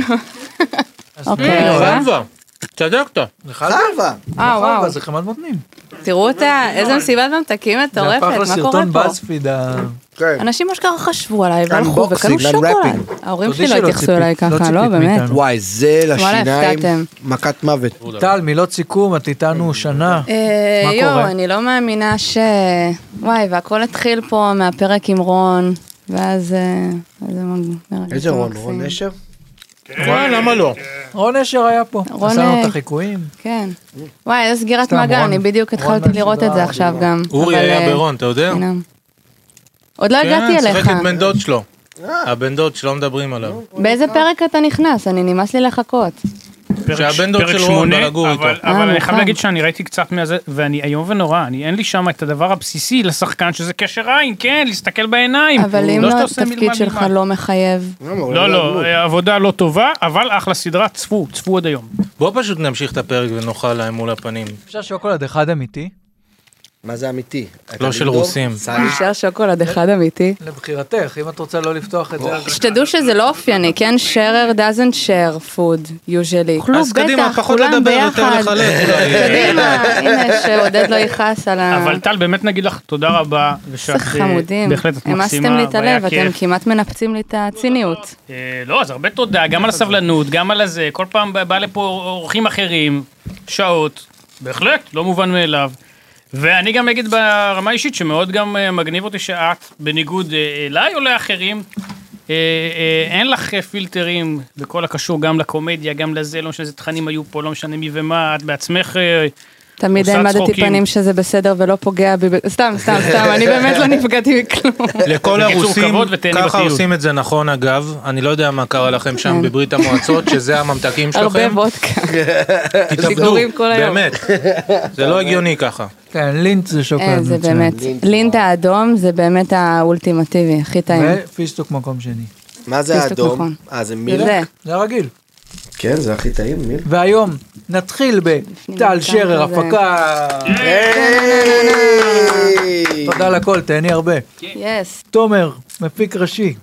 Speaker 6: אוקיי, רגע.
Speaker 3: חלבה. צדקת.
Speaker 7: חלבה.
Speaker 6: אה, וואו.
Speaker 1: נכון, אבל זה חמד מותנים.
Speaker 6: תראו אותה, איזה מסיבת ממתקים
Speaker 1: זה הפך
Speaker 6: מטורפת, מה קורה
Speaker 1: לסרטון
Speaker 6: פה?
Speaker 1: באזפיד. ה-
Speaker 6: אנשים אשכרה חשבו עליי והלכו
Speaker 7: Unboxing,
Speaker 6: וקנו שוקולד.
Speaker 7: unwrapping.
Speaker 6: ההורים
Speaker 1: תודי
Speaker 6: שלי לא
Speaker 1: שלא
Speaker 6: התייחסו
Speaker 1: ציפית,
Speaker 6: אליי
Speaker 1: לא ציפית
Speaker 6: ככה, לא, באמת.
Speaker 1: מאיתנו.
Speaker 7: וואי, זה לשיניים
Speaker 6: הפתעתם.
Speaker 7: מכת מוות.
Speaker 1: טל, מילות סיכום, את איתנו שנה.
Speaker 6: אה,
Speaker 1: מה
Speaker 6: יואו,
Speaker 1: קורה?
Speaker 6: אני לא מאמינה ש... וואי, והכל התחיל פה מהפרק עם רון, ואז... אה, זה מרגש
Speaker 7: איזה רון?
Speaker 6: ומקסים.
Speaker 7: רון נשר?
Speaker 6: כן.
Speaker 3: וואי, למה לא?
Speaker 1: רון אשר היה פה.
Speaker 6: רון-
Speaker 1: עשינו את החיקויים.
Speaker 6: כן. וואי, איזה סגירת
Speaker 1: סתם,
Speaker 6: מעגל,
Speaker 1: רון-
Speaker 6: אני בדיוק
Speaker 1: רון
Speaker 6: התחלתי לראות את
Speaker 1: מהשבעה,
Speaker 6: זה עכשיו גם.
Speaker 3: אורי
Speaker 6: אבל, אה,
Speaker 3: היה ברון אתה יודע?
Speaker 6: חינם. עוד לא
Speaker 3: כן,
Speaker 6: הגעתי
Speaker 3: שיחק
Speaker 6: אליך.
Speaker 3: את בן דוד שלו. הבן דוד שלא מדברים עליו.
Speaker 6: באיזה פרק אתה נכנס? אני נמאס לי לחכות.
Speaker 2: פרק-
Speaker 3: שהבן דוד
Speaker 2: פרק
Speaker 3: של רון
Speaker 2: שמונה,
Speaker 3: בא לגור
Speaker 2: אבל-
Speaker 3: איתו.
Speaker 6: אה,
Speaker 2: אבל אני
Speaker 6: נכון.
Speaker 2: חייב להגיד שאני ראיתי קצת מזה, ואני איום ונורא, אני אין לי שם את הדבר הבסיסי לשחקן, שזה קשר עין, כן, להסתכל בעיניים.
Speaker 6: אבל אם
Speaker 2: שאתה
Speaker 6: לא,
Speaker 2: עושה
Speaker 6: התפקיד
Speaker 2: מלמעלה
Speaker 6: שלך
Speaker 2: מלמעלה.
Speaker 6: לא מחייב.
Speaker 2: לא, לא, עבודה לא טובה, אבל אחלה סדרה, צפו, צפו עד היום.
Speaker 3: בוא פשוט נמשיך את הפרק ונאכל להם מול הפנים.
Speaker 1: אפשר שוקולד אחד אמיתי?
Speaker 4: מה זה אמיתי?
Speaker 3: לא של רוסים.
Speaker 6: נשאר שוקולד אחד אמיתי.
Speaker 1: לבחירתך, אם את רוצה לא לפתוח את זה.
Speaker 6: שתדעו שזה לא אופייני, כן? שרר doesn't share food, usually. אכלו
Speaker 3: אז קדימה,
Speaker 6: בטח,
Speaker 3: פחות
Speaker 6: כולם
Speaker 3: לדבר, יותר
Speaker 6: ביחד.
Speaker 3: לחלק. אולי.
Speaker 6: קדימה, הנה, שעודד לא יכעס על ה...
Speaker 2: אבל טל, באמת נגיד לך תודה רבה, ושאת
Speaker 6: איזה חמודים.
Speaker 2: אה, בהחלט את מקסימה,
Speaker 6: העמסתם לי את הלב,
Speaker 2: והיה
Speaker 6: אתם
Speaker 2: כיף.
Speaker 6: כמעט מנפצים לי את הציניות.
Speaker 2: אה, לא, אז הרבה תודה, גם על הסבלנות, גם על הזה, כל פעם בא- בא לפה אורחים אחרים, שעות, בהחלט, לא מובן מאליו. ואני גם אגיד ברמה האישית שמאוד גם אה, מגניב אותי שאת, בניגוד אה, אליי או לאחרים, אה, אה, אין לך אה, פילטרים בכל הקשור גם לקומדיה, גם לזה, לא משנה איזה תכנים היו פה, לא משנה מי ומה, את בעצמך... אה,
Speaker 6: תמיד
Speaker 2: עושה
Speaker 6: העמדתי
Speaker 2: צחוקים.
Speaker 6: פנים שזה בסדר ולא פוגע בי, ב- סתם,
Speaker 2: (laughs)
Speaker 6: סתם, סתם, אני באמת לא נפגעתי מכלום.
Speaker 3: לכל
Speaker 2: בקיצור,
Speaker 3: הרוסים,
Speaker 2: כבוד ותהנה
Speaker 3: ככה
Speaker 2: בטיול.
Speaker 3: עושים את זה נכון אגב, אני לא יודע מה קרה לכם שם
Speaker 6: כן.
Speaker 3: בברית המועצות, שזה הממתקים
Speaker 6: (laughs) הרבה
Speaker 3: שלכם,
Speaker 6: וודקה.
Speaker 3: תתאבדו,
Speaker 6: שיגורים כל היום.
Speaker 3: באמת, זה לא הגיוני ככה.
Speaker 1: כן, לינט זה
Speaker 6: אה,
Speaker 1: שוקולד
Speaker 6: זה
Speaker 1: מצוין.
Speaker 6: באמת, לינדה האדום זה באמת האולטימטיבי, הכי טעים.
Speaker 1: ופיסטוק מקום שני.
Speaker 4: מה זה
Speaker 6: פיסטוק
Speaker 4: האדום?
Speaker 6: נכון.
Speaker 4: אה, זה מילה?
Speaker 6: זה.
Speaker 1: זה הרגיל.
Speaker 4: כן, זה הכי טעים, מילה.
Speaker 1: והיום נתחיל בטל
Speaker 6: נתן
Speaker 1: שרר,
Speaker 6: כזה.
Speaker 1: הפקה.
Speaker 4: היי!
Speaker 1: תודה לכל, תהני הרבה.
Speaker 6: יס.
Speaker 1: תומר, מפיק ראשי.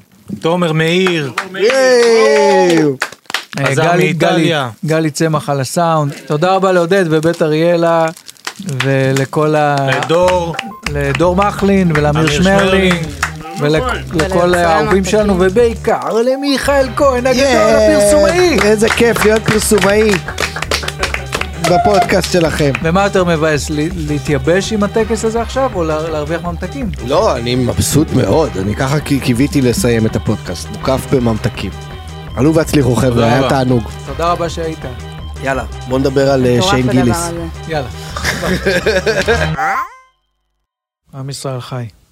Speaker 3: תומר מאיר,
Speaker 1: אה,
Speaker 3: חזר
Speaker 1: גלי-
Speaker 3: מאיטליה.
Speaker 1: גלי- גלי צמח על הסאונד. תודה רבה לעודד ובית אריאלה ולכל ה...
Speaker 6: אה.
Speaker 3: דור,
Speaker 1: לדור מחלין ולאמיר
Speaker 3: אמיר
Speaker 1: שמרלין
Speaker 3: שמרלין. נכון.
Speaker 1: ולכל
Speaker 6: ולאחסן
Speaker 1: האהובים שלנו
Speaker 6: המתוקים.
Speaker 1: ובעיקר למיכאל כהן הגדול
Speaker 7: יאיי,
Speaker 1: הפרסומאי.
Speaker 7: איזה כיף להיות פרסומאי בפודקאסט שלכם.
Speaker 1: ומה יותר מבאס, ל- להתייבש עם הטקס הזה עכשיו או לה- להרוויח ממתקים?
Speaker 7: לא, אני מבסוט מאוד, אני ככה כי- קיוויתי לסיים את הפודקאסט, מוקף בממתקים. לא, עלו והצליחו חבר'ה, היה
Speaker 3: רבה.
Speaker 7: תענוג.
Speaker 1: תודה רבה שהיית.
Speaker 7: יאללה. בוא נדבר על אה,
Speaker 6: מטורף
Speaker 7: שיין
Speaker 6: הדבר
Speaker 7: גיליס.
Speaker 6: הזה.
Speaker 1: יאללה. עם ישראל חי.